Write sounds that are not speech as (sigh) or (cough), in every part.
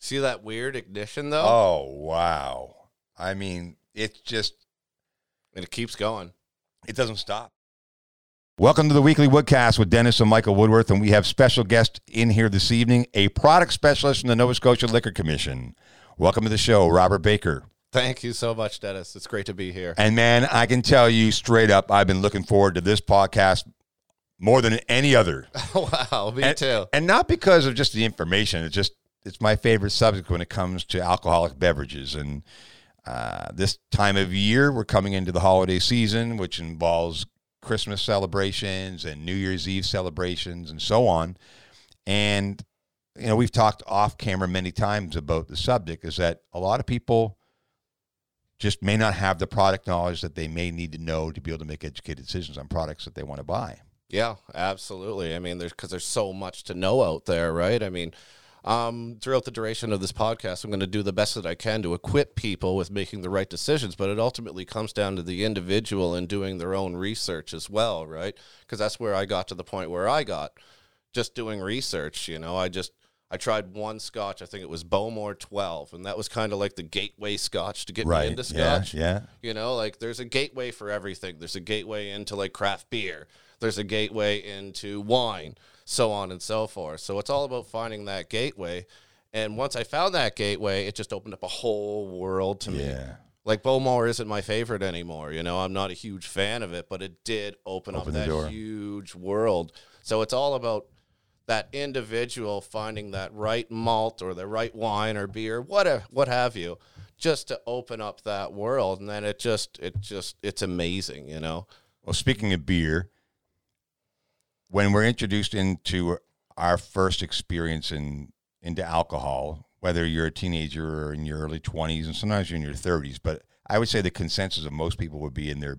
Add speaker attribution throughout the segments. Speaker 1: See that weird ignition though,
Speaker 2: Oh wow! I mean, it's just
Speaker 1: and it keeps going.
Speaker 2: it doesn't stop. Welcome to the weekly Woodcast with Dennis and Michael Woodworth, and we have special guest in here this evening, a product specialist from the Nova Scotia Liquor Commission. Welcome to the show, Robert Baker.
Speaker 1: Thank you so much, Dennis. It's great to be here. (laughs)
Speaker 2: And man, I can tell you straight up, I've been looking forward to this podcast more than any other.
Speaker 1: wow, me
Speaker 2: and,
Speaker 1: too.
Speaker 2: And not because of just the information. It's just it's my favorite subject when it comes to alcoholic beverages. And uh, this time of year, we're coming into the holiday season, which involves Christmas celebrations and New Year's Eve celebrations and so on. And you know, we've talked off camera many times about the subject. Is that a lot of people just may not have the product knowledge that they may need to know to be able to make educated decisions on products that they want to buy.
Speaker 1: Yeah, absolutely. I mean, there's because there's so much to know out there, right? I mean, um, throughout the duration of this podcast, I'm going to do the best that I can to equip people with making the right decisions, but it ultimately comes down to the individual and doing their own research as well, right? Because that's where I got to the point where I got just doing research. You know, I just I tried one Scotch. I think it was Bowmore 12, and that was kind of like the gateway Scotch to get me into
Speaker 2: Yeah.
Speaker 1: Scotch.
Speaker 2: Yeah.
Speaker 1: You know, like there's a gateway for everything. There's a gateway into like craft beer. There's a gateway into wine, so on and so forth. So it's all about finding that gateway. And once I found that gateway, it just opened up a whole world to me.
Speaker 2: Yeah.
Speaker 1: Like Bowmore isn't my favorite anymore. You know, I'm not a huge fan of it, but it did open,
Speaker 2: Open the
Speaker 1: up
Speaker 2: door.
Speaker 1: that huge world. So it's all about that individual finding that right malt or the right wine or beer, what a, what have you, just to open up that world, and then it just it just it's amazing, you know.
Speaker 2: Well, speaking of beer, when we're introduced into our first experience in into alcohol, whether you're a teenager or in your early 20s, and sometimes you're in your 30s, but I would say the consensus of most people would be in their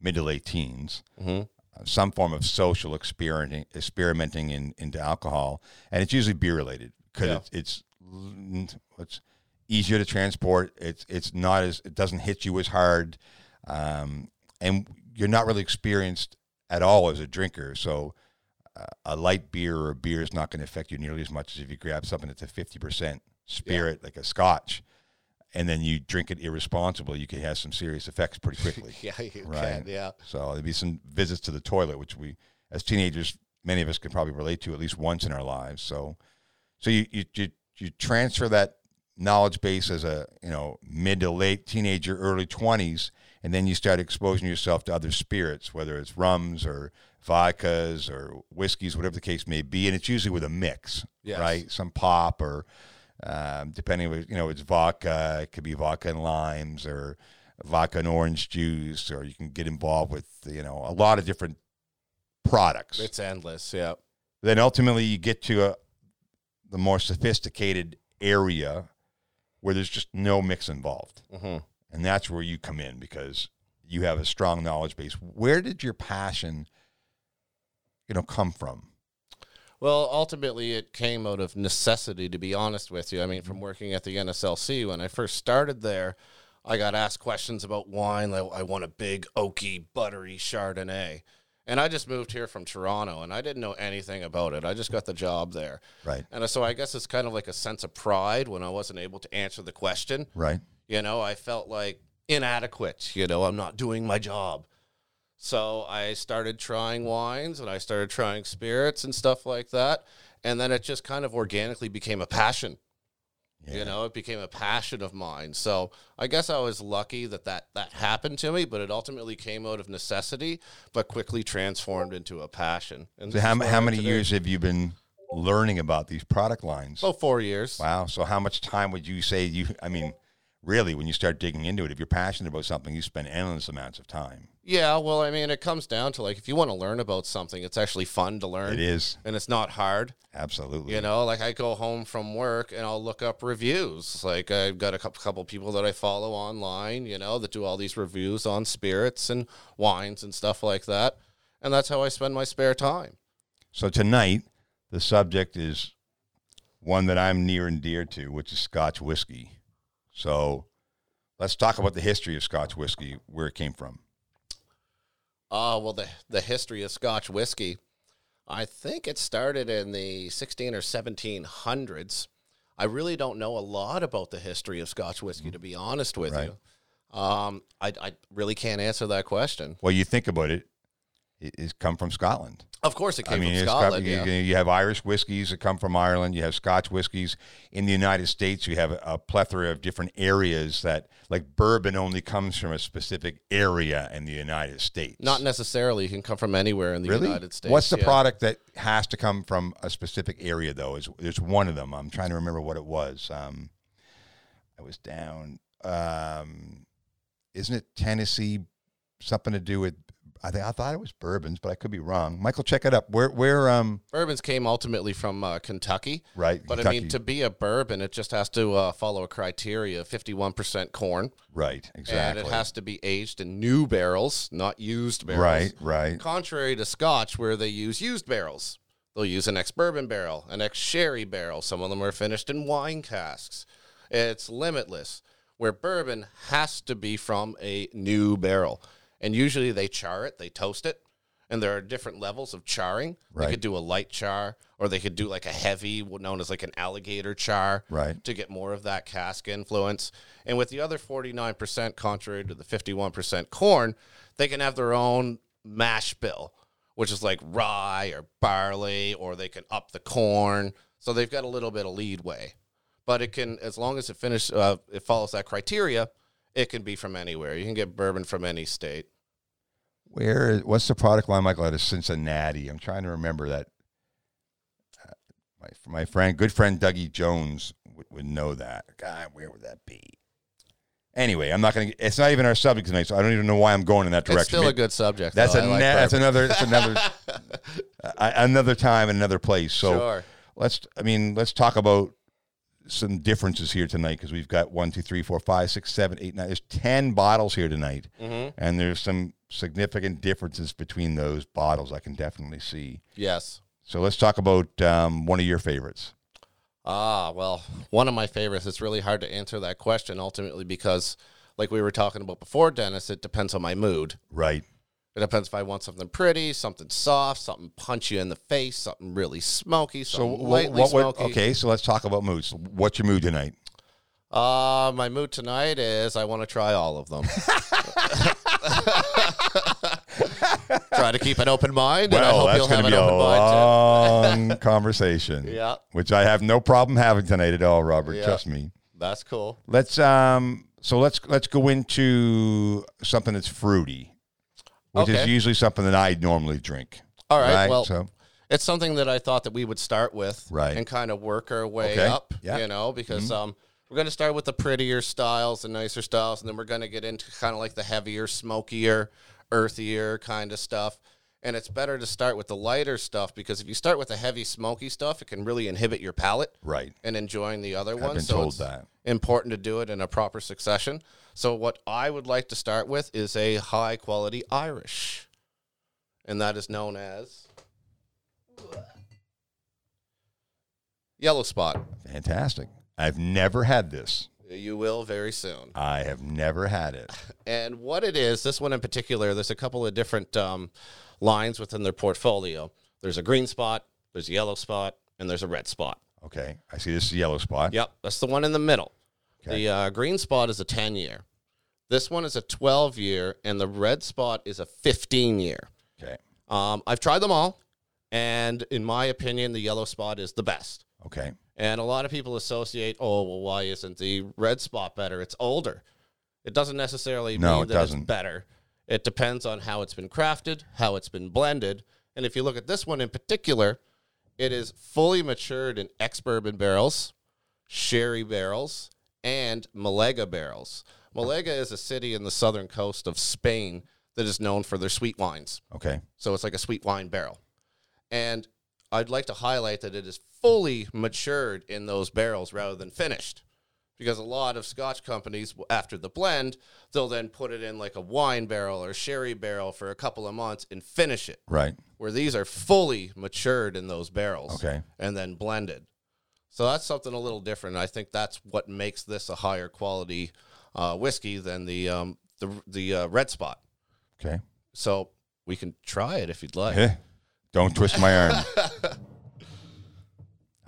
Speaker 2: mid to late teens,
Speaker 1: Mhm.
Speaker 2: uh, some form of social experimenting, experimenting in, into alcohol, and it's usually beer related because
Speaker 1: Yeah.
Speaker 2: it's, it's it's easier to transport. It's it's not as it doesn't hit you as hard um, and you're not really experienced at all as a drinker. So uh, a light beer or a beer is not going to affect you nearly as much as if you grab something that's a fifty percent spirit, like a Scotch, and then you drink it irresponsibly. You can have some serious effects pretty quickly.
Speaker 1: (laughs) Yeah, you
Speaker 2: Right.
Speaker 1: can. Yeah,
Speaker 2: So there'd be some visits to the toilet, which we, as teenagers, many of us could probably relate to at least once in our lives. So, so you you you, you transfer that knowledge base as a you know mid to late teenager, early twenties, and then you start exposing yourself to other spirits, whether it's rums or vodkas or whiskeys, whatever the case may be, and it's usually with a mix,
Speaker 1: Yes.
Speaker 2: right? Some pop or um, depending what you know it's vodka it could be vodka and limes or vodka and orange juice or you can get involved with you know a lot of different products
Speaker 1: it's endless. Yeah,
Speaker 2: then ultimately you get to a, the more sophisticated area where there's just no mix involved
Speaker 1: hmm
Speaker 2: and that's where you come in because you have a strong knowledge base where did your passion you know come from
Speaker 1: Well, ultimately, it came out of necessity, to be honest with you. I mean, from working at the NSLC, when I first started there, I got asked questions about wine. Like, I want a big, oaky, buttery Chardonnay. And I just moved here from Toronto and I didn't know anything about it. I just got the job there.
Speaker 2: right
Speaker 1: And so I guess it's kind of like a sense of pride when I wasn't able to answer the question.
Speaker 2: right
Speaker 1: You know, I felt like inadequate. You know, I'm not doing my job. So I started trying wines and I started trying spirits and stuff like that. And then it just kind of organically became a passion.
Speaker 2: Yeah.
Speaker 1: You know, it became a passion of mine. So I guess I was lucky that, that that happened to me, but it ultimately came out of necessity, but quickly transformed into a passion. And
Speaker 2: So
Speaker 1: this
Speaker 2: how,
Speaker 1: is
Speaker 2: m-
Speaker 1: where
Speaker 2: how
Speaker 1: I'm
Speaker 2: many
Speaker 1: today.
Speaker 2: years have you been learning about these product lines?
Speaker 1: About four years.
Speaker 2: Wow. So how much time would you say you? I mean, really, when you start digging into it, if you're passionate about something, you spend endless amounts of time.
Speaker 1: Yeah, well, I mean, it comes down to like if you want to learn about something, it's actually fun to learn.
Speaker 2: It is
Speaker 1: and it's not hard.
Speaker 2: absolutely.
Speaker 1: You know, like I go home from work and I'll look up reviews. Like I've got a couple, couple people that I follow online, you know, that do all these reviews on spirits and wines and stuff like that. And that's how I spend my spare time.
Speaker 2: So tonight, the subject is one that I'm near and dear to, which is Scotch whiskey. So let's talk about the history of Scotch whiskey, where it came from.
Speaker 1: Oh, well, the, the history of Scotch whiskey. I think it started in the 16 or 1700s. I really don't know a lot about the history of Scotch whiskey, to be honest with
Speaker 2: Mm-hmm. Right.
Speaker 1: you. Um, I, I really can't answer that question.
Speaker 2: Well, you think about it, it- it's come from Scotland.
Speaker 1: Of course, it came
Speaker 2: I mean,
Speaker 1: from
Speaker 2: it's
Speaker 1: Scotland.
Speaker 2: got-
Speaker 1: yeah.
Speaker 2: you, you have Irish whiskeys that come from Ireland. You have Scotch whiskeys in the United States. You have a, a plethora of different areas that, like bourbon, only comes from a specific area in the United States.
Speaker 1: Not necessarily. It can come from anywhere in the
Speaker 2: really.
Speaker 1: United States.
Speaker 2: What's the
Speaker 1: yeah.
Speaker 2: product that has to come from a specific area though? Is there's one of them? I'm trying to remember what it was. Um, I was down. Um, isn't it Tennessee? Something to do with. I think I thought it was bourbons, but I could be wrong. Michael, check it up. Where where um
Speaker 1: Bourbons came ultimately from uh, Kentucky.
Speaker 2: right?
Speaker 1: But I mean,
Speaker 2: Kentucky.
Speaker 1: to be a bourbon, it just has to uh, follow a criteria of 51% corn.
Speaker 2: Right, exactly.
Speaker 1: And it has to be aged in new barrels, not used barrels.
Speaker 2: right, right.
Speaker 1: Contrary to Scotch, where they use used barrels, they'll use an ex bourbon barrel, an ex sherry barrel. Some of them are finished in wine casks. It's limitless, where bourbon has to be from a new barrel. And usually they char it, they toast it. And there are different levels of charring.
Speaker 2: Right.
Speaker 1: They could do a light char, or they could do like a heavy, what known as like an alligator char
Speaker 2: Right.
Speaker 1: to get more of that cask influence. And with the other 49%, contrary to the 51% corn, they can have their own mash bill, which is like rye or barley, or they can up the corn. So they've got a little bit of leadway. But it can, as long as it finish, uh, it follows that criteria, it can be from anywhere. You can get bourbon from any state.
Speaker 2: Where is, what's the product line, Michael? Out of Cincinnati, I'm trying to remember that. Uh, My my friend, good friend Dougie Jones would, would know that. God, where would that be? Anyway, I'm not gonna. It's not even our subject tonight, so I don't even know why I'm going in that direction.
Speaker 1: It's still
Speaker 2: Maybe-
Speaker 1: a good subject.
Speaker 2: that's
Speaker 1: though.
Speaker 2: a
Speaker 1: I like
Speaker 2: na- that's
Speaker 1: bourbon.
Speaker 2: another
Speaker 1: (laughs)
Speaker 2: that's another uh, another time and another place. So
Speaker 1: Sure.
Speaker 2: let's i mean let's talk about some differences here tonight because we've got one two three four five six seven eight nine there's 10 bottles here tonight
Speaker 1: Mm-hmm.
Speaker 2: and there's some significant differences between those bottles i can definitely see
Speaker 1: Yes.
Speaker 2: so let's talk about um, one of your favorites
Speaker 1: Ah, well, one of my favorites. It's really hard to answer that question ultimately because, like we were talking about before, Dennis, it depends on my mood.
Speaker 2: right
Speaker 1: It depends if I want something pretty, something soft, something punch you in the face, something really smoky,
Speaker 2: so
Speaker 1: something
Speaker 2: wh-
Speaker 1: lightly
Speaker 2: what, would
Speaker 1: smoky.
Speaker 2: okay so let's talk about moods what's your mood tonight
Speaker 1: Uh, my mood tonight is I want to try all
Speaker 2: (laughs)
Speaker 1: of them. try to keep an open mind, and I hope you'll have
Speaker 2: gonna
Speaker 1: an open mind. (laughs)
Speaker 2: long conversation
Speaker 1: Yeah.
Speaker 2: which i have no problem having tonight at all robert
Speaker 1: Yeah.
Speaker 2: trust me
Speaker 1: Too. That's cool.
Speaker 2: Let's um so let's let's go into something that's fruity, which is
Speaker 1: Okay.
Speaker 2: usually something that I normally drink.
Speaker 1: All right, well,
Speaker 2: so
Speaker 1: it's something that I thought that we would start with,
Speaker 2: Right.
Speaker 1: and kind of work our way
Speaker 2: Okay,
Speaker 1: up,
Speaker 2: yeah. Mm-hmm.
Speaker 1: you know, because um, we're going to start with the prettier styles, the nicer styles, and then we're going to get into kind of like the heavier, smokier, earthier kind of stuff. And it's better to start with the lighter stuff because if you start with the heavy, smoky stuff, it can really inhibit your palate
Speaker 2: right.
Speaker 1: and enjoying the other one.
Speaker 2: been
Speaker 1: so
Speaker 2: told
Speaker 1: it's
Speaker 2: that.
Speaker 1: important to do it in a proper succession. So what I would like to start with is a high quality Irish, and that is known as Yellow Spot.
Speaker 2: Fantastic. I've never had this.
Speaker 1: You will very soon.
Speaker 2: I have never
Speaker 1: (laughs)
Speaker 2: had it.
Speaker 1: And what it is, this one in particular, there's a couple of different um, lines within their portfolio. There's a green spot, there's a yellow spot, and there's a red spot.
Speaker 2: Okay. I see this is a yellow spot.
Speaker 1: Yep, that's the one in the middle.
Speaker 2: Okay.
Speaker 1: The uh, green spot is a 10 year. This one is a 12 year, and the red spot is a 15 year.
Speaker 2: Okay.
Speaker 1: Um, I've tried them all, and in my opinion, the yellow spot is the best.
Speaker 2: Okay.
Speaker 1: And a lot of people associate, oh, well, why isn't the red spot better? It's older. It doesn't necessarily
Speaker 2: No,
Speaker 1: mean
Speaker 2: it
Speaker 1: that
Speaker 2: doesn't.
Speaker 1: it's better. It depends on how it's been crafted, how it's been blended. And if you look at this one in particular, it is fully matured in ex bourbon barrels, sherry barrels, and Malaga barrels. Malaga is a city in the southern coast of Spain that is known for their sweet wines.
Speaker 2: Okay.
Speaker 1: So it's like a sweet wine barrel. And I'd like to highlight that it is fully matured in those barrels rather than finished. Because a lot of scotch companies, w- after the blend, they'll then put it in like a wine barrel or sherry barrel for a couple of months and finish it.
Speaker 2: Right.
Speaker 1: Where these are fully matured in those barrels
Speaker 2: Okay.
Speaker 1: and then blended. So that's something a little different. I think that's what makes this a higher quality uh, whiskey than the, um, the, the uh, red spot.
Speaker 2: Okay.
Speaker 1: So we can try it if you'd like. (laughs)
Speaker 2: Eh. Don't twist my arm.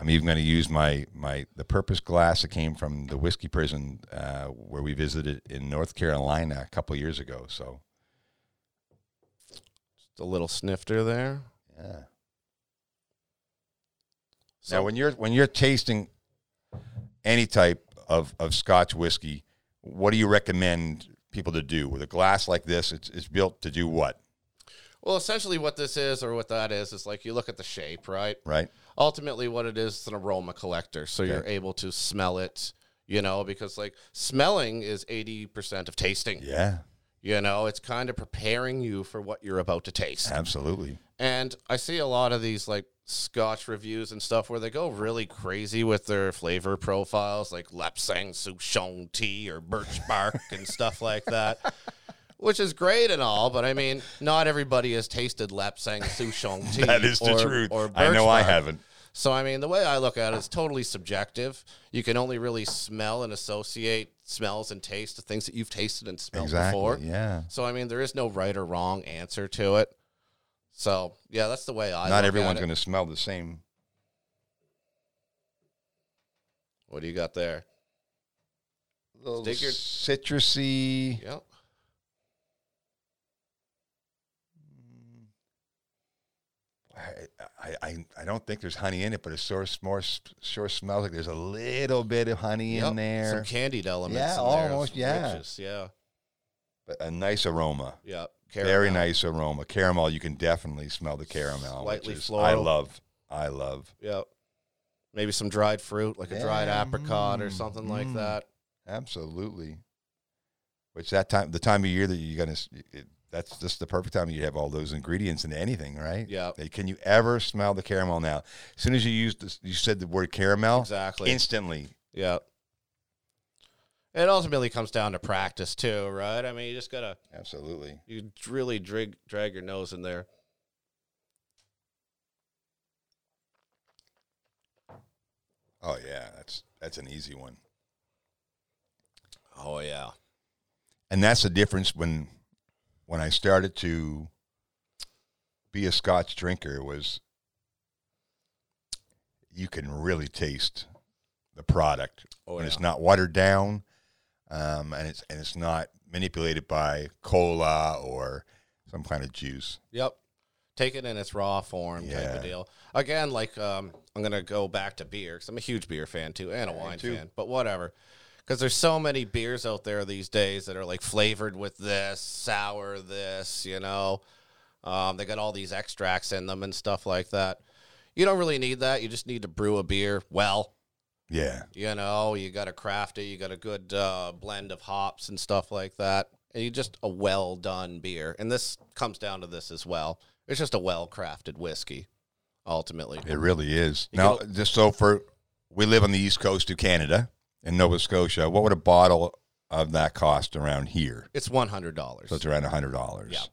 Speaker 2: I'm even going to use my my the purpose glass that came from the whiskey prison uh, where we visited in North Carolina a couple years ago. So
Speaker 1: Just a little snifter there.
Speaker 2: yeah.
Speaker 1: So
Speaker 2: now when you're when you're tasting any type of, of Scotch whiskey, what do you recommend people to do with a glass like this? It's it's built to do what,
Speaker 1: well, essentially, what this is or what that is is like you look at the shape, right?
Speaker 2: right?
Speaker 1: ultimately what it is is an aroma collector so you're able to smell it you know because like smelling is 80% of tasting
Speaker 2: Yeah,
Speaker 1: you know it's kind of preparing you for what you're about to taste
Speaker 2: absolutely.
Speaker 1: and i see a lot of these like scotch reviews and stuff where they go really crazy with their flavor profiles like lapsang souchong tea or birch bark and stuff like
Speaker 2: (laughs)
Speaker 1: that which is great and all but i mean not everybody has tasted lapsang
Speaker 2: (laughs)
Speaker 1: souchong tea
Speaker 2: That is the
Speaker 1: or-
Speaker 2: truth.
Speaker 1: or
Speaker 2: I
Speaker 1: birch
Speaker 2: know I
Speaker 1: bark.
Speaker 2: haven't.
Speaker 1: So I mean, the way I look at it is totally subjective. You can only really smell and associate smells and taste to things that you've tasted and smelled before.
Speaker 2: Yeah.
Speaker 1: So I mean, there is no right or wrong answer to it. So yeah, that's the way I.
Speaker 2: Not
Speaker 1: look
Speaker 2: everyone's
Speaker 1: at it.
Speaker 2: going to smell the same.
Speaker 1: What do you got there?
Speaker 2: Little
Speaker 1: Stick your-
Speaker 2: citrusy.
Speaker 1: Yep.
Speaker 2: I, I, I- I don't think there's honey in it, but it sure, more, sure smells like there's a little bit of honey
Speaker 1: Yep.
Speaker 2: in
Speaker 1: Some
Speaker 2: there,
Speaker 1: candied elements.
Speaker 2: Yeah,
Speaker 1: in there.
Speaker 2: almost, yeah.
Speaker 1: Riches, Yeah.
Speaker 2: but a nice aroma.
Speaker 1: Yeah.
Speaker 2: Very
Speaker 1: Caramel.
Speaker 2: nice aroma. Caramel, you can definitely smell the caramel. which
Speaker 1: Slightly
Speaker 2: is- I
Speaker 1: floral.
Speaker 2: love. I love.
Speaker 1: Yep. Maybe some dried fruit, like a dried
Speaker 2: Yeah,
Speaker 1: apricot or
Speaker 2: mm,
Speaker 1: something
Speaker 2: mm.
Speaker 1: like that.
Speaker 2: Absolutely. Which that time, the time of year that you're gonna, s- it, that's just the perfect time you have all those ingredients in anything, right?
Speaker 1: Yeah.
Speaker 2: They- Can you ever smell the caramel now? As soon as you used, this, you said the word caramel,
Speaker 1: Exactly.
Speaker 2: instantly.
Speaker 1: Yeah. It ultimately comes down to practice too, right? I mean, you just gotta
Speaker 2: Absolutely.
Speaker 1: you d- really drag drag your nose in there.
Speaker 2: Oh yeah, that's that's an easy one.
Speaker 1: Oh yeah,
Speaker 2: and that's the difference when when I started to be a Scotch drinker was you can really taste the product
Speaker 1: oh
Speaker 2: when
Speaker 1: yeah.
Speaker 2: it's not watered down um, and it's and it's not manipulated by cola or some kind of juice.
Speaker 1: Yep, take it in its raw form type
Speaker 2: Yeah.
Speaker 1: of deal. Again, like um, I'm gonna go back to beer because I'm a huge beer fan too, and a wine
Speaker 2: too.
Speaker 1: fan. But whatever, because there's so many beers out there these days that are like flavored with this, sour this, you know. Um, they got all these extracts in them and stuff like that. You don't really need that. You just need to brew a beer well.
Speaker 2: Yeah.
Speaker 1: You know, you got a crafty, you got a good uh, blend of hops and stuff like that. And you just a well done beer. And this comes down to this as well. It's just a well crafted whiskey, ultimately.
Speaker 2: It really is.
Speaker 1: You
Speaker 2: now,
Speaker 1: get
Speaker 2: just so for we live on the east coast of Canada in Nova Scotia, what would a bottle of that cost around here?
Speaker 1: It's one hundred dollars.
Speaker 2: So it's around hundred dollars.
Speaker 1: Yeah.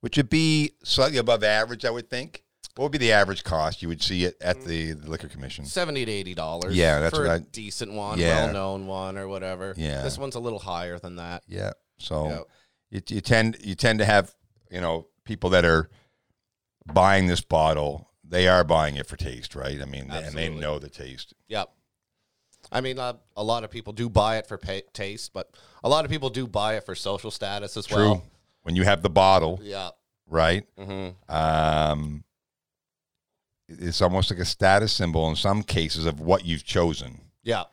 Speaker 2: Which would be slightly above average, I would think. What would be the average cost you would see it at the, the liquor commission?
Speaker 1: Seventy to eighty dollars.
Speaker 2: Yeah, that's
Speaker 1: for
Speaker 2: what
Speaker 1: a
Speaker 2: I-
Speaker 1: decent one,
Speaker 2: Yeah.
Speaker 1: well known one or whatever.
Speaker 2: Yeah. Oh.
Speaker 1: This one's a little higher than that.
Speaker 2: Yeah. So
Speaker 1: Yep.
Speaker 2: you, you tend you tend to have you know people that are buying this bottle. They are buying it for taste, right? I mean, and they
Speaker 1: Absolutely.
Speaker 2: know the taste.
Speaker 1: Yep. I mean, uh, a lot of people do buy it for pa taste, but a lot of people do buy it for social status as well.
Speaker 2: when you have the bottle,
Speaker 1: Yeah.
Speaker 2: right?
Speaker 1: Mm-hmm.
Speaker 2: Um, it's almost like a status symbol in some cases of what you've chosen.
Speaker 1: Yeah.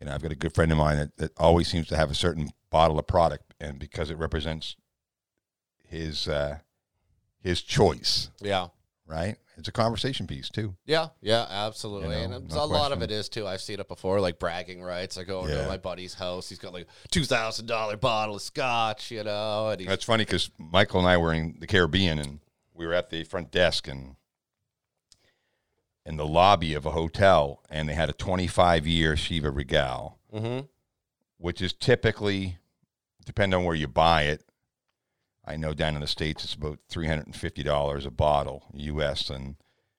Speaker 2: you know, I've got a good friend of mine that, that always seems to have a certain bottle of product, and because it represents his uh, his choice,
Speaker 1: Yeah.
Speaker 2: right? It's a conversation piece too.
Speaker 1: Yeah, yeah, absolutely.
Speaker 2: You
Speaker 1: and
Speaker 2: know,
Speaker 1: it's- a
Speaker 2: no
Speaker 1: lot of it
Speaker 2: question.
Speaker 1: is too. I've seen it before, like bragging rights. I go over
Speaker 2: Yeah.
Speaker 1: to my buddy's house. He's got like two thousand dollar bottle of scotch, you know, and he's
Speaker 2: That's funny because Michael and I were in the Caribbean, and we were at the front desk and in the lobby of a hotel, and they had a 25 year Shiva Regal,
Speaker 1: Mhm.
Speaker 2: which is typically, depending on where you buy it. I know down in the states it's about three hundred and fifty dollars a bottle U.S. and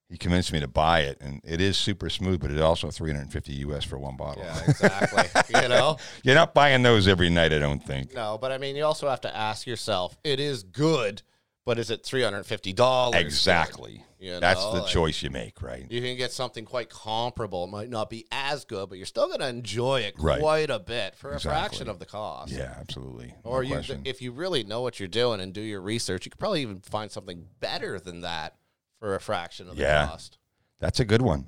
Speaker 2: he convinced me to buy it, and it is super smooth, but it's also three hundred and fifty U.S. for one bottle. (laughs)
Speaker 1: yeah, exactly. you know,
Speaker 2: You're not buying those every night, I don't think.
Speaker 1: no, but I mean, you also have to ask yourself: it is good, But is it three hundred and fifty dollars?
Speaker 2: Exactly.
Speaker 1: You
Speaker 2: That's
Speaker 1: know,
Speaker 2: the
Speaker 1: like-
Speaker 2: choice you make, right?
Speaker 1: You can get something quite comparable. It might not be as good, but you're still going to enjoy it
Speaker 2: Right.
Speaker 1: quite a bit for
Speaker 2: Exactly.
Speaker 1: a fraction of the cost.
Speaker 2: Yeah, absolutely. No
Speaker 1: Or you,
Speaker 2: question.
Speaker 1: if you really know what you're doing and do your research, you could probably even find something better than that for a fraction of the
Speaker 2: Yeah.
Speaker 1: cost.
Speaker 2: That's a good one.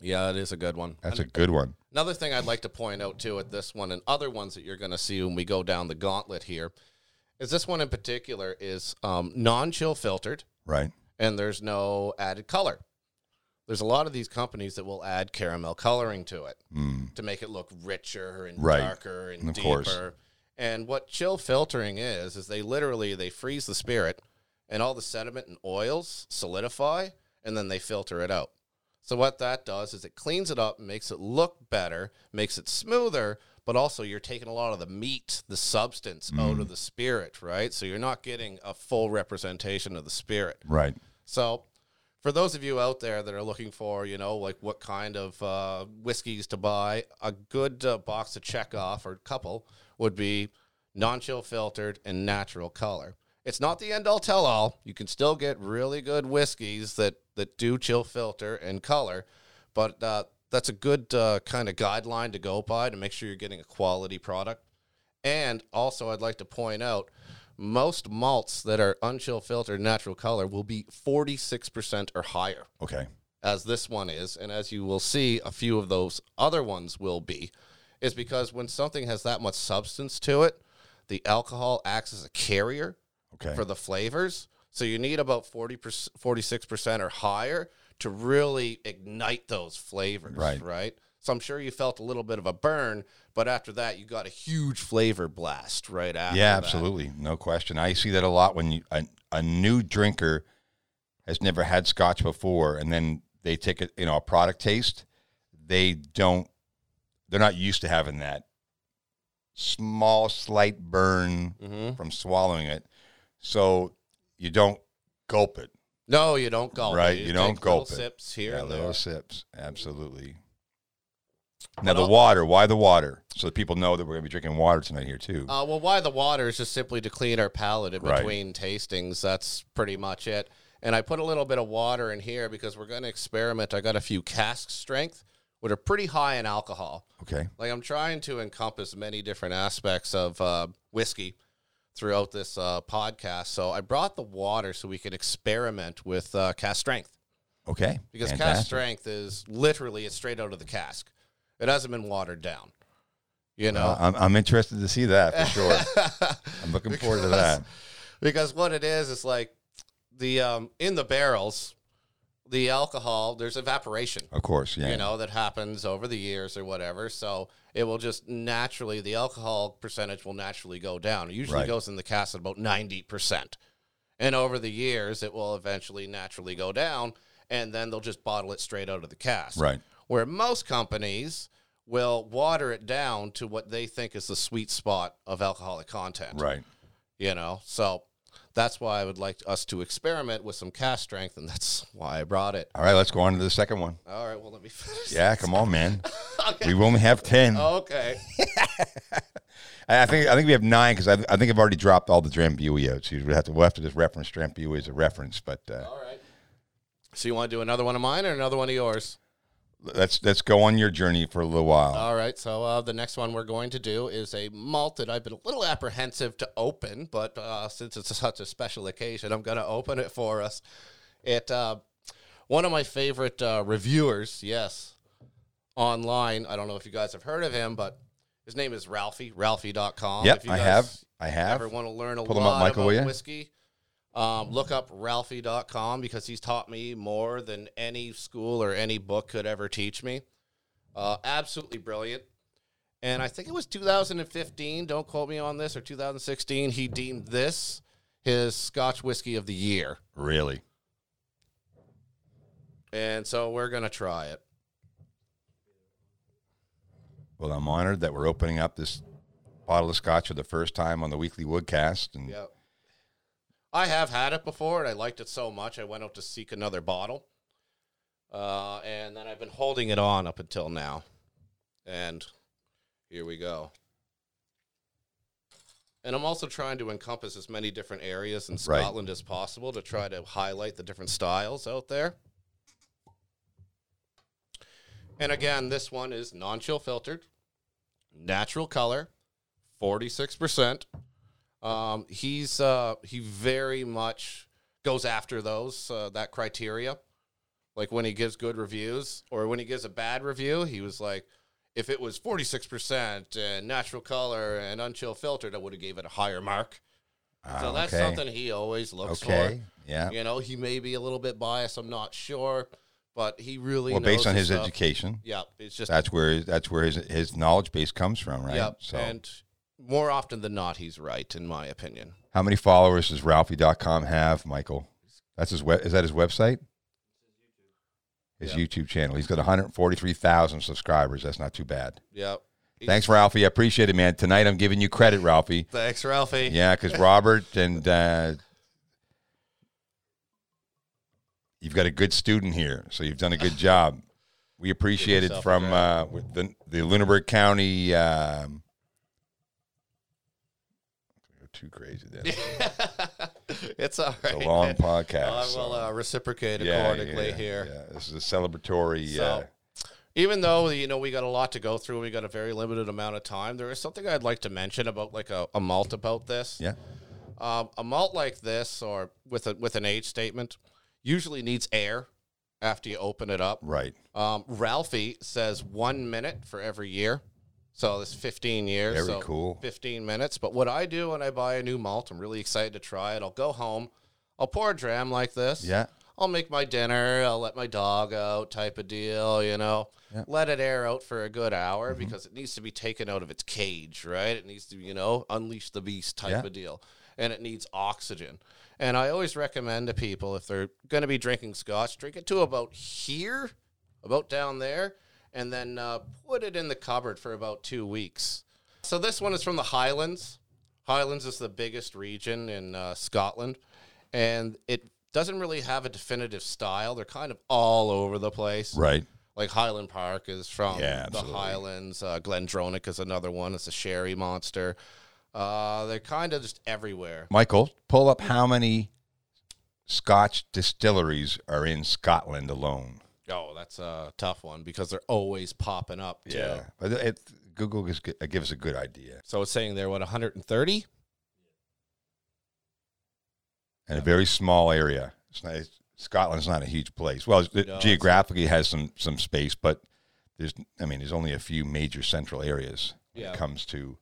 Speaker 1: Yeah, it is a good one.
Speaker 2: That's a good one.
Speaker 1: Another thing I'd like to point out too at this one and other ones that you're going to see when we go down the gauntlet here is this one in particular is um, non-chill filtered
Speaker 2: Right.
Speaker 1: and there's no added color. There's a lot of these companies that will add caramel coloring to it
Speaker 2: Mm.
Speaker 1: to make it look richer and
Speaker 2: Right.
Speaker 1: darker and,
Speaker 2: Of
Speaker 1: deeper.
Speaker 2: course.
Speaker 1: And what chill filtering is is they literally they freeze the spirit and all the sediment and oils solidify and then they filter it out. So what that does is it cleans it up, makes it look better, makes it smoother, but also you're taking a lot of the meat, the substance out
Speaker 2: Mm.
Speaker 1: of the spirit, right? So you're not getting a full representation of the spirit.
Speaker 2: Right.
Speaker 1: So, for those of you out there that are looking for, you know, like what kind of uh, whiskeys to buy, a good uh, box to check off or couple would be non chill filtered and natural color. It's not the end all tell all. You can still get really good whiskeys that, that do chill filter and color, but uh, that's a good uh, kind of guideline to go by to make sure you're getting a quality product. And also, I'd like to point out most malts that are unchill filtered natural color will be 46% or higher,
Speaker 2: Okay.
Speaker 1: as this one is. And as you will see, a few of those other ones will be, is because when something has that much substance to it, the alcohol acts as a carrier
Speaker 2: Okay.
Speaker 1: for the flavors. So you need about 40 46% or higher to really ignite those flavors,
Speaker 2: Right.
Speaker 1: So I'm sure you felt a little bit of a burn, but after that you got a huge flavor blast right after.
Speaker 2: yeah,
Speaker 1: that.
Speaker 2: absolutely. No question. I see that a lot when you, a, a new drinker has never had scotch before and then they take a, you know, a product taste, they don't they're not used to having that small slight burn
Speaker 1: Mhm.
Speaker 2: from swallowing it. So you don't gulp it.
Speaker 1: No, you don't gulp. it.
Speaker 2: Right, you don't
Speaker 1: take little
Speaker 2: gulp it.
Speaker 1: sips here
Speaker 2: Yeah,
Speaker 1: and
Speaker 2: little
Speaker 1: there.
Speaker 2: sips. Absolutely.
Speaker 1: But
Speaker 2: Now the
Speaker 1: I'll-
Speaker 2: water. Why the water? So that people know that we're gonna be drinking water tonight here too.
Speaker 1: Uh, well, why the water is just simply to clean our palate in
Speaker 2: Right.
Speaker 1: between tastings. That's pretty much it. And I put a little bit of water in here because we're going to experiment. I got a few cask strength, which are pretty high in alcohol.
Speaker 2: okay.
Speaker 1: Like I'm trying to encompass many different aspects of uh, whiskey throughout this uh, podcast. So I brought the water so we can experiment with uh, cask strength
Speaker 2: Okay.
Speaker 1: because cask
Speaker 2: Fantastic.
Speaker 1: strength is literally it's straight out of the cask. It hasn't been watered down. You know,
Speaker 2: Uh, I'm, I'm interested to see that Uh,
Speaker 1: (laughs)
Speaker 2: for sure. I'm looking forward to that.
Speaker 1: because what it is is like the um, in the barrels, the alcohol there's evaporation.
Speaker 2: Of course, yeah.
Speaker 1: you know, that happens over the years or whatever. So it will just naturally, the alcohol percentage will naturally go down. It usually
Speaker 2: Right.
Speaker 1: goes in the cast at about 90%. And over the years, it will eventually naturally go down. And then they'll just bottle it straight out of the cast.
Speaker 2: Right.
Speaker 1: Where most companies will water it down to what they think is the sweet spot of alcoholic content.
Speaker 2: Right.
Speaker 1: You know, so that's why I would like us to experiment with some cast strength. And that's why I brought it.
Speaker 2: All right, let's go on to the second one.
Speaker 1: All right. Well, let me finish.
Speaker 2: Yeah, come on, man.
Speaker 1: (laughs) Okay. Oh.
Speaker 2: We only have ten.
Speaker 1: Okay.
Speaker 2: I I think I think we have nine because I, I think I've already dropped all the Drambuios. You would have to we'll have to just reference Drambuie as a reference, but uh,
Speaker 1: All right. So you want to do another one of mine or another one of yours? Oh.
Speaker 2: let's let's go on your journey for a little while.
Speaker 1: All right. So uh, the next one we're going to do is a malt that I've been a little apprehensive to open, but uh, since it's such a special occasion, I'm going to open it for us. It uh, one of my favorite uh, reviewers, yes, online. I don't know if you guys have heard of him, but his name is Ralphie. Ralphie.com.
Speaker 2: yep,
Speaker 1: Oh, If you
Speaker 2: I
Speaker 1: guys
Speaker 2: have, I have.
Speaker 1: ever want to learn a
Speaker 2: Pull 'em up,
Speaker 1: lot
Speaker 2: Michael, will
Speaker 1: about
Speaker 2: ya?
Speaker 1: whiskey, um, look up Ralphie.com because he's taught me more than any school or any book could ever teach me. Uh, absolutely brilliant. And I think it was 2015, don't quote me on this, or 2016, he deemed this his Scotch whiskey of the year.
Speaker 2: Really?
Speaker 1: And so we're going to try it.
Speaker 2: Well, I'm honored that we're opening up this bottle of scotch for the first time on the weekly woodcast, and
Speaker 1: Yep. I have had it before, and I liked it so much I went out to seek another bottle. Uh, and then I've been holding it on up until now. And here we go. And I'm also trying to encompass as many different areas in
Speaker 2: Right.
Speaker 1: Scotland as possible to try to highlight the different styles out there. And again, this one is non chill filtered, natural color, 46%. Um, he's uh, he very much goes after those uh, that criteria. Like when he gives good reviews or when he gives a bad review, he was like, if it was 46% and natural color and unchill filtered, I would have gave it a higher mark. so
Speaker 2: Ah,
Speaker 1: that's
Speaker 2: okay.
Speaker 1: something he always looks
Speaker 2: Okay. Yeah.
Speaker 1: for. You know, he may be a little bit biased. I'm not sure, but he really
Speaker 2: Well, based
Speaker 1: knows
Speaker 2: on
Speaker 1: the
Speaker 2: his
Speaker 1: stuff.
Speaker 2: education,
Speaker 1: Yeah, it's just
Speaker 2: that's where that's where his his knowledge base comes from, right?
Speaker 1: Yep.
Speaker 2: So,
Speaker 1: And more often than not, he's right, in my opinion.
Speaker 2: how many followers does Ralphie.com have, Michael? That's his web. Is that his website? His
Speaker 1: Yeah.
Speaker 2: YouTube channel. He's got 143,000 subscribers. That's not too bad.
Speaker 1: Yep. He's-
Speaker 2: Thanks, Ralphie. I appreciate it, man. Tonight I'm giving you credit, Ralphie.
Speaker 1: Thanks, Ralphie.
Speaker 2: Yeah, because Robert and uh, you've got a good student here, so you've done a good job. We appreciate it
Speaker 1: yourself a
Speaker 2: from uh, with the the Lunenburg County. Um, we're too crazy.
Speaker 1: (laughs)
Speaker 2: Then it's
Speaker 1: it's all right.
Speaker 2: a long podcast.
Speaker 1: I
Speaker 2: so-
Speaker 1: will uh, reciprocate
Speaker 2: Yeah,
Speaker 1: accordingly
Speaker 2: yeah,
Speaker 1: here.
Speaker 2: yeah. This is a celebratory.
Speaker 1: So,
Speaker 2: uh,
Speaker 1: even though you know we got a lot to go through, we got a very limited amount of time. There is something I'd like to mention about like a, a malt about this.
Speaker 2: yeah,
Speaker 1: Um, a malt like this, or with a, with an age statement, usually needs air after you open it up.
Speaker 2: right.
Speaker 1: Um, Ralphie says one minute for every year. So it's 15 years.
Speaker 2: Very
Speaker 1: so
Speaker 2: cool.
Speaker 1: 15 minutes. But what I do when I buy a new malt, I'm really excited to try it. I'll go home, I'll pour a dram like this.
Speaker 2: Yeah,
Speaker 1: I'll make my dinner. I'll let my dog out, type of deal, you know.
Speaker 2: Yeah. Mm-hmm.
Speaker 1: Let it air out for a good hour because it needs to be taken out of its cage, right? It needs to, you know, unleash the beast type
Speaker 2: Yeah.
Speaker 1: of deal. And it needs oxygen. And I always recommend to people if they're going to be drinking scotch, drink it to about here, about down there, and then uh, put it in the cupboard for about two weeks. So this one is from the Highlands. Highlands is the biggest region in uh, Scotland, and it doesn't really have a definitive style. They're kind of all over the place.
Speaker 2: right.
Speaker 1: Like Highland Park is from
Speaker 2: Yeah,
Speaker 1: the
Speaker 2: absolutely.
Speaker 1: Highlands. Uh, Glendronic is another one. It's a sherry monster. Uh, they're kind of just everywhere.
Speaker 2: Michael, pull up how many Scotch distilleries are in Scotland alone.
Speaker 1: Oh, that's a tough one because they're always popping up too.
Speaker 2: but it, it- Google gives, gives a good idea
Speaker 1: So it's saying they're what 130.
Speaker 2: and a very small area. It's not, it's, Scotland's not a huge place. Well, it
Speaker 1: it's-
Speaker 2: geographically has some some space, but there's I mean there's only a few major central areas when
Speaker 1: Yeah.
Speaker 2: it comes to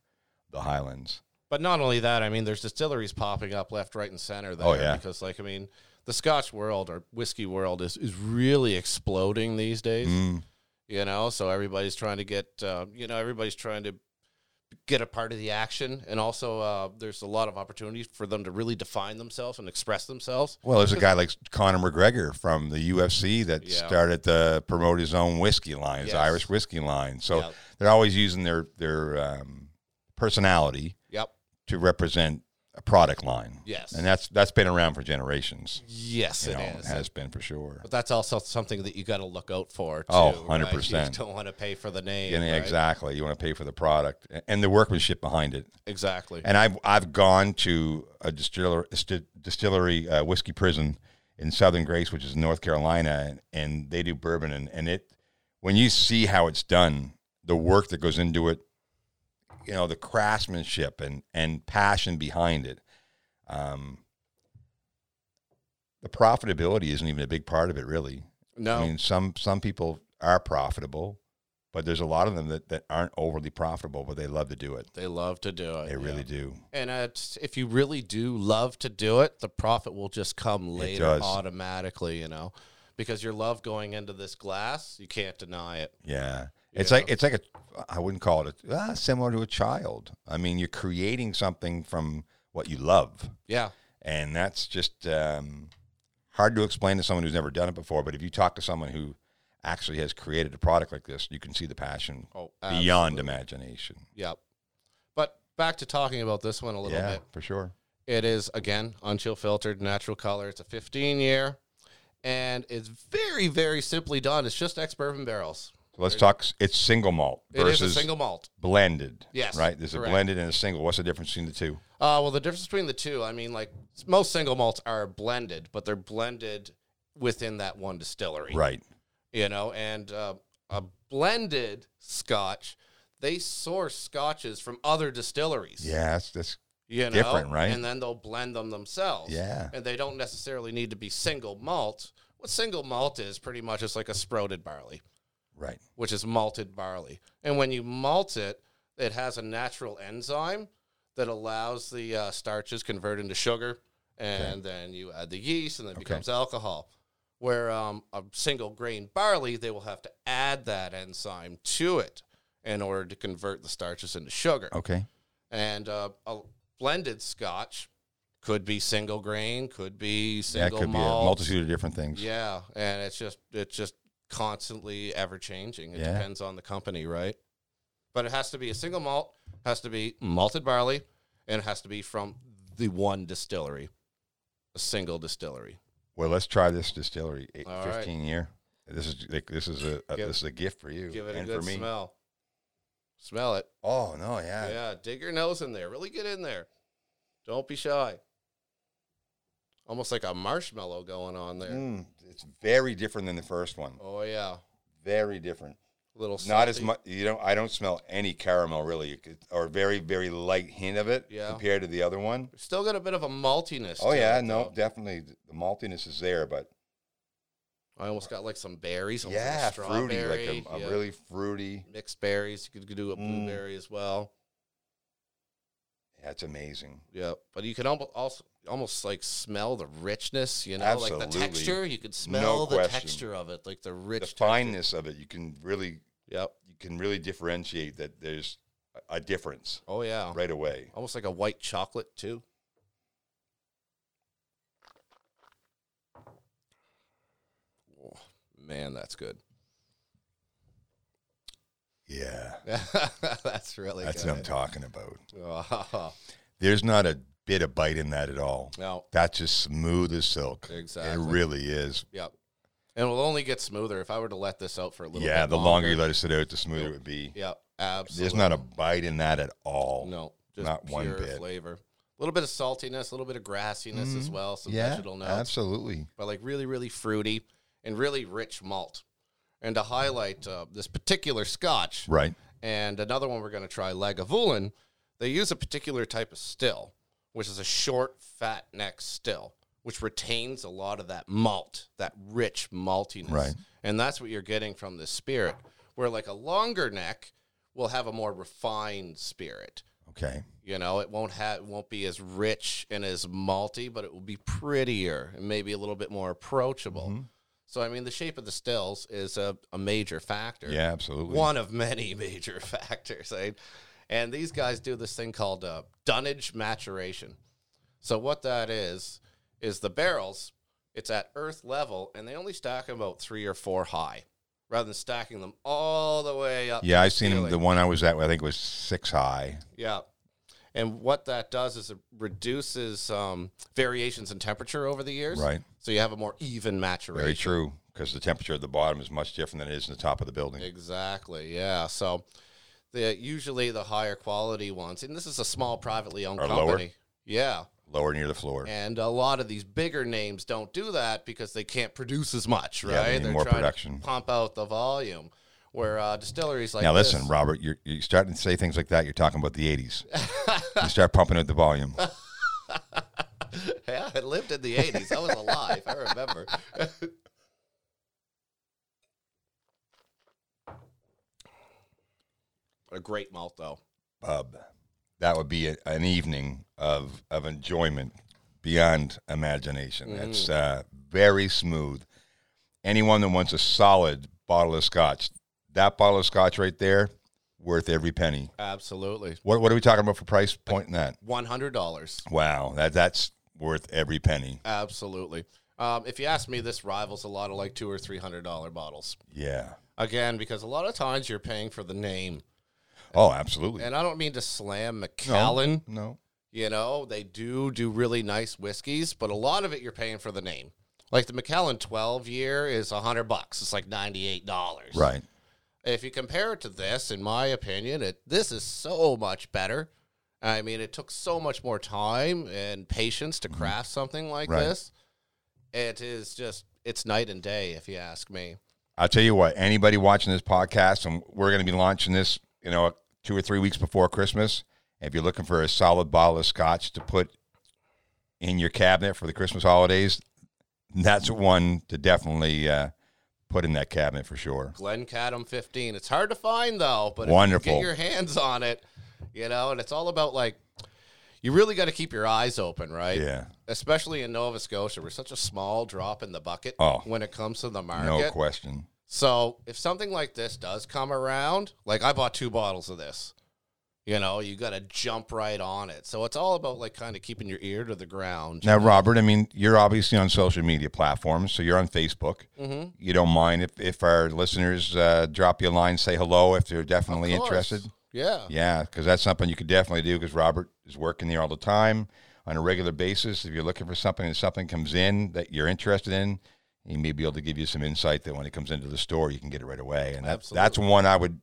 Speaker 2: the Highlands.
Speaker 1: But not only that, I mean, there's distilleries popping up left, right, and center there.
Speaker 2: Oh, yeah.
Speaker 1: Because, like, I mean, the Scotch world or whiskey world is, is really exploding these days,
Speaker 2: Mm,
Speaker 1: you know? So everybody's trying to get, uh, you know, everybody's trying to get a part of the action. And also, uh, there's a lot of opportunities for them to really define themselves and express themselves. (laughs)
Speaker 2: Well, there's a guy like Conor McGregor from the UFC that
Speaker 1: Yeah.
Speaker 2: started to promote his own whiskey line, his
Speaker 1: Yes.
Speaker 2: Irish whiskey line. So
Speaker 1: Yep.
Speaker 2: they're always using their their um, personality
Speaker 1: Yep.
Speaker 2: to represent a product line.
Speaker 1: Yes.
Speaker 2: and that's that's been around for generations.
Speaker 1: Yes,
Speaker 2: You
Speaker 1: it
Speaker 2: know,
Speaker 1: is.
Speaker 2: it has been for sure.
Speaker 1: But that's also something that you got to look out for. Too,
Speaker 2: Oh,
Speaker 1: right? You
Speaker 2: 100%.
Speaker 1: don't want to pay for the name.
Speaker 2: And
Speaker 1: right?
Speaker 2: Exactly. You want to pay for the product a- and the workmanship behind it.
Speaker 1: Exactly.
Speaker 2: And I've I've gone to a distiller, sti- distillery uh, whiskey prison in Southern Grace, which is North Carolina, and, and they do bourbon. And, and it when you see how it's done, the work that goes into it, you know, the craftsmanship and and passion behind it. Um, the profitability isn't even a big part of it, really.
Speaker 1: no.
Speaker 2: I mean, some some people are profitable, but there's a lot of them that, that aren't overly profitable, but they love to do it.
Speaker 1: they love to do it.
Speaker 2: They
Speaker 1: yeah.
Speaker 2: really do.
Speaker 1: And it's, if you really do love to do it, the profit will just come later
Speaker 2: does.
Speaker 1: automatically, you know, because your love going into this glass, you can't deny it.
Speaker 2: Yeah. It's
Speaker 1: Yeah.
Speaker 2: like it's like a I wouldn't call it a, ah, similar to a child. I mean, you're creating something from what you love,
Speaker 1: Yeah.
Speaker 2: and that's just um, hard to explain to someone who's never done it before. But if you talk to someone who actually has created a product like this, you can see the passion
Speaker 1: Oh,
Speaker 2: beyond
Speaker 1: absolutely.
Speaker 2: imagination.
Speaker 1: Yep. But back to talking about this one a little
Speaker 2: yeah,
Speaker 1: bit.
Speaker 2: for sure.
Speaker 1: It is again unchill filtered, natural color. It's a 15 year, and it's very, very simply done. It's just ex bourbon barrels.
Speaker 2: So let's talk. s- It's single malt
Speaker 1: It is
Speaker 2: versus
Speaker 1: a single malt.
Speaker 2: blended.
Speaker 1: Yes,
Speaker 2: Right? There's
Speaker 1: correct.
Speaker 2: a blended and a single. What's the difference between the two?
Speaker 1: Uh, well, the difference between the two, I mean, like s- most single malts are blended, but they're blended within that one distillery,
Speaker 2: Right.
Speaker 1: you know, and uh, a blended scotch, they source scotches from other distilleries.
Speaker 2: Yeah, that's, that's
Speaker 1: you know,
Speaker 2: Different, right?
Speaker 1: And then they'll blend them themselves.
Speaker 2: Yeah.
Speaker 1: and they don't necessarily need to be single malt. What single malt is pretty much is like a sprouted barley,
Speaker 2: right.
Speaker 1: which is malted barley, and when you malt it, it has a natural enzyme that allows the uh, starches convert into sugar, and then you add the yeast, and then it becomes alcohol. Where um, a single grain barley, they will have to add that enzyme to it in order to convert the starches into sugar
Speaker 2: Okay.
Speaker 1: and uh, a blended scotch could be single grain, could be
Speaker 2: That
Speaker 1: single
Speaker 2: could be a
Speaker 1: malt.
Speaker 2: multitude of different things.
Speaker 1: yeah, and it's just it's just constantly ever changing. It
Speaker 2: Yeah.
Speaker 1: depends on the company, right? But it has to be a single malt, has to be malted barley, and it has to be from the one distillery, a single distillery.
Speaker 2: Well, let's try this distillery eight,
Speaker 1: All right.
Speaker 2: 15 year. This is like, this is a, a
Speaker 1: Give-
Speaker 2: this is a gift for you
Speaker 1: Give it
Speaker 2: and
Speaker 1: a good
Speaker 2: for me.
Speaker 1: smell. Smell it.
Speaker 2: Oh no, yeah.
Speaker 1: Yeah, dig your nose in there. Really get in there. Don't be shy. Almost like a marshmallow going on there.
Speaker 2: Mm, it's very different than the first one.
Speaker 1: Oh yeah,
Speaker 2: Very different.
Speaker 1: little
Speaker 2: Not as
Speaker 1: salty.
Speaker 2: much. You don't. I don't smell any caramel really, You could- or very very light hint of it
Speaker 1: Yeah.
Speaker 2: compared to the other one.
Speaker 1: Still got a bit of a maltiness.
Speaker 2: Oh
Speaker 1: to
Speaker 2: yeah,
Speaker 1: it,
Speaker 2: no,
Speaker 1: though.
Speaker 2: definitely the maltiness is there, but
Speaker 1: I almost got like some berries. almost
Speaker 2: yeah,
Speaker 1: like a
Speaker 2: fruity, like
Speaker 1: strawberry,
Speaker 2: a, a
Speaker 1: yeah.
Speaker 2: really fruity.
Speaker 1: mixed berries. You could do a
Speaker 2: Mm.
Speaker 1: blueberry as well.
Speaker 2: That's amazing.
Speaker 1: Yeah, but you can almost also almost like smell the richness. You know, like the
Speaker 2: Absolutely.
Speaker 1: texture. You could smell the
Speaker 2: question.
Speaker 1: texture of it, like the rich.
Speaker 2: The
Speaker 1: texture.
Speaker 2: fineness of it, you can really
Speaker 1: Yep.
Speaker 2: you can really differentiate that there's a- a difference
Speaker 1: Oh yeah.
Speaker 2: right away.
Speaker 1: Almost like a white chocolate too. Oh, man, that's good. (laughs)
Speaker 2: Yeah.
Speaker 1: that's really
Speaker 2: That's what I'm
Speaker 1: good.
Speaker 2: talking about.
Speaker 1: Oh, (laughs)
Speaker 2: There's not a bit of bite in that at all.
Speaker 1: no,
Speaker 2: That's just smooth as silk. It
Speaker 1: Exactly.
Speaker 2: really is.
Speaker 1: yep. And it'll only get smoother if I were to let this out for a little
Speaker 2: Yeah,
Speaker 1: bit
Speaker 2: the longer you let it sit out, the smoother
Speaker 1: Yeah.
Speaker 2: it would be.
Speaker 1: Yep, absolutely.
Speaker 2: There's not a bite in that at all.
Speaker 1: no, just
Speaker 2: not
Speaker 1: pure
Speaker 2: one bit.
Speaker 1: flavor. A little bit of saltiness, a little bit of grassiness as
Speaker 2: Mhm.
Speaker 1: well, some
Speaker 2: yeah,
Speaker 1: vegetal notes,
Speaker 2: absolutely.
Speaker 1: but like really, really fruity and really rich malt. And to highlight uh, this particular scotch,
Speaker 2: Right.
Speaker 1: and another one we're going to try Lagavulin. They use a particular type of still, which is a short, fat neck still, which retains a lot of that malt, that rich maltiness,
Speaker 2: Right.
Speaker 1: and that's what you're getting from this spirit. Where like a longer neck will have a more refined spirit.
Speaker 2: Okay.
Speaker 1: You know, it won't have it won't be as rich and as malty, but it will be prettier and maybe a little bit more approachable. So I mean, the shape of the stills is a, a major factor
Speaker 2: Yeah, absolutely.
Speaker 1: one of many (laughs) major factors. Right? And these guys do this thing called uh, dunnage maturation. So what that is is the barrels. It's at earth level, and they only stack 'em about three or four high, rather than stacking them all the way up.
Speaker 2: Yeah,
Speaker 1: to
Speaker 2: I've seen
Speaker 1: ceiling.
Speaker 2: the one I was at. I think was six high.
Speaker 1: Yeah. And what that does is it reduces um, variations in temperature over the years.
Speaker 2: Right.
Speaker 1: So you have a more even maturation.
Speaker 2: Very true, because the temperature at the bottom is much different than it is in the top of the building.
Speaker 1: Exactly. Yeah. So the usually the higher quality ones, and this is a small privately owned
Speaker 2: Are
Speaker 1: company.
Speaker 2: lower?
Speaker 1: Yeah.
Speaker 2: Lower near the floor.
Speaker 1: And a lot of these bigger names don't do that because they can't produce as much,
Speaker 2: Yeah, they
Speaker 1: right?
Speaker 2: need more
Speaker 1: trying
Speaker 2: production.
Speaker 1: to pump out the volume. Where uh, distilleries like
Speaker 2: now listen,
Speaker 1: this-
Speaker 2: Robert, you're, you're starting to say things like that. You're talking about the '80s. you start pumping out the volume.
Speaker 1: (laughs) yeah, I lived in the eighties. I was alive. I remember. (laughs) a great malt, though.
Speaker 2: Bub, that would be a, an evening of of enjoyment beyond imagination.
Speaker 1: Mm-hmm.
Speaker 2: It's uh, very smooth. Anyone that wants a solid bottle of scotch, that bottle of scotch right there, worth every penny.
Speaker 1: Absolutely,
Speaker 2: What what are we talking about for price point in that?
Speaker 1: one hundred dollars.
Speaker 2: Wow, that that's worth every penny.
Speaker 1: Absolutely. Um, if you ask me, this rivals a lot of like two or three hundred dollar bottles.
Speaker 2: Yeah.
Speaker 1: Again, because a lot of times you're paying for the name,
Speaker 2: Oh, absolutely.
Speaker 1: and I don't mean to slam McAllen.
Speaker 2: No.
Speaker 1: You know, they do do really nice whiskeys, but a lot of it you're paying for the name. Like the McAllen 12 year is hundred bucks. It's like ninety eight dollars.
Speaker 2: Right.
Speaker 1: If you compare it to this, in my opinion, it this is so much better. I mean, it took so much more time and patience to craft something like
Speaker 2: Mm-hmm. Right.
Speaker 1: this. It is just, it's night and day, if you ask me.
Speaker 2: I'll tell you what, anybody watching this podcast, and we're going to be launching this, you know, two or three weeks before Christmas. If you're looking for a solid bottle of scotch to put in your cabinet for the Christmas holidays, that's one to definitely uh, put in that cabinet for sure.
Speaker 1: Glen Cadam 15. It's hard to find though, but if you
Speaker 2: Wonderful.
Speaker 1: get your hands on it, you know, and it's all about like you really got to keep your eyes open, right?
Speaker 2: Yeah,
Speaker 1: Especially in Nova Scotia, we're such a small drop in the bucket
Speaker 2: Oh.
Speaker 1: when it comes to the
Speaker 2: no
Speaker 1: market.
Speaker 2: question.
Speaker 1: so if something like this does come around, like I bought two bottles of this, you know, you got to jump right on it. So it's all about like kind of keeping your ear to the ground.
Speaker 2: Now, Robert, I mean, you're obviously on social media platforms, so you're on Facebook.
Speaker 1: Mhm.
Speaker 2: You don't mind if, if our listeners uh, drop you a line, say hello if they're definitely
Speaker 1: Of course.
Speaker 2: interested.
Speaker 1: Yeah.
Speaker 2: Yeah, because that's something you could definitely do because Robert is working there all the time on a regular basis. If you're looking for something and something comes in that you're interested in, he may be able to give you some insight that when it comes into the store, you can get it right away. And that's that's one I would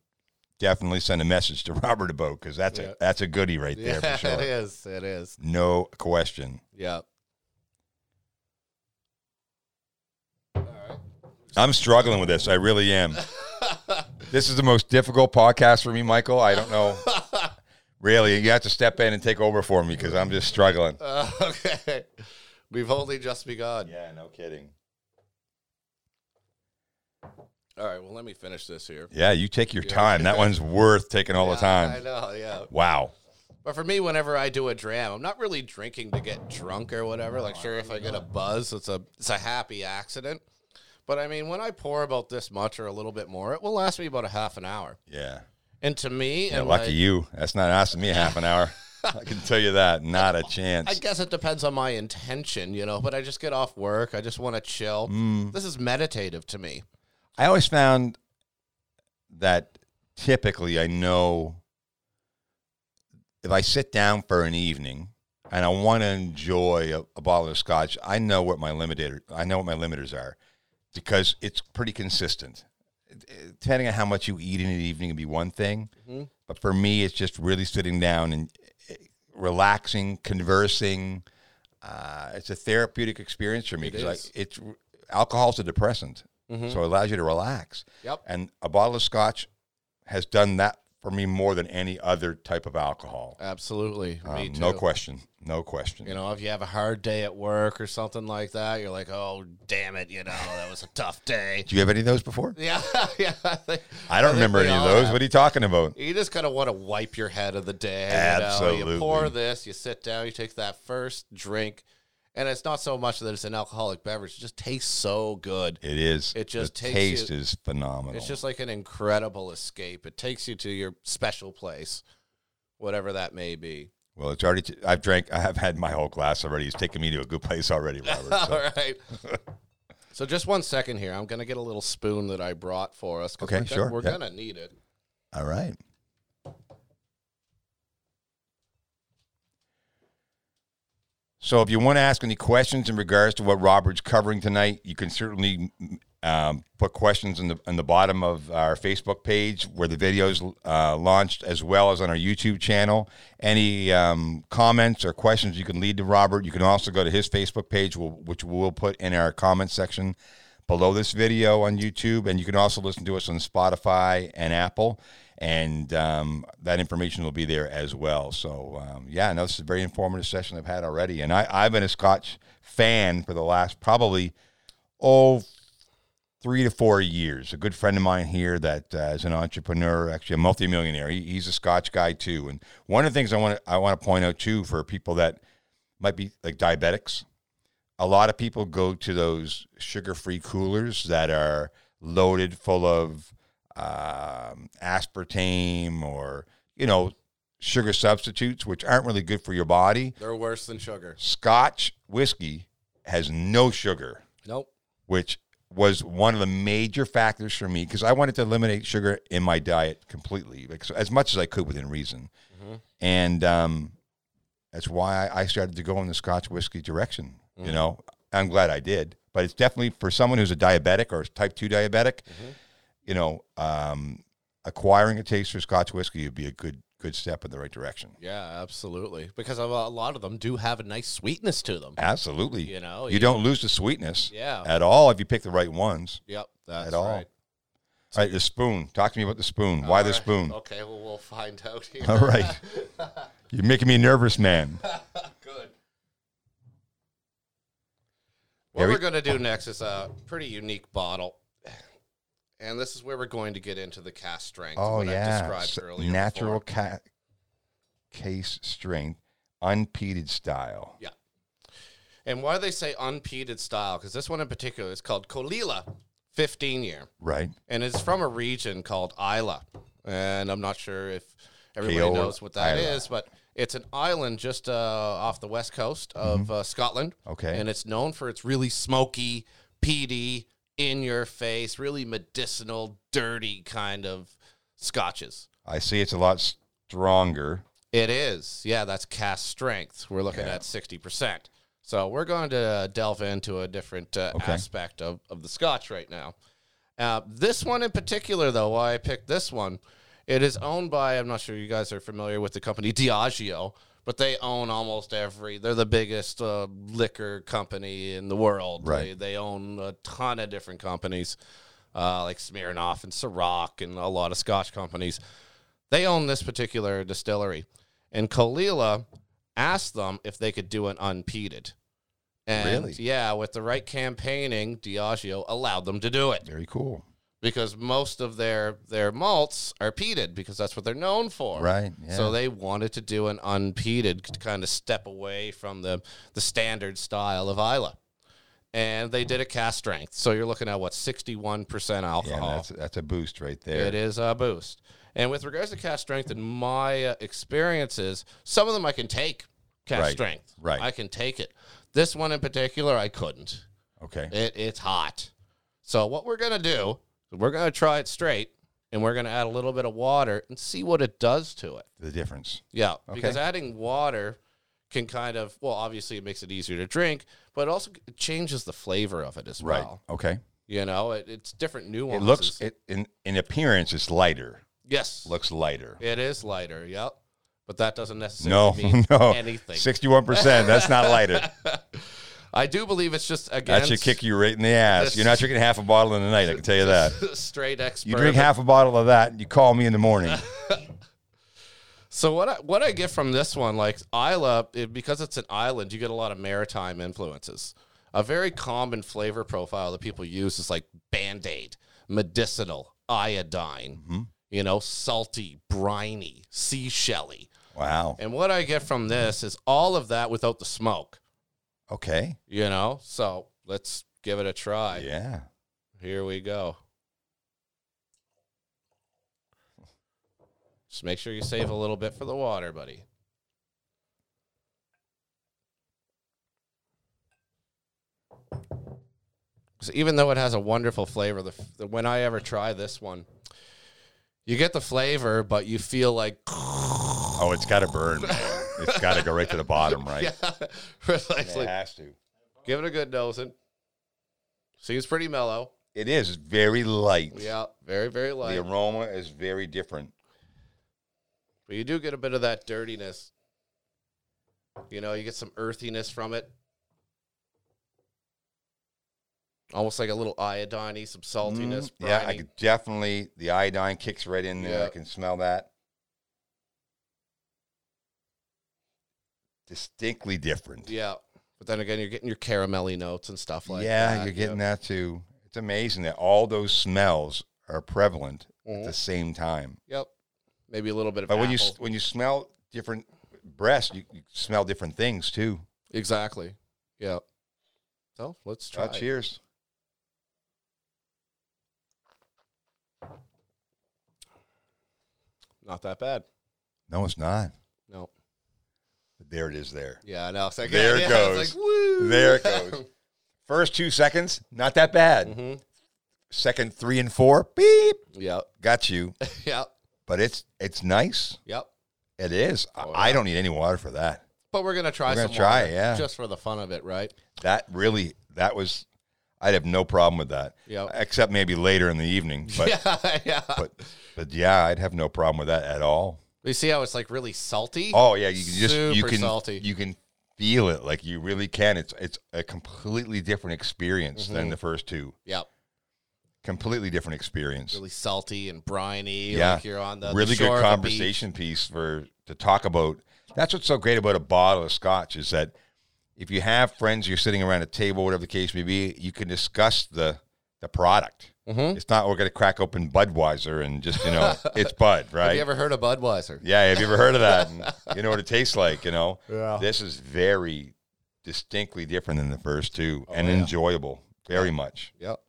Speaker 2: definitely send a message to (laughs) Robert about because that's
Speaker 1: Yeah.
Speaker 2: a that's a goodie right there
Speaker 1: (laughs) Yeah,
Speaker 2: for sure.
Speaker 1: it is. It is.
Speaker 2: No question.
Speaker 1: Yeah.
Speaker 2: I'm struggling with this. I really
Speaker 1: (laughs)
Speaker 2: am. this is the most difficult podcast for me, Michael. I don't know. Really, you have to step in and take over for me because I'm just struggling.
Speaker 1: Uh, (laughs) okay. We've only just begun.
Speaker 2: Yeah, no kidding.
Speaker 1: All right. Well, let me finish this here.
Speaker 2: Yeah, you take your time. That one's worth taking all the
Speaker 1: I
Speaker 2: time.
Speaker 1: know. Yeah.
Speaker 2: Wow.
Speaker 1: But for me, whenever I do a dram, I'm not really drinking to get drunk or whatever.
Speaker 2: Oh,
Speaker 1: Like, sure, if I get a buzz, it's a it's a happy accident. But I mean, when I pour about this much or a little bit more, it will last me about a half an hour.
Speaker 2: Yeah.
Speaker 1: And to me,
Speaker 2: Yeah,
Speaker 1: and
Speaker 2: lucky
Speaker 1: like-
Speaker 2: you. That's not asking me half
Speaker 1: (laughs)
Speaker 2: an hour. I can tell you that. Not a
Speaker 1: I
Speaker 2: chance.
Speaker 1: guess it depends on my intention, you know. But I just get off work. I just want to chill.
Speaker 2: Mm.
Speaker 1: This is meditative to me.
Speaker 2: I always found that typically I know if I sit down for an evening and I want to enjoy a, a bottle of scotch, I know what my limiter I know what my limiters are because it's pretty consistent. It- it- Depending on how much you eat in an evening can be one thing,
Speaker 1: Mm-hmm.
Speaker 2: but for me, it's just really sitting down and eh, relaxing, conversing. Uh, it's a therapeutic experience for me
Speaker 1: It
Speaker 2: because like
Speaker 1: is. Mm-hmm.
Speaker 2: it's alcohol's a depressant, so it allows you to relax.
Speaker 1: Yep.
Speaker 2: And a bottle of scotch has done that for me more than any other type of alcohol.
Speaker 1: Absolutely. me
Speaker 2: Um,
Speaker 1: too.
Speaker 2: no question. No question.
Speaker 1: You know, if you have a hard day at work or something like that, you're like, oh, damn it, you know, that was a tough
Speaker 2: (laughs)
Speaker 1: day.
Speaker 2: Do you have any of those before?
Speaker 1: Yeah, (laughs) yeah. I, think-
Speaker 2: I don't
Speaker 1: think
Speaker 2: remember
Speaker 1: we
Speaker 2: any of
Speaker 1: all
Speaker 2: those.
Speaker 1: have.
Speaker 2: What are you talking about?
Speaker 1: You just kind of want to wipe your head of the day. You, know?
Speaker 2: Absolutely.
Speaker 1: you pour this, you sit down, you take that first drink, and it's not so much that it's an alcoholic beverage, it just tastes so good.
Speaker 2: It is.
Speaker 1: It just
Speaker 2: the
Speaker 1: takes
Speaker 2: taste
Speaker 1: you-
Speaker 2: is phenomenal.
Speaker 1: It's just like an incredible escape. It takes you to your special place, whatever that may be.
Speaker 2: well, it's already. T- I've drank. I have had my whole glass already. It's taken me to a good place already, Robert. So.
Speaker 1: (laughs) All right. so just one second here. I'm gonna get a little spoon that I brought for us. 'cause
Speaker 2: Okay,
Speaker 1: we're gonna,
Speaker 2: sure,
Speaker 1: We're
Speaker 2: yeah.
Speaker 1: gonna need it.
Speaker 2: All right. So, if you want to ask any questions in regards to what Robert's covering tonight, you can certainly um, put questions in the in the bottom of our Facebook page where the videos uh, launched, as well as on our YouTube channel. Any um, comments or questions you can lead to Robert, you can also go to his Facebook page, wh- which we'll put in our comment section below this video on YouTube, and you can also listen to us on Spotify and Apple, and um, that information will be there as well. So, um, yeah, I know this is a very informative session I've had already, and I, I've been a Scotch fan for the last probably oh three to four years. A good friend of mine here that uh, is an entrepreneur, actually a multimillionaire. He, he's a Scotch guy too, and one of the things I want to I want to point out too for people that might be like diabetics a lot of people go to those sugar-free coolers that are loaded full of um, aspartame or you know sugar substitutes, which aren't really good for your body.
Speaker 1: They're worse than sugar.
Speaker 2: Scotch whiskey has no sugar,
Speaker 1: Nope.
Speaker 2: which was one of the major factors for me because I wanted to eliminate sugar in my diet completely, like, so- as much as I could within reason, and um, that's why I I started to go in the Scotch whiskey direction. You know, I'm glad I did, but it's definitely for someone who's a diabetic or type two diabetic. You know, um, acquiring a taste for Scotch whiskey would be a good good step in the right direction.
Speaker 1: Yeah, absolutely. Because a a lot of them do have a nice sweetness to them.
Speaker 2: Absolutely.
Speaker 1: You know,
Speaker 2: you don't lose the sweetness
Speaker 1: Yeah.
Speaker 2: at all if you pick the right ones.
Speaker 1: Yep. That's
Speaker 2: all.
Speaker 1: right.
Speaker 2: All right, the spoon. Talk to me about the spoon. Why the
Speaker 1: All right.
Speaker 2: spoon?
Speaker 1: Okay, well, we'll find out here.
Speaker 2: All right. You're making me nervous, man.
Speaker 1: (laughs) Good.
Speaker 2: Here
Speaker 1: What
Speaker 2: we-
Speaker 1: we're going to do next is a pretty unique bottle. And this is where we're going to get into the cast strength.
Speaker 2: Oh
Speaker 1: what I
Speaker 2: yeah,
Speaker 1: described
Speaker 2: S-
Speaker 1: earlier
Speaker 2: natural
Speaker 1: before.
Speaker 2: ca- case strength, unpeated style.
Speaker 1: And why they say unpeated style, because this one in particular is called Kolila 15 year.
Speaker 2: Right.
Speaker 1: And it's from a region called Isla. And I'm not sure if everybody
Speaker 2: Keola,
Speaker 1: knows what that is,
Speaker 2: Isla.
Speaker 1: but it's an island just uh, off the west coast of uh, Scotland.
Speaker 2: Mm-hmm. Okay.
Speaker 1: and it's known for its really smoky, peaty, in your face, really medicinal, dirty kind of scotches.
Speaker 2: I see it's a lot stronger.
Speaker 1: It is. Yeah, that's cast strength. We're looking
Speaker 2: Yeah.
Speaker 1: at 60%. So we're going to delve into a different uh,
Speaker 2: Okay.
Speaker 1: aspect of, of the scotch right now. Uh, this one in particular, though, why I picked this one, it is owned by, I'm not sure you guys are familiar with the company Diageo, but they own almost every, they're the biggest uh, liquor company in the world.
Speaker 2: Right.
Speaker 1: They, they own a ton of different companies, uh, like Smirnoff and Ciroc and a lot of scotch companies they own this particular distillery. And Kalila asked them if they could do an unpeated. And
Speaker 2: Really?
Speaker 1: yeah, with the right campaigning, Diageo allowed them to do it
Speaker 2: Very cool.
Speaker 1: because most of their their malts are peated because that's what they're known for.
Speaker 2: Right. Yeah.
Speaker 1: So they wanted to do an unpeated to kind of step away from the the standard style of Isla. And they did a cast strength. So you're looking at what 61%
Speaker 2: yeah,
Speaker 1: alcohol.
Speaker 2: that's that's a boost right there.
Speaker 1: It is a boost. And with regards to cast strength and my uh, experiences, some of them I can take cast
Speaker 2: Right,
Speaker 1: strength.
Speaker 2: right.
Speaker 1: I can take it. This one in particular, I couldn't.
Speaker 2: Okay.
Speaker 1: It, it's hot. So what we're going to do, we're going to try it straight and we're going to add a little bit of water and see what it does to it.
Speaker 2: The difference.
Speaker 1: Yeah,
Speaker 2: Okay.
Speaker 1: because adding water can kind of, well, obviously it makes it easier to drink, but it also changes the flavor of it as
Speaker 2: Right.
Speaker 1: well.
Speaker 2: Okay.
Speaker 1: You know, it, it's different
Speaker 2: It
Speaker 1: nuances.
Speaker 2: looks it in in appearance it's lighter.
Speaker 1: yes.
Speaker 2: Looks lighter.
Speaker 1: It is lighter, yep. But that doesn't
Speaker 2: No, (laughs)
Speaker 1: necessarily mean
Speaker 2: no.
Speaker 1: anything.
Speaker 2: Sixty-one percent. That's not lighter.
Speaker 1: I do believe it's just against
Speaker 2: that should kick you right in the ass.
Speaker 1: This-
Speaker 2: You're not drinking half a bottle in the night. I can tell you that.
Speaker 1: (laughs) straight expert.
Speaker 2: You drink half a bottle of that, and you call me in
Speaker 1: (laughs)
Speaker 2: the morning.
Speaker 1: So what I, what I get from this one, like Isla, it, because it's an island, you get a lot of maritime influences. A very common flavor profile that people use is like Band Aid, medicinal, iodine.
Speaker 2: Mm-hmm.
Speaker 1: You know, salty, briny, seashelly.
Speaker 2: Wow.
Speaker 1: And what I get from this is all of that without the smoke.
Speaker 2: Okay.
Speaker 1: You know, so let's give it a try.
Speaker 2: Yeah.
Speaker 1: Here we go. Just make sure you save a little bit for the water, buddy. So even though it has a wonderful flavor, the, f- the when I ever try this one, you get the flavor, but you feel like (laughs)
Speaker 2: Oh, it's got to burn. man. it's got to go right to the bottom, right?
Speaker 1: (laughs) yeah, precisely.
Speaker 2: It has to.
Speaker 1: Give it a good nosing. Seems pretty mellow.
Speaker 2: It is very light.
Speaker 1: Yeah, very very light.
Speaker 2: The aroma is very different.
Speaker 1: But you do get a bit of that dirtiness. You know, you get some earthiness from it. Almost like a little iodine some saltiness.
Speaker 2: Mhm. Yeah, I
Speaker 1: briny.
Speaker 2: could definitely. The iodine kicks right in there.
Speaker 1: Yeah.
Speaker 2: I can smell that. Distinctly different.
Speaker 1: yeah. But then again, you're getting your caramelly notes and stuff like
Speaker 2: yeah,
Speaker 1: that.
Speaker 2: you're getting that too. It's amazing that all those smells are prevalent at
Speaker 1: Mhm.
Speaker 2: the same time.
Speaker 1: Yep. Maybe a little bit of
Speaker 2: But when you
Speaker 1: apple.
Speaker 2: s- when you smell different breasts, you, you smell different things too.
Speaker 1: exactly. Yeah. So let's try.
Speaker 2: Uh,
Speaker 1: it.
Speaker 2: cheers.
Speaker 1: Not that bad.
Speaker 2: No, it's not.
Speaker 1: No.
Speaker 2: But there it is. There.
Speaker 1: Yeah. No. It's like,
Speaker 2: There
Speaker 1: (laughs)
Speaker 2: it
Speaker 1: yeah,
Speaker 2: goes.
Speaker 1: It's like, woo. (laughs)
Speaker 2: There it goes. First two seconds, not that bad.
Speaker 1: Mhm.
Speaker 2: Second three and four, beep,
Speaker 1: Yep. (laughs)
Speaker 2: got you.
Speaker 1: Yep.
Speaker 2: But it's it's nice.
Speaker 1: Yep.
Speaker 2: It is. I,
Speaker 1: Oh,
Speaker 2: I don't need any water for that.
Speaker 1: But we're gonna try.
Speaker 2: We're gonna
Speaker 1: some
Speaker 2: try,
Speaker 1: water,
Speaker 2: yeah.
Speaker 1: Just for the fun of it, right?
Speaker 2: That really, that was. I'd have no problem with that.
Speaker 1: Yep.
Speaker 2: Except maybe later in the evening. (laughs)
Speaker 1: (laughs)
Speaker 2: But
Speaker 1: yeah, yeah.
Speaker 2: but but yeah, I'd have no problem with that at all.
Speaker 1: You see how it's like really salty?
Speaker 2: Oh yeah, you can just you
Speaker 1: Super
Speaker 2: can
Speaker 1: salty.
Speaker 2: you can feel it like you really can. It's it's a completely different experience
Speaker 1: Mm-hmm.
Speaker 2: than the first two.
Speaker 1: Yeah.
Speaker 2: Completely different experience.
Speaker 1: Really salty and briny.
Speaker 2: Yeah.
Speaker 1: Like you're on the the
Speaker 2: really
Speaker 1: shore
Speaker 2: good
Speaker 1: of a beach.
Speaker 2: conversation piece for to talk about. That's what's so great about a bottle of scotch is that if you have friends, you're sitting around a table, whatever the case may be, you can discuss the the product.
Speaker 1: Mhm.
Speaker 2: It's not we're going to crack open Budweiser and just
Speaker 1: (laughs)
Speaker 2: you know it's Bud, right?
Speaker 1: Have you ever heard of Budweiser?
Speaker 2: Yeah, have you ever heard of that?
Speaker 1: (laughs)
Speaker 2: And you know what it tastes like, you know?
Speaker 1: Yeah.
Speaker 2: This is very distinctly different than the first two, and
Speaker 1: Oh, yeah.
Speaker 2: enjoyable. Very much.
Speaker 1: Yep.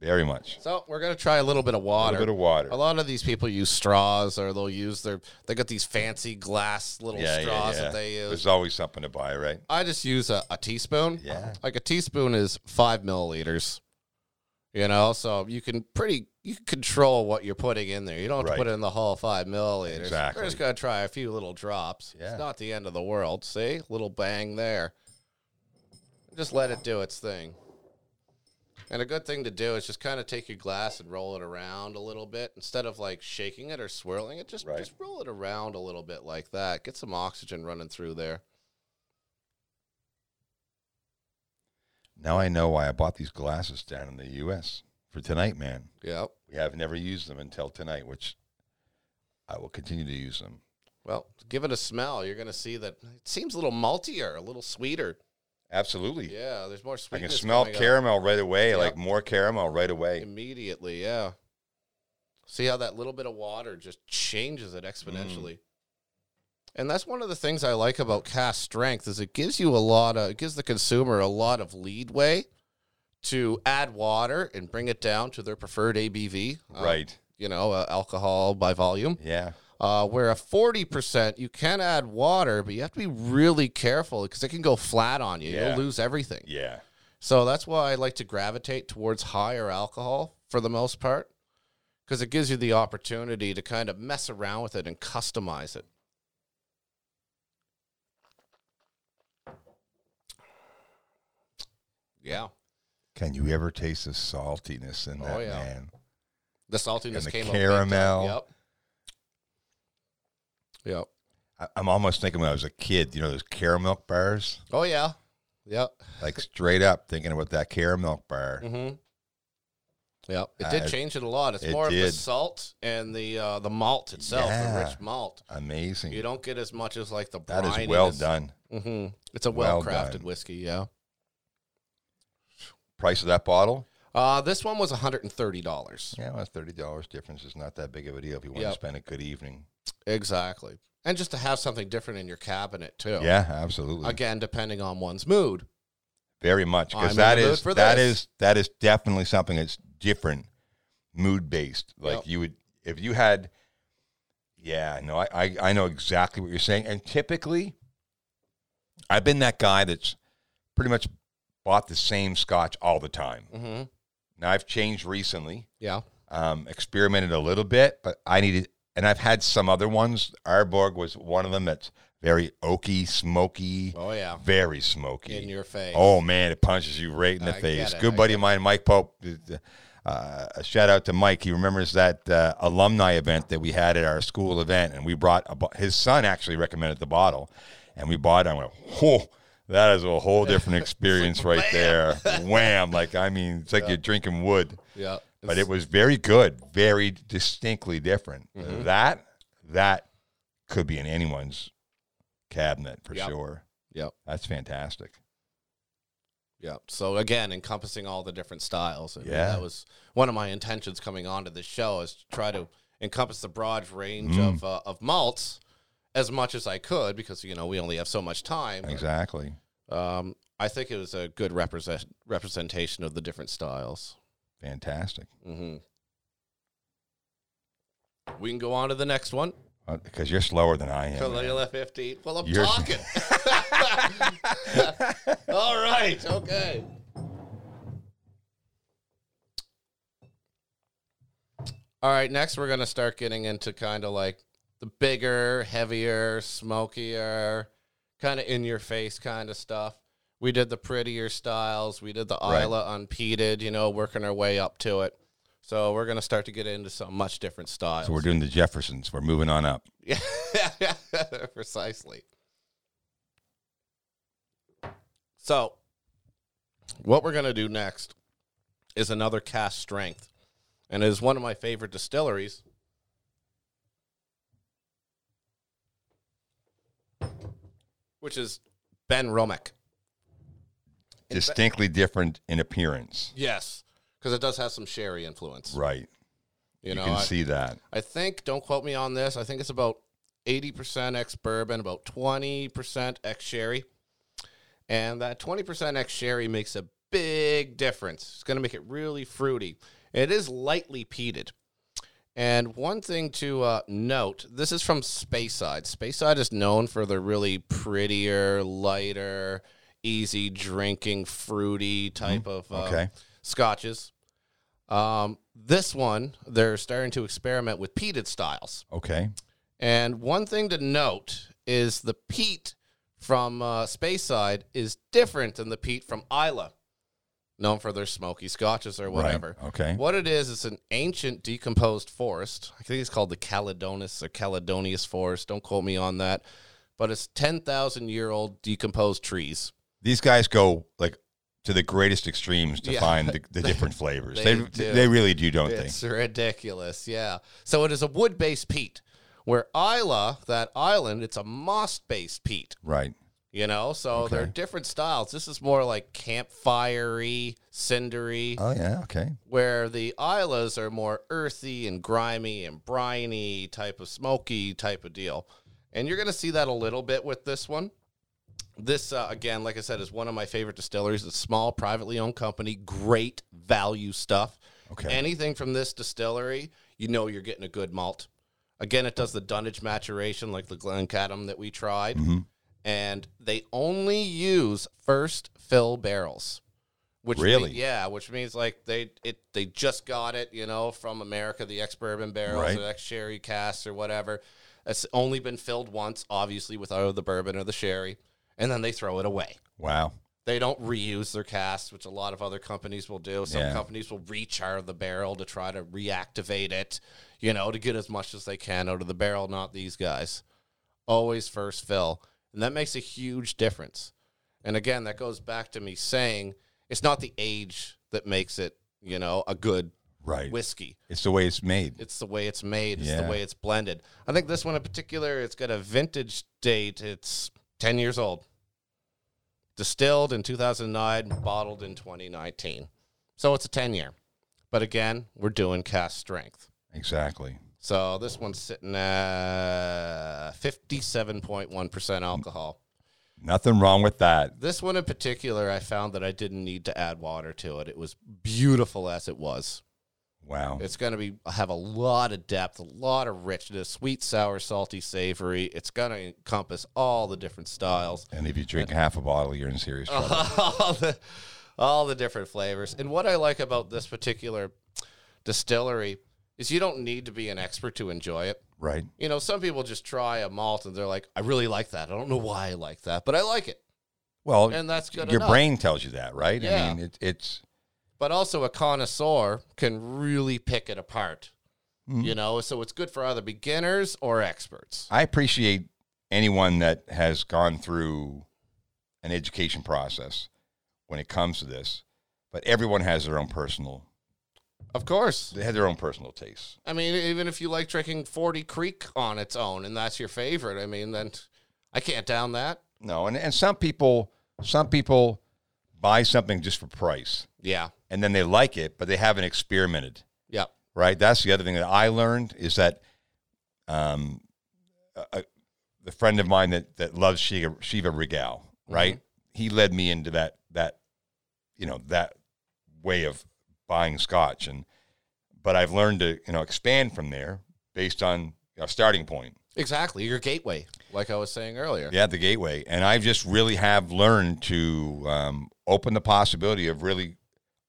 Speaker 2: Very much.
Speaker 1: So we're gonna try a little bit of
Speaker 2: A
Speaker 1: water.
Speaker 2: little bit of water.
Speaker 1: A lot of these people use straws, or they'll use their. They got these fancy glass little
Speaker 2: Yeah, yeah,
Speaker 1: straws
Speaker 2: yeah.
Speaker 1: that they use.
Speaker 2: There's always something to buy, right?
Speaker 1: I just use a, a teaspoon.
Speaker 2: Yeah.
Speaker 1: like a teaspoon is five milliliters. You know, so you can pretty you can control what you're putting in there. You don't have
Speaker 2: Right.
Speaker 1: to put in the whole five milliliters.
Speaker 2: Exactly.
Speaker 1: We're just gonna try a few little drops.
Speaker 2: Yeah.
Speaker 1: It's not the end of the world. See, little bang there. Just let it do its thing. And a good thing to do is just kind of take your glass and roll it around a little bit instead of like shaking it or swirling it. Just
Speaker 2: Right.
Speaker 1: just roll it around a little bit like that. Get some oxygen running through there.
Speaker 2: Now I know why I bought these glasses down in the US for tonight, man.
Speaker 1: Yep.
Speaker 2: We have never used them until tonight, which I will continue to use them.
Speaker 1: Well, give it a smell. You're going to see that it seems a little maltier, a little sweeter.
Speaker 2: Absolutely.
Speaker 1: Yeah, there's more
Speaker 2: I can
Speaker 1: sweetness.
Speaker 2: smell
Speaker 1: coming up
Speaker 2: caramel right away,
Speaker 1: Yep.
Speaker 2: like more caramel right away.
Speaker 1: immediately. Yeah. See how that little bit of water just changes it exponentially.
Speaker 2: Mm.
Speaker 1: And that's one of the things I like about cast strength is it gives you a lot of it gives the consumer a lot of leadway to add water and bring it down to their preferred ABV. um,
Speaker 2: Right.
Speaker 1: you know, uh, alcohol by volume.
Speaker 2: Yeah.
Speaker 1: uh, where a 40% you can add water but you have to be really careful because it can go flat on you
Speaker 2: Yeah.
Speaker 1: you'll lose everything (laughs)
Speaker 2: Yeah.
Speaker 1: so that's why i like to gravitate towards higher alcohol for the most part because it gives you the opportunity to kind of mess around with it and customize it yeah
Speaker 2: Can you ever taste the saltiness in
Speaker 1: Oh,
Speaker 2: that
Speaker 1: yeah.
Speaker 2: man?
Speaker 1: the saltiness
Speaker 2: And the
Speaker 1: came up big time.
Speaker 2: caramel.
Speaker 1: yep yep
Speaker 2: I, I'm almost thinking when I was a kid, you know, those caramel bars,
Speaker 1: oh yeah yep
Speaker 2: like straight up thinking about that caramel bar.
Speaker 1: Mm-hmm. Yep, it did
Speaker 2: Uh,
Speaker 1: change it a lot. It's
Speaker 2: it
Speaker 1: more of the
Speaker 2: did.
Speaker 1: salt and the uh, the malt itself, the
Speaker 2: Yeah.
Speaker 1: rich malt.
Speaker 2: Amazing.
Speaker 1: Mm-hmm. You don't get as much as like the
Speaker 2: that is well done.
Speaker 1: hmm It's a
Speaker 2: Well
Speaker 1: well crafted
Speaker 2: done.
Speaker 1: whiskey. Yeah.
Speaker 2: Price of that bottle?
Speaker 1: Uh, this one was one hundred and thirty dollars
Speaker 2: Yeah, well, thirty dollars difference is not that big of a deal if you want
Speaker 1: Yep.
Speaker 2: to spend a good evening.
Speaker 1: exactly, and just to have something different in your cabinet too.
Speaker 2: Yeah, absolutely.
Speaker 1: Again, depending on one's mood.
Speaker 2: Very much
Speaker 1: Oh, I'm in
Speaker 2: because that
Speaker 1: the mood
Speaker 2: is
Speaker 1: for
Speaker 2: that
Speaker 1: this.
Speaker 2: is that is definitely something that's different, mood based. Like
Speaker 1: Yep.
Speaker 2: you would if you had. Yeah, no, I, I I know exactly what you're saying, and typically, I've been that guy that's pretty much bought the same scotch all the time.
Speaker 1: Mm-hmm.
Speaker 2: Now I've changed recently,
Speaker 1: Yeah.
Speaker 2: um, experimented a little bit, but I needed, and I've had some other ones. Arborg was one of them that's very oaky, smoky,
Speaker 1: Oh yeah.
Speaker 2: very smoky.
Speaker 1: In your face.
Speaker 2: oh man, it punches you right in the
Speaker 1: I
Speaker 2: face.
Speaker 1: get it,
Speaker 2: Good
Speaker 1: I
Speaker 2: buddy of mine, Mike Pope. Uh, a shout out to Mike. He remembers that uh, alumni event that we had at our school event, and we brought a, bo- his son actually recommended the bottle, and we bought it. I went, whoa. That is a
Speaker 1: (laughs)
Speaker 2: whole different experience right there. Wham! Like I mean, it's like you're drinking wood
Speaker 1: Yeah.
Speaker 2: but it was very good, very distinctly different.
Speaker 1: Mm-hmm.
Speaker 2: That that could be in anyone's cabinet for
Speaker 1: Yep.
Speaker 2: sure.
Speaker 1: Yep.
Speaker 2: That's fantastic.
Speaker 1: Yeah. So again, encompassing all the different styles. I mean,
Speaker 2: Yeah.
Speaker 1: that was one of my intentions coming onto this show is to try to encompass the broad range
Speaker 2: Mm.
Speaker 1: of uh, of malts as much as I could because you know we only have so much time. but,
Speaker 2: Exactly.
Speaker 1: Um, I think it was a good represent representation of the different styles.
Speaker 2: Fantastic.
Speaker 1: hmm We can go on to the next one.
Speaker 2: Because Uh, you're slower than I am.
Speaker 1: Colonial F fifteen. Well, I'm
Speaker 2: You're-
Speaker 1: talking. (laughs) All right. Okay. All right. Next, we're gonna start getting into kind of like the bigger, heavier, smokier, kind of in your face kind of stuff. We did the prettier styles. We did the
Speaker 2: Right.
Speaker 1: Isla unpeated. You know, working our way up to it. So we're gonna start to get into some much different styles.
Speaker 2: So we're doing the Jeffersons. We're moving on up.
Speaker 1: yeah, (laughs) precisely. So, what we're gonna do next is another cast strength, and it is one of my favorite distilleries. Which is Ben Romick. In fact-
Speaker 2: Distinctly different in appearance.
Speaker 1: Yes, because it does have some sherry influence.
Speaker 2: Right.
Speaker 1: You,
Speaker 2: You,
Speaker 1: know,
Speaker 2: can
Speaker 1: I,
Speaker 2: see that.
Speaker 1: I think don't quote me on this. I think it's about eighty percent ex bourbon, about twenty percent ex sherry, and that twenty percent ex sherry makes a big difference. It's going to make it really fruity. It is lightly peated. And one thing to uh, note, this is from Speyside. Speyside is known for their really prettier, lighter, easy drinking, fruity type of uh,
Speaker 2: Okay.
Speaker 1: scotches. Um, this one, they're starting to experiment with peated styles.
Speaker 2: Okay.
Speaker 1: And one thing to note is the peat from uh, Speyside is different than the peat from Isla, known for their smoky scotches or whatever.
Speaker 2: Right. Okay.
Speaker 1: What it is, it's an ancient decomposed forest. I think it's called the Caledonis or Caledonius Forest. Don't quote me on that. But it's 10,000 year old decomposed trees.
Speaker 2: These guys go like to the greatest extremes to
Speaker 1: Yeah. (laughs)
Speaker 2: find the, the different flavors.
Speaker 1: they
Speaker 2: They
Speaker 1: do.
Speaker 2: they, really do, don't
Speaker 1: It's ridiculous, yeah. So it is a wood based peat, where Isla, that island, it's a moss based peat.
Speaker 2: they? Right.
Speaker 1: You know, so there are
Speaker 2: Okay.
Speaker 1: different styles. This is more like campfirey, cindery,
Speaker 2: Oh yeah. Okay.
Speaker 1: where the Islas are more earthy and grimy and briny type of smoky type of deal. And you're going to see that a little bit with this one. This, uh, again, like I said, is one of my favorite distilleries. It's a small, privately owned company, great value stuff.
Speaker 2: Okay.
Speaker 1: Anything from this distillery, you know you're getting a good malt. Again, it does the dunnage maturation like the Glencadam that we tried.
Speaker 2: Mm-hmm.
Speaker 1: And they only use first fill barrels. Which
Speaker 2: Really?
Speaker 1: mean- yeah, which means like they it they just got it, you know, from America, the ex bourbon barrels
Speaker 2: Right.
Speaker 1: or ex sherry casks or whatever. It's only been filled once, obviously, with either the bourbon or the sherry, and then they throw it away
Speaker 2: Wow.
Speaker 1: they don't reuse their casts, which a lot of other companies will do. Some
Speaker 2: Yeah.
Speaker 1: companies will recharge the barrel to try to reactivate it, you know, to get as much as they can out of the barrel. Not these guys. Always first fill. And that makes a huge difference. And again, that goes back to me saying it's not the age that makes it, you know, a good
Speaker 2: Right.
Speaker 1: whiskey.
Speaker 2: it's the way it's made.
Speaker 1: It's the way it's made. It's
Speaker 2: Yeah.
Speaker 1: the way it's blended. I think this one in particular, it's got a vintage date. It's 10 years old. Distilled in 2009, bottled in 2019. So it's a 10 year. But again, we're doing cast strength.
Speaker 2: Exactly.
Speaker 1: So this one's sitting at 57.1% alcohol.
Speaker 2: Nothing wrong with that.
Speaker 1: This one in particular, I found that I didn't need to add water to it. It was beautiful as it was.
Speaker 2: Wow.
Speaker 1: It's going to be have a lot of depth, a lot of richness, sweet, sour, salty, savory. It's going to encompass all the different styles, (laughs)
Speaker 2: and if you drink half a bottle, you're in serious
Speaker 1: Uh-huh.
Speaker 2: trouble.
Speaker 1: all the all the different flavors. And what I like about this particular distillery is you don't need to be an expert to enjoy it.
Speaker 2: Right.
Speaker 1: You know, some people just try a malt and they're like, "I really like that. I don't know why I like that, but I like it."
Speaker 2: Well,
Speaker 1: And that's good
Speaker 2: Oh, your
Speaker 1: enough.
Speaker 2: brain tells you that, right?
Speaker 1: Yeah.
Speaker 2: I mean, it, it's
Speaker 1: but also a connoisseur can really pick it apart.
Speaker 2: Mhm.
Speaker 1: You know, so it's good for either beginners or experts.
Speaker 2: I appreciate anyone that has gone through an education process when it comes to this, but everyone has their own personal
Speaker 1: Of course.
Speaker 2: they have their own personal tastes.
Speaker 1: I mean, even if you like drinking 40 Creek on its own and that's your favorite, I mean, then I can't down that.
Speaker 2: No, and, and some people some people buy something just for price
Speaker 1: Yeah.
Speaker 2: and then they like it, but they haven't experimented.
Speaker 1: Yeah.
Speaker 2: right? That's the other thing that I learned is that um, a, a- the friend of mine that that loves Shiva, Shiva Regal, right? He led me into that that you know that way of buying scotch, and but I've learned to you know expand from there based on a starting point.
Speaker 1: Exactly. Your gateway, like I was saying earlier.
Speaker 2: Yeah, the gateway, and I just really have learned to um, open the possibility of really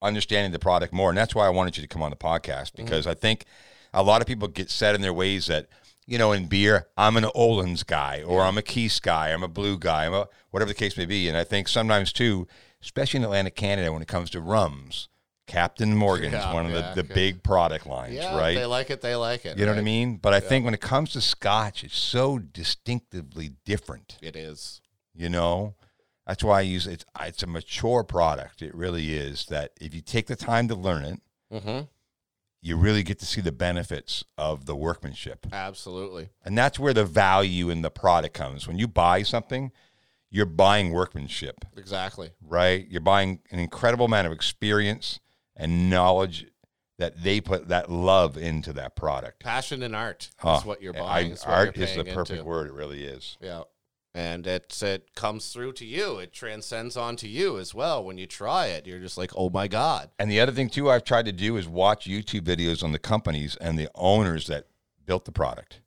Speaker 2: understanding the product more, and that's why I wanted you to come on the podcast
Speaker 1: Mm-hmm.
Speaker 2: because I think a lot of people get set in their ways that you know in beer I'm an Olin's guy or I'm a Keese guy, I'm a Blue guy, I'm a whatever the case may be, and I think sometimes too, especially in Atlantic Canada when it comes to rums, Captain Morgan's
Speaker 1: Yeah,
Speaker 2: one of
Speaker 1: yeah,
Speaker 2: the, the
Speaker 1: okay.
Speaker 2: big product lines,
Speaker 1: Yeah,
Speaker 2: right?
Speaker 1: They like it. They like it.
Speaker 2: you know what I
Speaker 1: right?
Speaker 2: mean? But I think when it comes to Scotch, it's so distinctively different.
Speaker 1: It is.
Speaker 2: You know, that's why I use it. It's a mature product. It really is. That if you take the time to learn it,
Speaker 1: Mm-hmm.
Speaker 2: you really get to see the benefits of the workmanship.
Speaker 1: Absolutely.
Speaker 2: And that's where the value in the product comes. When you buy something, you're buying workmanship,
Speaker 1: Exactly.
Speaker 2: right? You're buying an incredible amount of experience and knowledge that they put that love into that product.
Speaker 1: Passion and art
Speaker 2: Huh.
Speaker 1: is what you're
Speaker 2: Ah, I-
Speaker 1: buying. is what
Speaker 2: art
Speaker 1: you're
Speaker 2: is the
Speaker 1: paying
Speaker 2: perfect
Speaker 1: into.
Speaker 2: word. It really is.
Speaker 1: Yeah. And it's it comes through to you. It transcends onto you as well. When you try it, you're just like, oh my God.
Speaker 2: And the other thing too, I've tried to do is watch YouTube videos on the companies and the owners that built the product,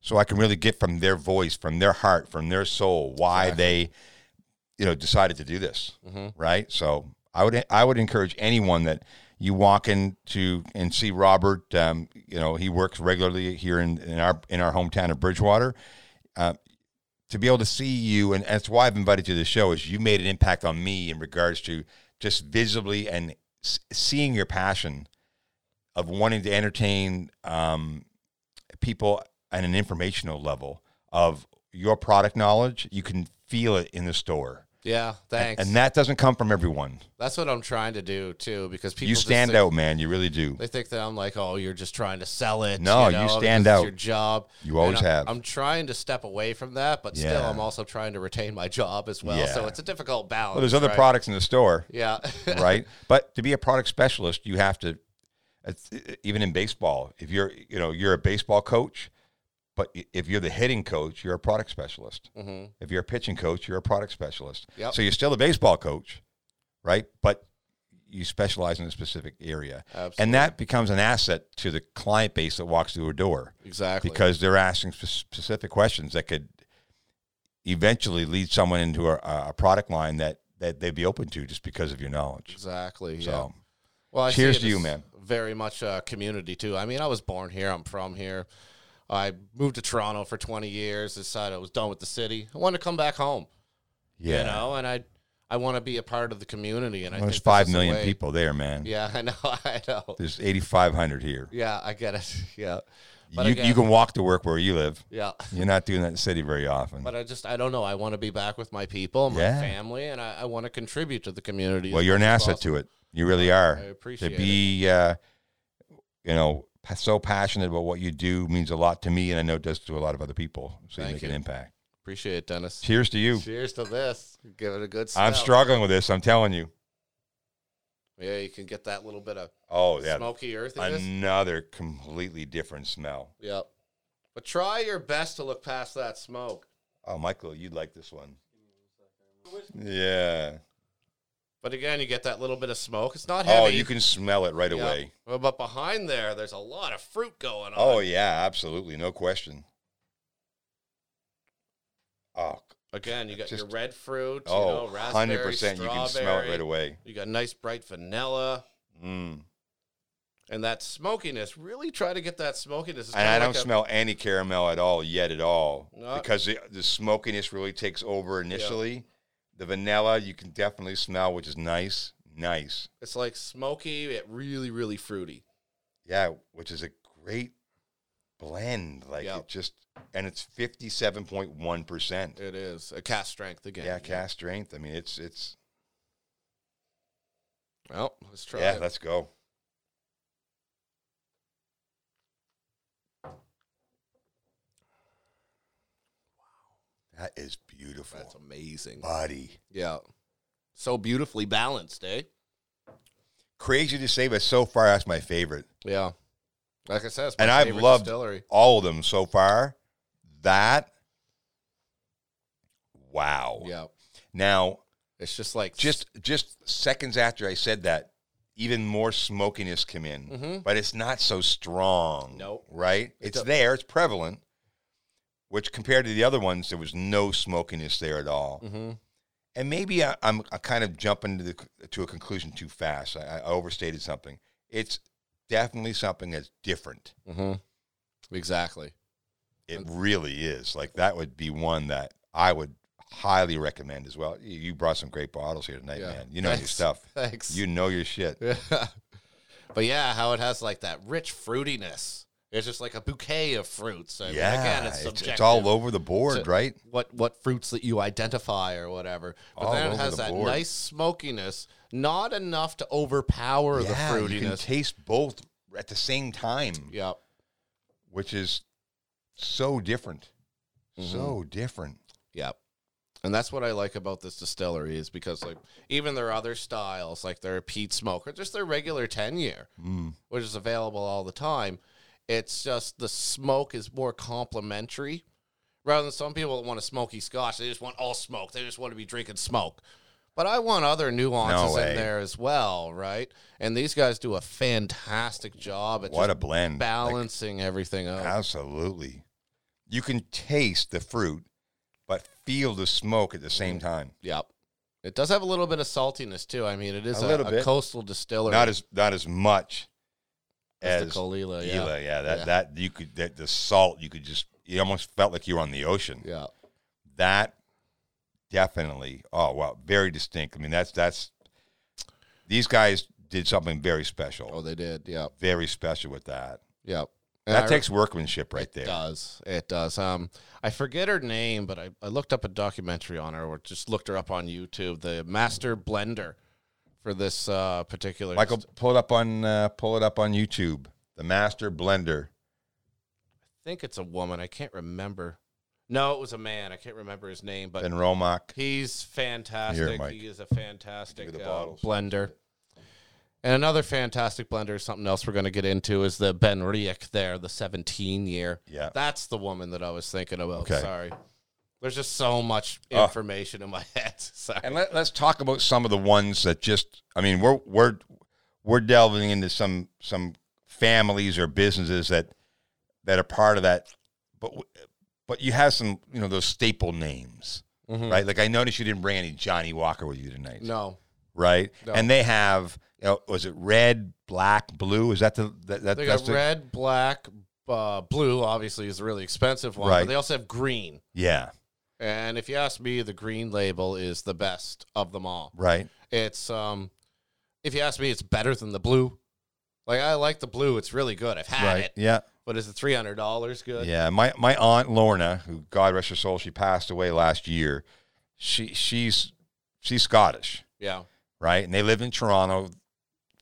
Speaker 2: so I can really get from their voice, from their heart, from their soul, why they, you know, decided to do this,
Speaker 1: Mhm.
Speaker 2: right? So I would I would encourage anyone that you walk into and see Robert. Um, you know, he works regularly here in, in our in our hometown of Bridgewater. Uh, to be able to see you, and that's why I've invited you to the show, is you made an impact on me in regards to just visibly and s- seeing your passion of wanting to entertain um, people at an informational level of your product knowledge. You can feel it in the store,
Speaker 1: Yeah. Thanks.
Speaker 2: and that doesn't come from everyone.
Speaker 1: That's what I'm trying to do too, because people
Speaker 2: you
Speaker 1: just
Speaker 2: stand
Speaker 1: think-
Speaker 2: out, man. You really do.
Speaker 1: They think that I'm like, oh, you're just trying to sell it.
Speaker 2: No, you
Speaker 1: know,
Speaker 2: stand
Speaker 1: this is
Speaker 2: out.
Speaker 1: Your job.
Speaker 2: You always
Speaker 1: And I-
Speaker 2: have.
Speaker 1: I'm trying to step away from that, but still,
Speaker 2: Yeah.
Speaker 1: I'm also trying to retain my job as well. So
Speaker 2: Yeah.
Speaker 1: it's a difficult balance.
Speaker 2: Well, there's other
Speaker 1: right?
Speaker 2: products in the store,
Speaker 1: (laughs) Yeah.
Speaker 2: right? But to be a product specialist, you have to, it's, even in baseball, if you're, you know, you're a baseball coach, but i- if you're the hitting coach, you're a product specialist.
Speaker 1: hmm
Speaker 2: If you're a pitching coach, you're a product specialist.
Speaker 1: Yep.
Speaker 2: So you're still a baseball coach, right? But you specialize in a specific area.
Speaker 1: Absolutely.
Speaker 2: And that becomes an asset to the client base that walks through a door
Speaker 1: exactly.
Speaker 2: because they're asking spe- specific questions that could eventually lead someone into a, a product line that, that they'd be open to just because of your knowledge.
Speaker 1: exactly. Yeah.
Speaker 2: So,
Speaker 1: Well, I see
Speaker 2: Cheers
Speaker 1: it
Speaker 2: to you,
Speaker 1: as
Speaker 2: man.
Speaker 1: Very much uh, community too. I mean, I was born here. I'm from here. I moved to Toronto for 20 years. Decided I was done with the city. I wanted to come back home.
Speaker 2: yeah.
Speaker 1: You know, and I I want to be a part of the community. And I think
Speaker 2: There's
Speaker 1: this
Speaker 2: five
Speaker 1: is the
Speaker 2: million
Speaker 1: way-
Speaker 2: people there, man.
Speaker 1: Yeah, (laughs) I know. I know.
Speaker 2: There's 8,500 here.
Speaker 1: Yeah, I get it. (laughs) Yeah,
Speaker 2: You,
Speaker 1: But again-
Speaker 2: you can walk to work where you live.
Speaker 1: yeah.
Speaker 2: You're not doing that in the city very often.
Speaker 1: But I just I don't know. I want to be back with my people, my
Speaker 2: Yeah.
Speaker 1: family, and I, I want to contribute to the community.
Speaker 2: Well,
Speaker 1: as
Speaker 2: you're an
Speaker 1: much as
Speaker 2: asset
Speaker 1: possible.
Speaker 2: to it. You really are.
Speaker 1: I appreciate
Speaker 2: to be, uh, you know, pa- so passionate about what you do means a lot to me, and I know it does to a lot of other people. So you
Speaker 1: Thank
Speaker 2: make
Speaker 1: you.
Speaker 2: an impact.
Speaker 1: Appreciate it, Dennis.
Speaker 2: Cheers to you.
Speaker 1: Cheers to this. Give it a good. Smell.
Speaker 2: I'm struggling with this. I'm telling you.
Speaker 1: Yeah, you can get that little bit of
Speaker 2: Oh yeah,
Speaker 1: smoky earthiness.
Speaker 2: another completely different smell.
Speaker 1: Yep. But try your best to look past that smoke.
Speaker 2: Oh, Michael, you'd like this one. Yeah.
Speaker 1: But again, you get that little bit of smoke. It's not heavy.
Speaker 2: Oh, you can smell it right
Speaker 1: Yeah.
Speaker 2: away.
Speaker 1: Well, But behind there, there's a lot of fruit going on.
Speaker 2: Oh yeah, absolutely, no question. Oh,
Speaker 1: Again, you got your
Speaker 2: Just-
Speaker 1: red fruit.
Speaker 2: oh,
Speaker 1: you know,
Speaker 2: hundred
Speaker 1: raspberry,
Speaker 2: percent. You can smell it
Speaker 1: strawberry.
Speaker 2: right away.
Speaker 1: You got nice bright vanilla.
Speaker 2: Mm.
Speaker 1: And that smokiness, really try to get that smokiness. It's
Speaker 2: and
Speaker 1: kinda
Speaker 2: I
Speaker 1: like
Speaker 2: don't
Speaker 1: a-
Speaker 2: smell any caramel at all yet at all
Speaker 1: No.
Speaker 2: because the, the smokiness really takes over initially. The vanilla you can definitely smell, which is nice, nice.
Speaker 1: It's like smoky, yet really, really fruity.
Speaker 2: Yeah, which is a great blend. Like
Speaker 1: Yeah.
Speaker 2: it just and it's fifty seven point one percent.
Speaker 1: It is a cast strength again.
Speaker 2: Yeah, cast strength. I mean, it's it's
Speaker 1: Well, let's try.
Speaker 2: yeah.
Speaker 1: it.
Speaker 2: Let's go. That is beautiful,
Speaker 1: That's amazing.
Speaker 2: buddy.
Speaker 1: Yeah. So beautifully balanced, eh?
Speaker 2: Crazy to say, but so far that's my favorite.
Speaker 1: Yeah. Like I said, it's my
Speaker 2: And I've
Speaker 1: favorite
Speaker 2: loved
Speaker 1: distillery.
Speaker 2: all of them so far. That, wow.
Speaker 1: Yeah.
Speaker 2: Now,
Speaker 1: It's just like
Speaker 2: just just seconds after I said that, even more smokiness came in,
Speaker 1: Mhm.
Speaker 2: but it's not so strong.
Speaker 1: Nope.
Speaker 2: right?
Speaker 1: It
Speaker 2: it's
Speaker 1: don't-
Speaker 2: there. It's prevalent. Which compared to the other ones, there was no smokiness there at all.
Speaker 1: hmm
Speaker 2: and maybe I, I'm I kind of jumping to the to a conclusion too fast. I, I overstated something. It's definitely something that's different.
Speaker 1: hmm Exactly. (laughs)
Speaker 2: It really is. Like that would be one that I would highly recommend as well. You you brought some great bottles here tonight,
Speaker 1: Yeah.
Speaker 2: man. You know your
Speaker 1: Thanks.
Speaker 2: stuff.
Speaker 1: Thanks.
Speaker 2: You know your shit.
Speaker 1: Yeah. (laughs) But yeah, how it has like that rich fruitiness. It's just like a bouquet of fruits. I mean,
Speaker 2: yeah,
Speaker 1: again, it's
Speaker 2: it's, it's
Speaker 1: subjective.
Speaker 2: all over the board,
Speaker 1: So-
Speaker 2: right?
Speaker 1: What what fruits that you identify or whatever. But
Speaker 2: All
Speaker 1: then it
Speaker 2: over
Speaker 1: has
Speaker 2: the
Speaker 1: that
Speaker 2: board.
Speaker 1: nice smokiness, not enough to overpower
Speaker 2: yeah,
Speaker 1: the
Speaker 2: you can
Speaker 1: fruitiness.
Speaker 2: taste both at the same time,
Speaker 1: yep.
Speaker 2: which is so different,
Speaker 1: Mm-hmm.
Speaker 2: so different.
Speaker 1: Yep. And that's what I like about this distillery is because like even their other styles, like their peat smoker, just their regular ten year,
Speaker 2: Mm,
Speaker 1: which is available all the time, it's just the smoke is more complementary. Rather than some people that want a smoky scotch, they just want all smoke. They just want to be drinking smoke. But I want other nuances
Speaker 2: way.
Speaker 1: in there as well, right? And these guys do a fantastic job at
Speaker 2: What
Speaker 1: just
Speaker 2: a blend! Like,
Speaker 1: balancing everything out.
Speaker 2: Absolutely. You can taste the fruit, but feel the smoke at the same time.
Speaker 1: Yep. It does have a little bit of saltiness too. I mean, it is
Speaker 2: A
Speaker 1: a,
Speaker 2: little
Speaker 1: a
Speaker 2: bit.
Speaker 1: coastal distillery.
Speaker 2: Not as not as much
Speaker 1: As
Speaker 2: as,
Speaker 1: the Kalila, yeah.
Speaker 2: Kalila, that
Speaker 1: Yeah.
Speaker 2: that you could that the salt you could just you almost felt like you were on the ocean.
Speaker 1: yeah.
Speaker 2: That definitely. Oh wow, very distinct. I mean that's that's these guys did something very special.
Speaker 1: Oh, they did. Yep.
Speaker 2: Very special with that.
Speaker 1: Yep. And
Speaker 2: That
Speaker 1: I-
Speaker 2: takes workmanship right
Speaker 1: It
Speaker 2: there.
Speaker 1: does. It does. Um, I forget her name, but I, I looked up a documentary on her or just looked her up on YouTube, the master blender for this uh, particular.
Speaker 2: Michael,
Speaker 1: dist-
Speaker 2: pull it up on uh, pull it up on YouTube. The master blender.
Speaker 1: I think it's a woman. I can't remember. No, it was a man. I can't remember his name, but
Speaker 2: Ben Romack.
Speaker 1: He's fantastic.
Speaker 2: Mike.
Speaker 1: he is a fantastic
Speaker 2: Give me the
Speaker 1: uh,
Speaker 2: bottles.
Speaker 1: blender. And another fantastic blender, something else we're going to get into is the Ben Riek there, the 17 year.
Speaker 2: Yeah.
Speaker 1: That's the woman that I was thinking about.
Speaker 2: Okay.
Speaker 1: Sorry. There's just so much
Speaker 2: Oh.
Speaker 1: information in my (laughs) head. Sorry.
Speaker 2: And let, let's talk about some of the ones that just. I mean, we're we're we're delving into some some families or businesses that that are part of that, but w- but you have some you know those staple names,
Speaker 1: Mhm.
Speaker 2: right? Like I noticed you didn't bring any Johnny Walker with you tonight,
Speaker 1: No.
Speaker 2: right?
Speaker 1: No.
Speaker 2: And they have. You know, was it red, black, blue? Is that the that, that
Speaker 1: They
Speaker 2: that's
Speaker 1: got
Speaker 2: the,
Speaker 1: red, black, uh, blue, obviously, is a really expensive one.
Speaker 2: Right.
Speaker 1: But they also have green.
Speaker 2: yeah,
Speaker 1: And if you ask me, the green label is the best of them all.
Speaker 2: right?
Speaker 1: It's um, if you ask me, it's better than the blue. Like I like the blue; it's really good. I've had
Speaker 2: Right.
Speaker 1: it,
Speaker 2: Yeah.
Speaker 1: but is it three hundred dollars good?
Speaker 2: Yeah, my my aunt Lorna, who God rest her soul, she passed away last year. She she's she's Scottish,
Speaker 1: Yeah,
Speaker 2: right? And they lived in Toronto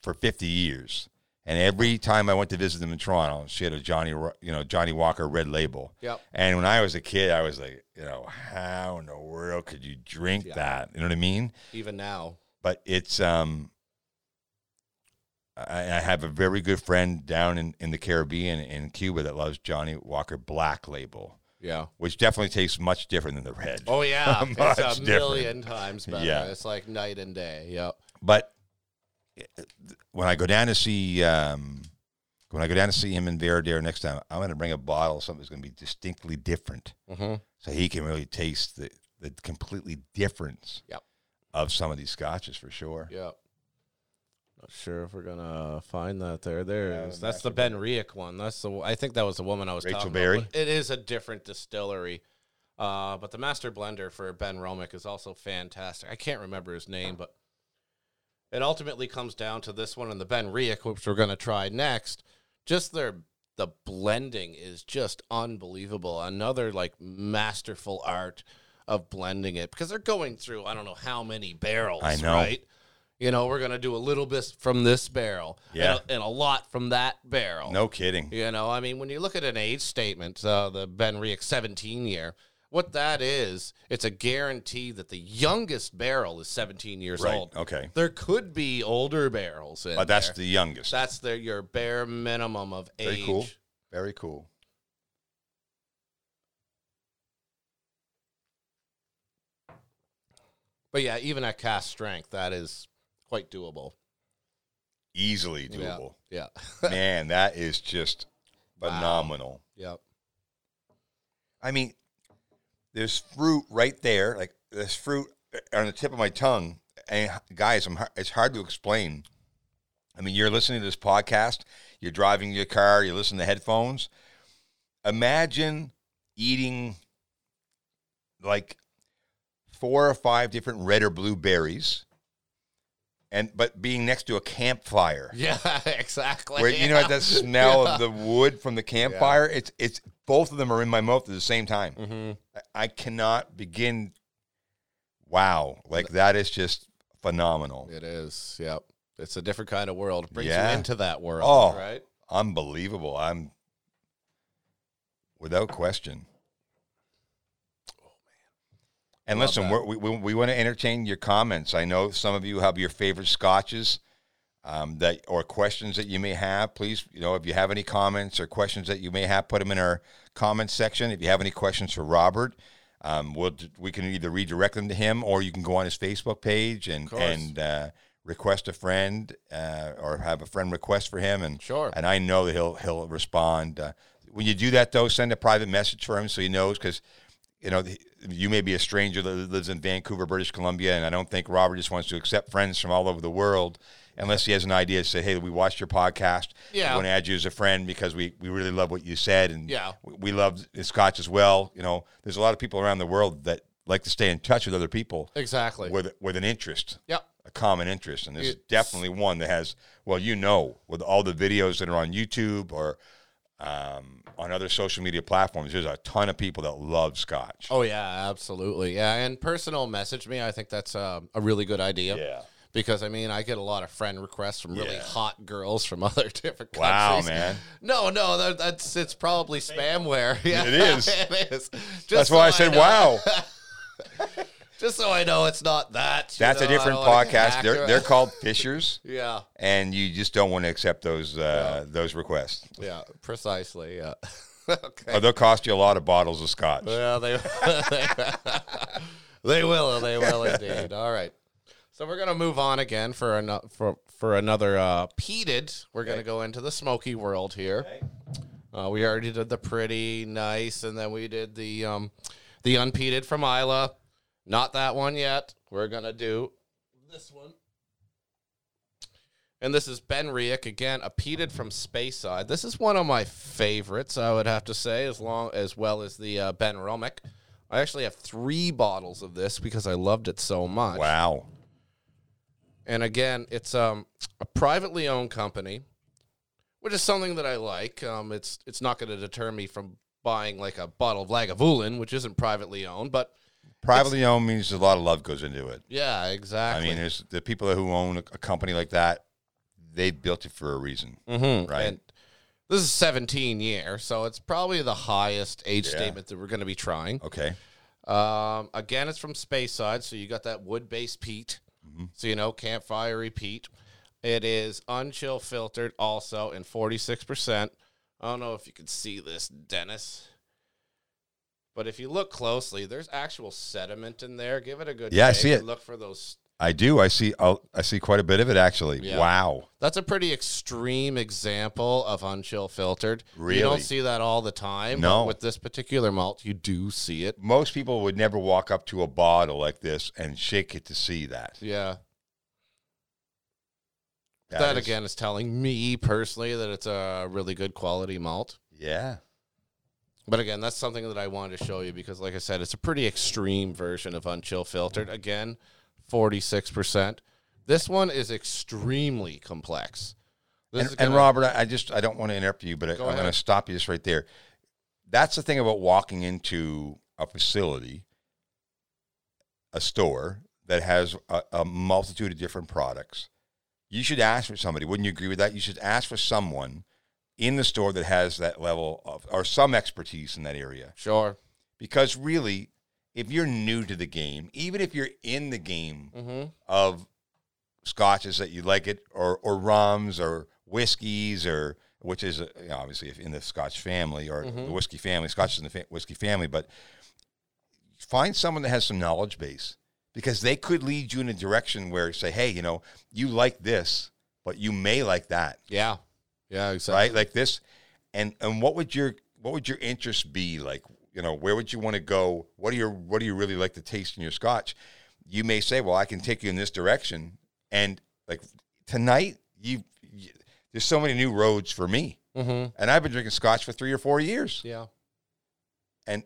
Speaker 2: for 50 years. And every time I went to visit them in Toronto, she had a Johnny Ro- you know Johnny Walker Red Label.
Speaker 1: Yep.
Speaker 2: And when I was a kid, I was like, you know, how in the world could you drink
Speaker 1: Yeah.
Speaker 2: that? You know what I mean?
Speaker 1: even now.
Speaker 2: but it's um I, I have a very good friend down in, in the Caribbean in Cuba that loves Johnny Walker Black Label,
Speaker 1: Yeah.
Speaker 2: which definitely tastes much different than the red.
Speaker 1: Oh
Speaker 2: (laughs)
Speaker 1: yeah, it's
Speaker 2: Much
Speaker 1: a
Speaker 2: different.
Speaker 1: million times better.
Speaker 2: Yeah.
Speaker 1: It's like night and day. Yep.
Speaker 2: But eh, when I go down to see um, when I go down to see him in Veradero next time, I'm going to bring a bottle of something that's going to be distinctly different,
Speaker 1: Mm-hmm.
Speaker 2: so he can really taste the the completely difference
Speaker 1: Yep.
Speaker 2: of some of these scotches for sure.
Speaker 1: Yep. Not sure if we're gonna find that there. There
Speaker 2: Yeah,
Speaker 1: it is.
Speaker 2: the
Speaker 1: That's the Ben Riek one. That's the. I think that was the woman I was
Speaker 2: Rachel
Speaker 1: talking
Speaker 2: Berry?
Speaker 1: about. but It is a different distillery. Uh, but the master blender for Ben Romick is also fantastic. I can't remember his name, but it ultimately comes down to this one and the Ben Riek, which we're gonna try next. Just their the blending is just unbelievable. Another like masterful art of blending it because they're going through I don't know how many barrels.
Speaker 2: I know.
Speaker 1: right? You know, we're gonna do a little bit from this barrel,
Speaker 2: Yeah.
Speaker 1: and, a, and a lot from that barrel.
Speaker 2: No kidding.
Speaker 1: You know, I mean, when you look at an age statement, uh, the Ben Riek 17 year, what that is, it's a guarantee that the youngest barrel is 17 years
Speaker 2: Right.
Speaker 1: old.
Speaker 2: Okay.
Speaker 1: There could be older barrels in
Speaker 2: But that's
Speaker 1: there.
Speaker 2: the youngest.
Speaker 1: that's their your bare minimum of
Speaker 2: Very
Speaker 1: age.
Speaker 2: cool. Very cool.
Speaker 1: But yeah, even at cast strength, that is quite doable.
Speaker 2: Easily
Speaker 1: Yeah.
Speaker 2: doable.
Speaker 1: Yeah.
Speaker 2: Man, that is just
Speaker 1: Wow.
Speaker 2: phenomenal.
Speaker 1: yep.
Speaker 2: I mean, there's fruit right there, like there's fruit on the tip of my tongue. And guys, I'm, har- it's hard to explain. I mean, you're listening to this podcast, you're driving your car, you're listening to headphones. Imagine eating like four or five different red or blue berries and but being next to a campfire
Speaker 1: (laughs) Yeah, (laughs) exactly. (laughs)
Speaker 2: where you know what, that smell of the wood from the campfire it's it's both of them are in my mouth at the same time
Speaker 1: hmm
Speaker 2: I- i cannot begin wow like that is just phenomenal
Speaker 1: It is. Yep. It's a different kind of world. It brings
Speaker 2: Yeah.
Speaker 1: you into that world,
Speaker 2: Oh.
Speaker 1: right?
Speaker 2: unbelievable i'm without question and
Speaker 1: Love
Speaker 2: listen
Speaker 1: that.
Speaker 2: we're, we, we, we want to entertain your comments i know some of you have your favorite scotches um, that or questions that you may have please you know if you have any comments or questions that you may have put them in our comments section if you have any questions for robert um, we'll, we can either redirect them to him or you can go on his facebook page and
Speaker 1: course.
Speaker 2: and uh, request a friend uh, or have a friend request for him and
Speaker 1: Sure.
Speaker 2: and I know that he'll he'll respond. Uh, when you do that, though, send a private message for him so he knows because you know the- you may be a stranger that lives in Vancouver, British Columbia, and I don't think Robert just wants to accept friends from all over the world unless he has an idea to say, "Hey, we watched your podcast.
Speaker 1: Yeah.
Speaker 2: we want to add you as a friend because we we really love what you said, and
Speaker 1: Yeah.
Speaker 2: we, we love Scotch as well." You know, there's a lot of people around the world that like to stay in touch with other people
Speaker 1: Exactly.
Speaker 2: with with an interest
Speaker 1: yep.
Speaker 2: a common interest, and this is
Speaker 1: It's-
Speaker 2: definitely one that has. Well, you know, with all the videos that are on YouTube or um, on other social media platforms, there's a ton of people that love Scotch.
Speaker 1: Oh yeah, absolutely. Yeah, and personal message me. I think that's um, a really good idea.
Speaker 2: Yeah.
Speaker 1: Because I mean, I get a lot of friend requests from really
Speaker 2: Yeah.
Speaker 1: hot girls from (laughs) other different countries.
Speaker 2: Wow,
Speaker 1: (laughs)
Speaker 2: man.
Speaker 1: No, no, that, that's it's probably spamware. (laughs) Yeah,
Speaker 2: It is.
Speaker 1: it is. Just
Speaker 2: That's
Speaker 1: so
Speaker 2: why I said,
Speaker 1: know- (laughs)
Speaker 2: "Wow,
Speaker 1: Just so I know it's not that. you
Speaker 2: that's a
Speaker 1: know, I
Speaker 2: different
Speaker 1: don't wanna get
Speaker 2: podcast."
Speaker 1: hacked
Speaker 2: They're
Speaker 1: or-
Speaker 2: they're called Fishers,
Speaker 1: (laughs) yeah,
Speaker 2: and you just don't want to accept those uh, those requests.
Speaker 1: yeah, precisely. Yeah. (laughs) okay.
Speaker 2: Or they'll cost you a lot of bottles of Scotch.
Speaker 1: Well, they (laughs) they will, they will indeed. All right. So we're gonna move on again for an, for for another uh, peated. We're gonna go into the smoky world here. Uh, we already did the pretty nice, and then we did the um, the unpeated from Isla. Not that one yet. We're gonna do this one. And this is Ben Riek again, a peated from Space Side. This is one of my favorites, I would have to say, as long as well as the uh, Ben Romick. I actually have three bottles of this because I loved it so much.
Speaker 2: Wow.
Speaker 1: And again, it's um, a privately owned company, which is something that I like. Um, it's it's not going to deter me from buying like a bottle of Lagavulin, which isn't privately owned, but
Speaker 2: Privately owned means a lot of love goes into it.
Speaker 1: yeah,
Speaker 2: I
Speaker 1: exactly.
Speaker 2: mean, there's the people who own a, a company like that. They built it for a reason,
Speaker 1: mm-hmm.
Speaker 2: right?
Speaker 1: And this is 17 year, so it's probably the highest age
Speaker 2: Yeah. Oh.
Speaker 1: statement that we're going to be trying.
Speaker 2: okay.
Speaker 1: Um, again, it's from Space Side, so you got that wood based peat.
Speaker 2: Mm-hmm.
Speaker 1: So you know, campfirey peat. It is unchill filtered also in 46%. I don't know if you can see this, Dennis. But if you look closely, there's actual sediment in there. Give it a good
Speaker 2: Yeah, I
Speaker 1: shake
Speaker 2: see
Speaker 1: and
Speaker 2: it.
Speaker 1: Look for those.
Speaker 2: I do. I see. i I see quite a bit of it actually.
Speaker 1: Yeah.
Speaker 2: Wow.
Speaker 1: That's a pretty extreme example of unchill filtered. You
Speaker 2: Really?
Speaker 1: don't see that all the time. but
Speaker 2: No.
Speaker 1: with this particular malt, you do see it.
Speaker 2: Most people would never walk up to a bottle like this and shake it to see that.
Speaker 1: Yeah.
Speaker 2: That,
Speaker 1: that
Speaker 2: is-
Speaker 1: again is telling me personally that it's a really good quality malt.
Speaker 2: Yeah.
Speaker 1: But again, that's something that I wanted to show you because, like I said, it's a pretty extreme version of unchill filtered. Again, 46%. This one is extremely complex. This
Speaker 2: And,
Speaker 1: is
Speaker 2: and
Speaker 1: gonna-
Speaker 2: Robert, I I just I don't want to interrupt you, but I, I'm
Speaker 1: Go
Speaker 2: going to
Speaker 1: ahead.
Speaker 2: stop you just right there. That's the thing about walking into a facility, a store that has a, a multitude of different products. You should ask for somebody. Wouldn't you agree with that? You should ask for someone in the store that has that level of or some expertise in that area.
Speaker 1: Sure.
Speaker 2: because really if you're new to the game even if you're in the game
Speaker 1: Mm-hmm.
Speaker 2: of scotches that you like it or or rums or whiskeys or which is uh, you know, obviously if in the scotch family or
Speaker 1: Mhm.
Speaker 2: the whiskey family scotch is in the fa- whiskey family but find someone that has some knowledge base because they could lead you in a direction where say hey you know you like this but you may like that
Speaker 1: Yeah. Yeah, exactly.
Speaker 2: right like this and and what would your what would your interest be like you know where would you want to go what do you what do you really like to taste in your scotch you may say well i can take you in this direction and like tonight you, you there's so many new roads for me
Speaker 1: Mm-hmm.
Speaker 2: and i've been drinking scotch for three or four years
Speaker 1: Yeah.
Speaker 2: and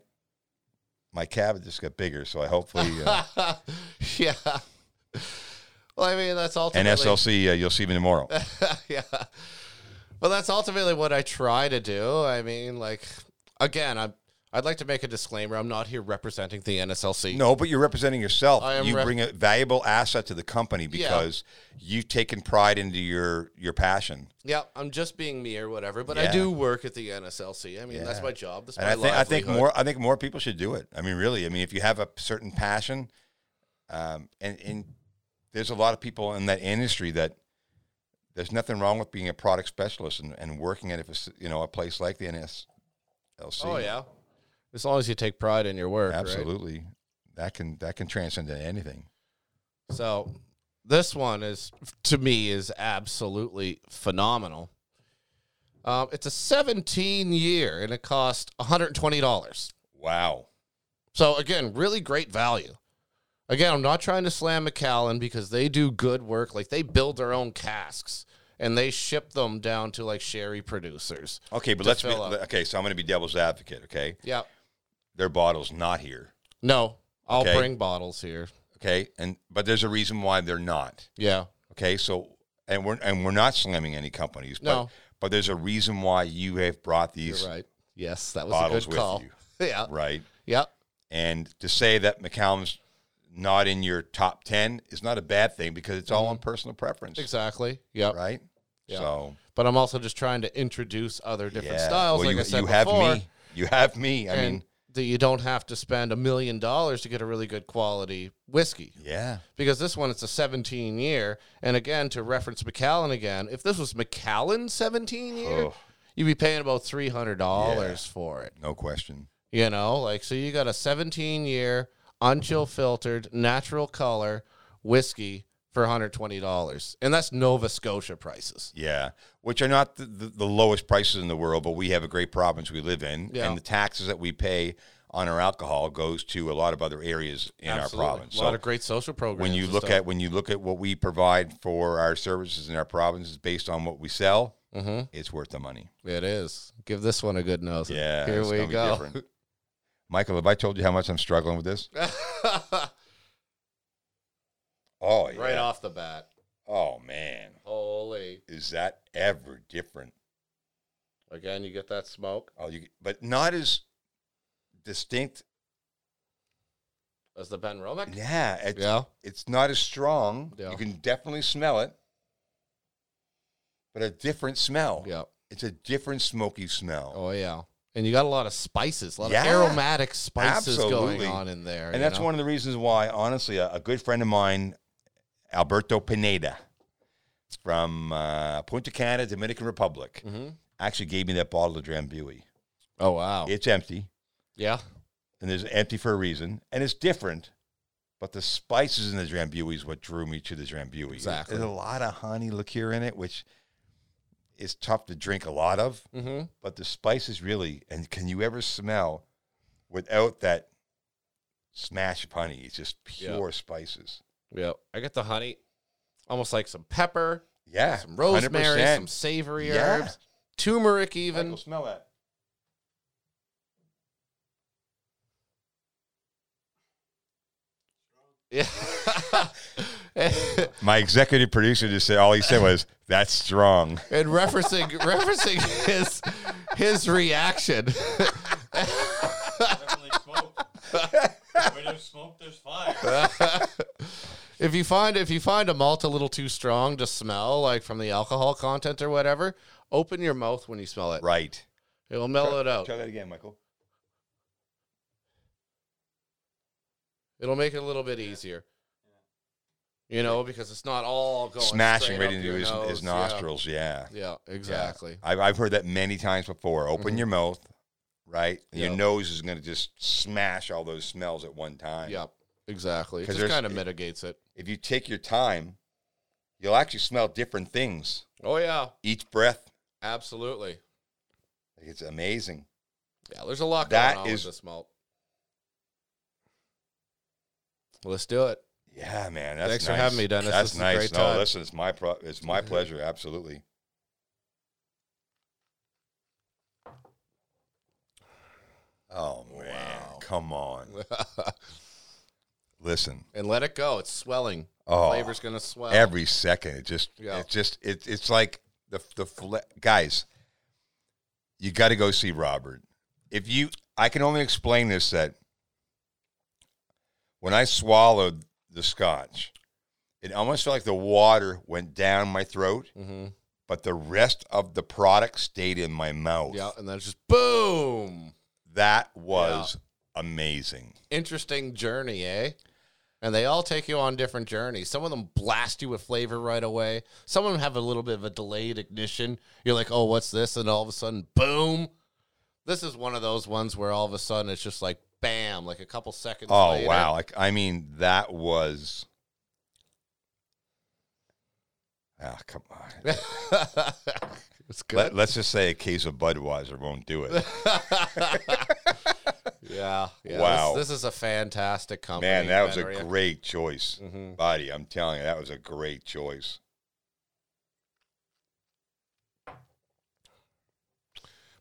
Speaker 1: (laughs)
Speaker 2: my cabinet just got bigger so i hopefully uh,
Speaker 1: yeah. Well, I mean, that's ultimately
Speaker 2: NSLC, uh, you'll see
Speaker 1: (laughs)
Speaker 2: me tomorrow.
Speaker 1: yeah. Well, that's ultimately what I try to do. I mean, like, again, I'm, I'd like to make a disclaimer. I'm not here representing the NSLC.
Speaker 2: No, but you're representing yourself.
Speaker 1: I am
Speaker 2: You
Speaker 1: rep-
Speaker 2: bring a valuable asset to the company because you've taken pride into your your passion.
Speaker 1: Yeah, I'm just being me or whatever, but I
Speaker 2: Yeah.
Speaker 1: do work at the NSLC. I mean, that's
Speaker 2: Yeah.
Speaker 1: my job. That's my
Speaker 2: And I think I think
Speaker 1: livelihood.
Speaker 2: more I think more people should do it. I mean, really. I mean, if you have a certain passion, um, and and there's a lot of people in that industry that there's nothing wrong with being a product specialist and, and working at a faci- you know a place like the NSLC.
Speaker 1: Oh, yeah. As long as you take pride in your work. right?
Speaker 2: absolutely. That can that can transcend into anything.
Speaker 1: So this one is to me is absolutely phenomenal. Um, it's a 17 year and it cost 120 dollars.
Speaker 2: Wow.
Speaker 1: So again, really great value. Again, I'm not trying to slam McAllen because they do good work. Like they build their own casks and they ship them down to like sherry producers.
Speaker 2: Okay, but
Speaker 1: to
Speaker 2: let's be,
Speaker 1: fill up.
Speaker 2: okay. So I'm going to be devil's advocate. Okay,
Speaker 1: Yeah.
Speaker 2: their bottle's not here.
Speaker 1: No, I'll
Speaker 2: Okay.
Speaker 1: bring bottles here.
Speaker 2: Okay, and but there's a reason why they're not.
Speaker 1: Yeah.
Speaker 2: Okay, so and we're and we're not slamming any companies. But,
Speaker 1: No.
Speaker 2: but there's a reason why you have brought these
Speaker 1: You're right. Yes, that was
Speaker 2: bottles
Speaker 1: a
Speaker 2: with
Speaker 1: good call. (laughs)
Speaker 2: you,
Speaker 1: yeah.
Speaker 2: right?
Speaker 1: Yeah.
Speaker 2: And to say that McCallum's not in your top ten is not a bad thing because it's all on personal preference,
Speaker 1: Exactly. Yep.
Speaker 2: right?
Speaker 1: Mm-hmm. Yeah.
Speaker 2: So
Speaker 1: but I'm also just trying to introduce other different
Speaker 2: yeah.
Speaker 1: styles.
Speaker 2: Well,
Speaker 1: like
Speaker 2: you,
Speaker 1: I said
Speaker 2: you have
Speaker 1: before,
Speaker 2: me. You have me. I
Speaker 1: and
Speaker 2: mean,
Speaker 1: that you don't have to spend a million dollars to get a really good quality whiskey
Speaker 2: yeah.
Speaker 1: because this one it's a 17 year. And again, to reference McAllen again, if this was McAllen 17 year,
Speaker 2: Oh.
Speaker 1: you'd be paying about three hundred dollars for it.
Speaker 2: No question.
Speaker 1: You know, like so you got a 17 year unchill filtered natural color whiskey for 120 dollars, and that's Nova Scotia prices.
Speaker 2: Yeah, which are not the, the, the lowest prices in the world, but we have a great province we live in,
Speaker 1: Yeah.
Speaker 2: and the taxes that we pay on our alcohol goes to a lot of other areas in
Speaker 1: Absolutely.
Speaker 2: our province.
Speaker 1: a lot
Speaker 2: So
Speaker 1: of great social programs.
Speaker 2: when you
Speaker 1: and
Speaker 2: look
Speaker 1: stuff.
Speaker 2: at when you look at what we provide for our services in our province is based on what we sell,
Speaker 1: Mm-hmm.
Speaker 2: it's worth the money.
Speaker 1: It is. Give this one a good nose.
Speaker 2: Yeah,
Speaker 1: Here
Speaker 2: it's
Speaker 1: we
Speaker 2: gonna
Speaker 1: (laughs)
Speaker 2: be
Speaker 1: go.
Speaker 2: different. Michael, have I told you how much I'm struggling with this? Oh, yeah.
Speaker 1: right off the bat.
Speaker 2: Oh man,
Speaker 1: Holy.
Speaker 2: is that ever different?
Speaker 1: Again, you get that smoke
Speaker 2: Oh, you but not as distinct.
Speaker 1: as the Ben Romick.
Speaker 2: Yeah, it's,
Speaker 1: Yeah.
Speaker 2: It's not as strong.
Speaker 1: Yeah.
Speaker 2: You can definitely smell it, but a different smell.
Speaker 1: Yeah.
Speaker 2: It's a different smoky smell.
Speaker 1: Oh, yeah. And you got a lot of spices, a lot
Speaker 2: Yeah.
Speaker 1: of aromatic spices
Speaker 2: Absolutely.
Speaker 1: going on in there.
Speaker 2: and that's one of the reasons why, honestly, a, a good friend of mine, Alberto Pineda from uh, Punta Cana, Dominican Republic,
Speaker 1: hmm
Speaker 2: actually gave me that bottle of Drambuie.
Speaker 1: Oh, wow.
Speaker 2: It's empty,
Speaker 1: yeah.
Speaker 2: and it's empty for a reason, and it's different. But the spices in the Drambuie is what drew me to the Drambuie.
Speaker 1: Exactly.
Speaker 2: There's a lot of honey liqueur in it, which is tough to drink a lot of.
Speaker 1: Mm-hmm.
Speaker 2: but the spices really and can you ever smell without that smash of honey it's just
Speaker 1: Yeah.
Speaker 2: pure spices
Speaker 1: Yeah. I get the honey, almost like some pepper,
Speaker 2: yeah
Speaker 1: some rosemary,
Speaker 2: 100%.
Speaker 1: some savory
Speaker 2: Yeah.
Speaker 1: herbs, turmeric, even.
Speaker 2: Michael, smell that (laughs)
Speaker 1: Yeah. (laughs)
Speaker 2: my executive producer just said all he said was that's strong
Speaker 1: and referencing (laughs) referencing his his reaction. (laughs)
Speaker 3: Definitely smoke. Where there's smoke, there's fire.
Speaker 1: if you find if you find a malt a little too strong to smell, like from the alcohol content or whatever, open your mouth when you smell it.
Speaker 2: right
Speaker 1: It'll mellow it out.
Speaker 2: try that again michael
Speaker 1: It'll make it a little bit easier. You know, because it's not all going
Speaker 2: smashing
Speaker 1: straight
Speaker 2: right
Speaker 1: up
Speaker 2: into
Speaker 1: your
Speaker 2: his,
Speaker 1: nose.
Speaker 2: his nostrils yeah,
Speaker 1: Yeah, yeah exactly.
Speaker 2: I've, I've heard that many times before open
Speaker 1: Mm-hmm.
Speaker 2: your mouth right your
Speaker 1: Yeah.
Speaker 2: nose is going to just smash all those smells at one time
Speaker 1: Yep, exactly. It
Speaker 2: 'Cause
Speaker 1: just
Speaker 2: there's-
Speaker 1: kind of mitigates it.
Speaker 2: if you take your time you'll actually smell different things
Speaker 1: Oh yeah,
Speaker 2: each breath
Speaker 1: absolutely.
Speaker 2: Like, It's amazing.
Speaker 1: Yeah, there's a lot
Speaker 2: That
Speaker 1: going on
Speaker 2: is-
Speaker 1: with this malt. Well, let's do it. (laughs)
Speaker 2: Yeah, man. That's
Speaker 1: Thanks for
Speaker 2: nice.
Speaker 1: having me, Dennis.
Speaker 2: That's
Speaker 1: This is a
Speaker 2: nice.
Speaker 1: great
Speaker 2: no,
Speaker 1: time.
Speaker 2: listen, it's my pro- it's my pleasure. Absolutely. Oh man,
Speaker 1: Wow.
Speaker 2: come on. Listen,
Speaker 1: and let it go. It's swelling.
Speaker 2: Oh,
Speaker 1: Flavor's gonna swell.
Speaker 2: every second. It just,
Speaker 1: Yeah.
Speaker 2: it just, it, it's like the the fle- guys. You got to go see Robert. If you, I can only explain this that when I swallowed the scotch, it almost felt like the water went down my throat,
Speaker 1: hmm
Speaker 2: but the rest of the product stayed in my mouth.
Speaker 1: Yeah, and then it's just boom.
Speaker 2: That was amazing.
Speaker 1: Interesting journey, eh? And they all take you on different journeys. Some of them blast you with flavor right away. Some of them have a little bit of a delayed ignition. You're like, oh, what's this? And all of a sudden, boom. This is one of those ones where all of a sudden it's just like bam, like a couple seconds.
Speaker 2: Oh
Speaker 1: later.
Speaker 2: wow! Like I mean, that was. Ah, come on.
Speaker 1: (laughs) it's
Speaker 2: Let,
Speaker 1: good.
Speaker 2: let's just say a case of Budweiser won't do (laughs) it.
Speaker 1: (laughs) yeah, yeah. This-
Speaker 2: Wow.
Speaker 1: This, is a fantastic company.
Speaker 2: Man, that was a
Speaker 1: Benaria.
Speaker 2: great choice,
Speaker 1: Mhm.
Speaker 2: buddy. I'm telling you, that was a great choice.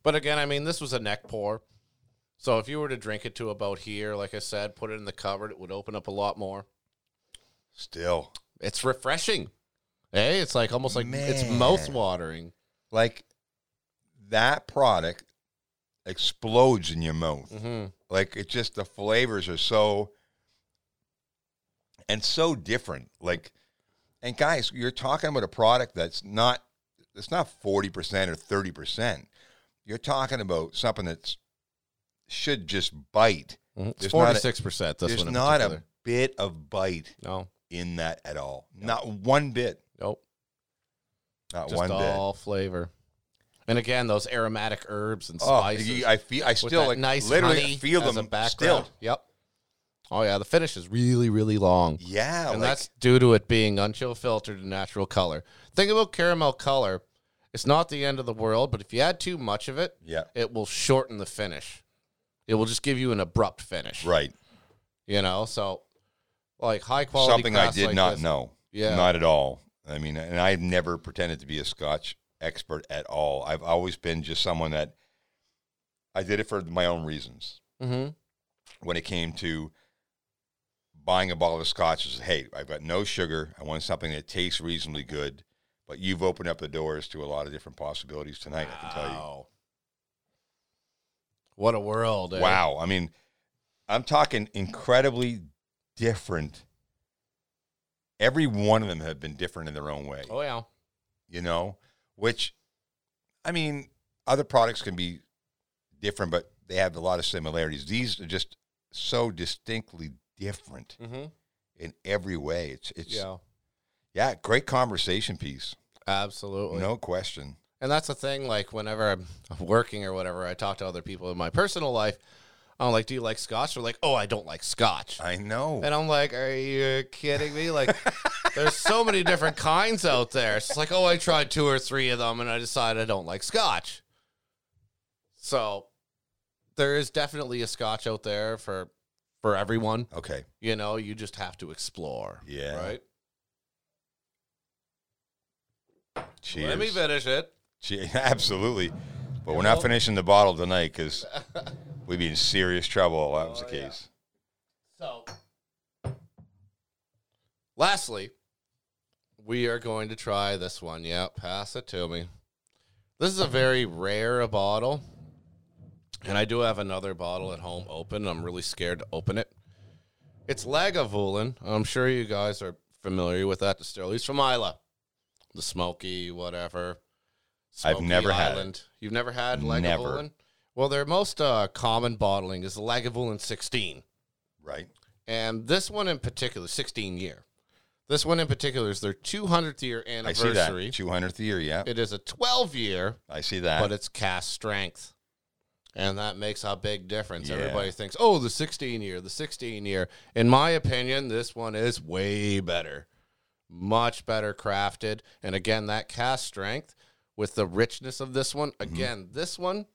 Speaker 1: But again, I mean, this was a neck pour. So if you were to drink it to about here, like I said, put it in the cupboard, it would open up a lot more.
Speaker 2: Still,
Speaker 1: It's refreshing. Hey, it's like almost like it's mouth
Speaker 2: Man.
Speaker 1: watering.
Speaker 2: like that product explodes in your mouth.
Speaker 1: Mm-hmm.
Speaker 2: Like it just the flavors are so and so different. Like and guys, you're talking about a product that's not it's not 40% or 30%. You're talking about something that's should just bite.
Speaker 1: It's
Speaker 2: There's not a-
Speaker 1: forty six percent. This
Speaker 2: There's
Speaker 1: one, in
Speaker 2: not a
Speaker 1: particular.
Speaker 2: bit of bite
Speaker 1: no,
Speaker 2: in that at all. Not one bit.
Speaker 1: nope,
Speaker 2: Not
Speaker 1: just
Speaker 2: one bit.
Speaker 1: all flavor. And again, those aromatic herbs and
Speaker 2: Oh,
Speaker 1: spices.
Speaker 2: you- I feel I
Speaker 1: with
Speaker 2: still
Speaker 1: that
Speaker 2: like
Speaker 1: nice
Speaker 2: literally
Speaker 1: honey
Speaker 2: feel
Speaker 1: as
Speaker 2: them
Speaker 1: a background.
Speaker 2: still.
Speaker 1: Yep. Oh yeah, the finish is really really long.
Speaker 2: Yeah,
Speaker 1: and
Speaker 2: like-
Speaker 1: that's due to it being unchill filtered and natural color. Think about caramel color. It's not the end of the world, but if you add too much of it,
Speaker 2: yeah,
Speaker 1: it will shorten the finish. It will just give you an abrupt finish.
Speaker 2: right.
Speaker 1: You know, so like high quality.
Speaker 2: Something I
Speaker 1: crafts
Speaker 2: did
Speaker 1: like
Speaker 2: not
Speaker 1: this-
Speaker 2: know.
Speaker 1: Yeah.
Speaker 2: Not at all. I mean, and I've never pretended to be a Scotch expert at all. I've always been just someone that I did it for my own reasons.
Speaker 1: Mhm.
Speaker 2: When it came to buying a bottle of Scotch, is hey, I've got no sugar. I want something that tastes reasonably good. But you've opened up the doors to a lot of different possibilities tonight. I can tell you.
Speaker 1: Wow. What a world. eh?
Speaker 2: Wow. I mean, I'm talking incredibly different. Every one of them have been different in their own way,
Speaker 1: Oh, yeah.
Speaker 2: you know, which, I mean, other products can be different, but they have a lot of similarities. These are just so distinctly different
Speaker 1: hmm
Speaker 2: in every way. It's, it's, yeah,
Speaker 1: Yeah.
Speaker 2: great conversation piece.
Speaker 1: Absolutely.
Speaker 2: No question.
Speaker 1: And that's the thing, like whenever I'm I'm working or whatever, I talk to other people in my personal life. I'm like, do you like scotch? They're like, oh, I don't like scotch.
Speaker 2: I know.
Speaker 1: And I'm like, are you kidding me? Like, there's so many different
Speaker 2: (laughs)
Speaker 1: kinds out there. It's just like, oh, I tried two or three of them and I decided I don't like scotch. So there is definitely a scotch out there for for everyone.
Speaker 2: Okay.
Speaker 1: You know, you just have to explore.
Speaker 2: Yeah.
Speaker 1: Right?
Speaker 2: Cheers.
Speaker 1: Let me finish it.
Speaker 2: Gee, (laughs) absolutely. But we're not finishing the bottle tonight
Speaker 1: (laughs)
Speaker 2: because we'd be in serious trouble if that was the
Speaker 1: Oh, yeah.
Speaker 2: case.
Speaker 1: So, lastly, we are going to try this one. Yeah, pass it to me. This is a very rare bottle, and I do have another bottle at home open. I'm really scared to open it. It's Lagavulin. I'm sure you guys are familiar with that distillery. It's from Isla, the Smoky whatever.
Speaker 2: I've never had it.
Speaker 1: had. You've never had Lagavulin.
Speaker 2: Never.
Speaker 1: Well, their most uh, common bottling is the Lagavulin 16.
Speaker 2: Right?
Speaker 1: And this one in particular, 16 year. This one in particular is their 200th year
Speaker 2: I see that.
Speaker 1: anniversary.
Speaker 2: 200th year, yeah.
Speaker 1: It is a 12 year,
Speaker 2: I see that.
Speaker 1: but it's cast strength. And that makes a big difference.
Speaker 2: Yeah.
Speaker 1: Everybody thinks, oh, the 16 year, the 16 year. In my opinion, this one is way better. Much better crafted. And again, that cast strength with the richness of this one.
Speaker 2: Mm-hmm.
Speaker 1: Again, this one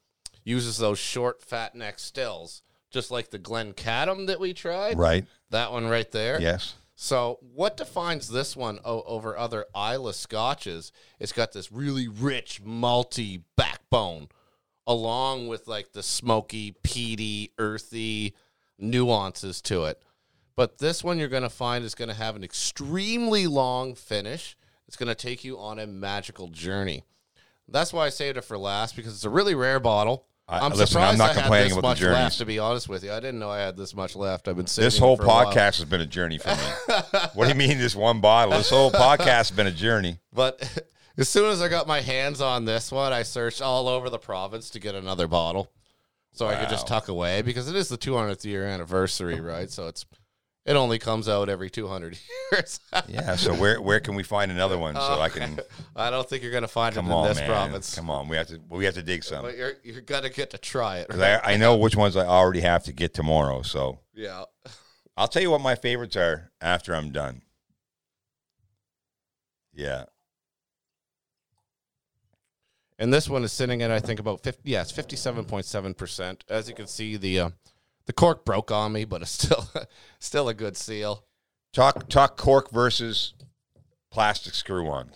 Speaker 1: uses those short, fat neck stills, just like the Glen Cadam that we tried.
Speaker 2: right?
Speaker 1: That one right there.
Speaker 2: Yes.
Speaker 1: So, what defines this one o- over other Isla scotches? It's got this really rich, malty backbone, along with like the smoky, peaty, earthy nuances to it. But this one you're going to find is going to have an extremely long finish. It's going to take you on a magical journey. That's why I saved it for last because it's a really rare bottle.
Speaker 2: I-
Speaker 1: I'm
Speaker 2: listen,
Speaker 1: surprised
Speaker 2: I'm not
Speaker 1: I had
Speaker 2: complaining
Speaker 1: this
Speaker 2: about the
Speaker 1: much
Speaker 2: journeys.
Speaker 1: left. To be honest with you, I didn't know I had this much left. I've been saving
Speaker 2: This whole
Speaker 1: it for a while.
Speaker 2: podcast has been a journey
Speaker 1: (laughs)
Speaker 2: for me. what do you mean, this one bottle? This whole podcast has been a journey.
Speaker 1: But (laughs) as soon as I got my hands on this one, I searched all over the province to get another bottle so I could just tuck away because it is the 200th year anniversary, right? So it's it only comes out every 200 (laughs) years.
Speaker 2: Yeah. So where where can we find another one so
Speaker 1: (laughs)
Speaker 2: I can?
Speaker 1: I don't think you're going to find
Speaker 2: Come
Speaker 1: it in
Speaker 2: on,
Speaker 1: this
Speaker 2: man.
Speaker 1: province.
Speaker 2: Come on. We have to we have to dig some.
Speaker 1: But you're you're going to get to try it.
Speaker 2: 'Cause I, I know which ones I already have to get tomorrow. So
Speaker 1: Yeah.
Speaker 2: I'll tell you what my favorites are after I'm done. Yeah.
Speaker 1: And this one is sitting at I think about 50 yeah, it's 57.7%. As you can see the uh, the cork broke on me, but it's still (laughs) still a good seal.
Speaker 2: Talk talk cork versus plastic screw on.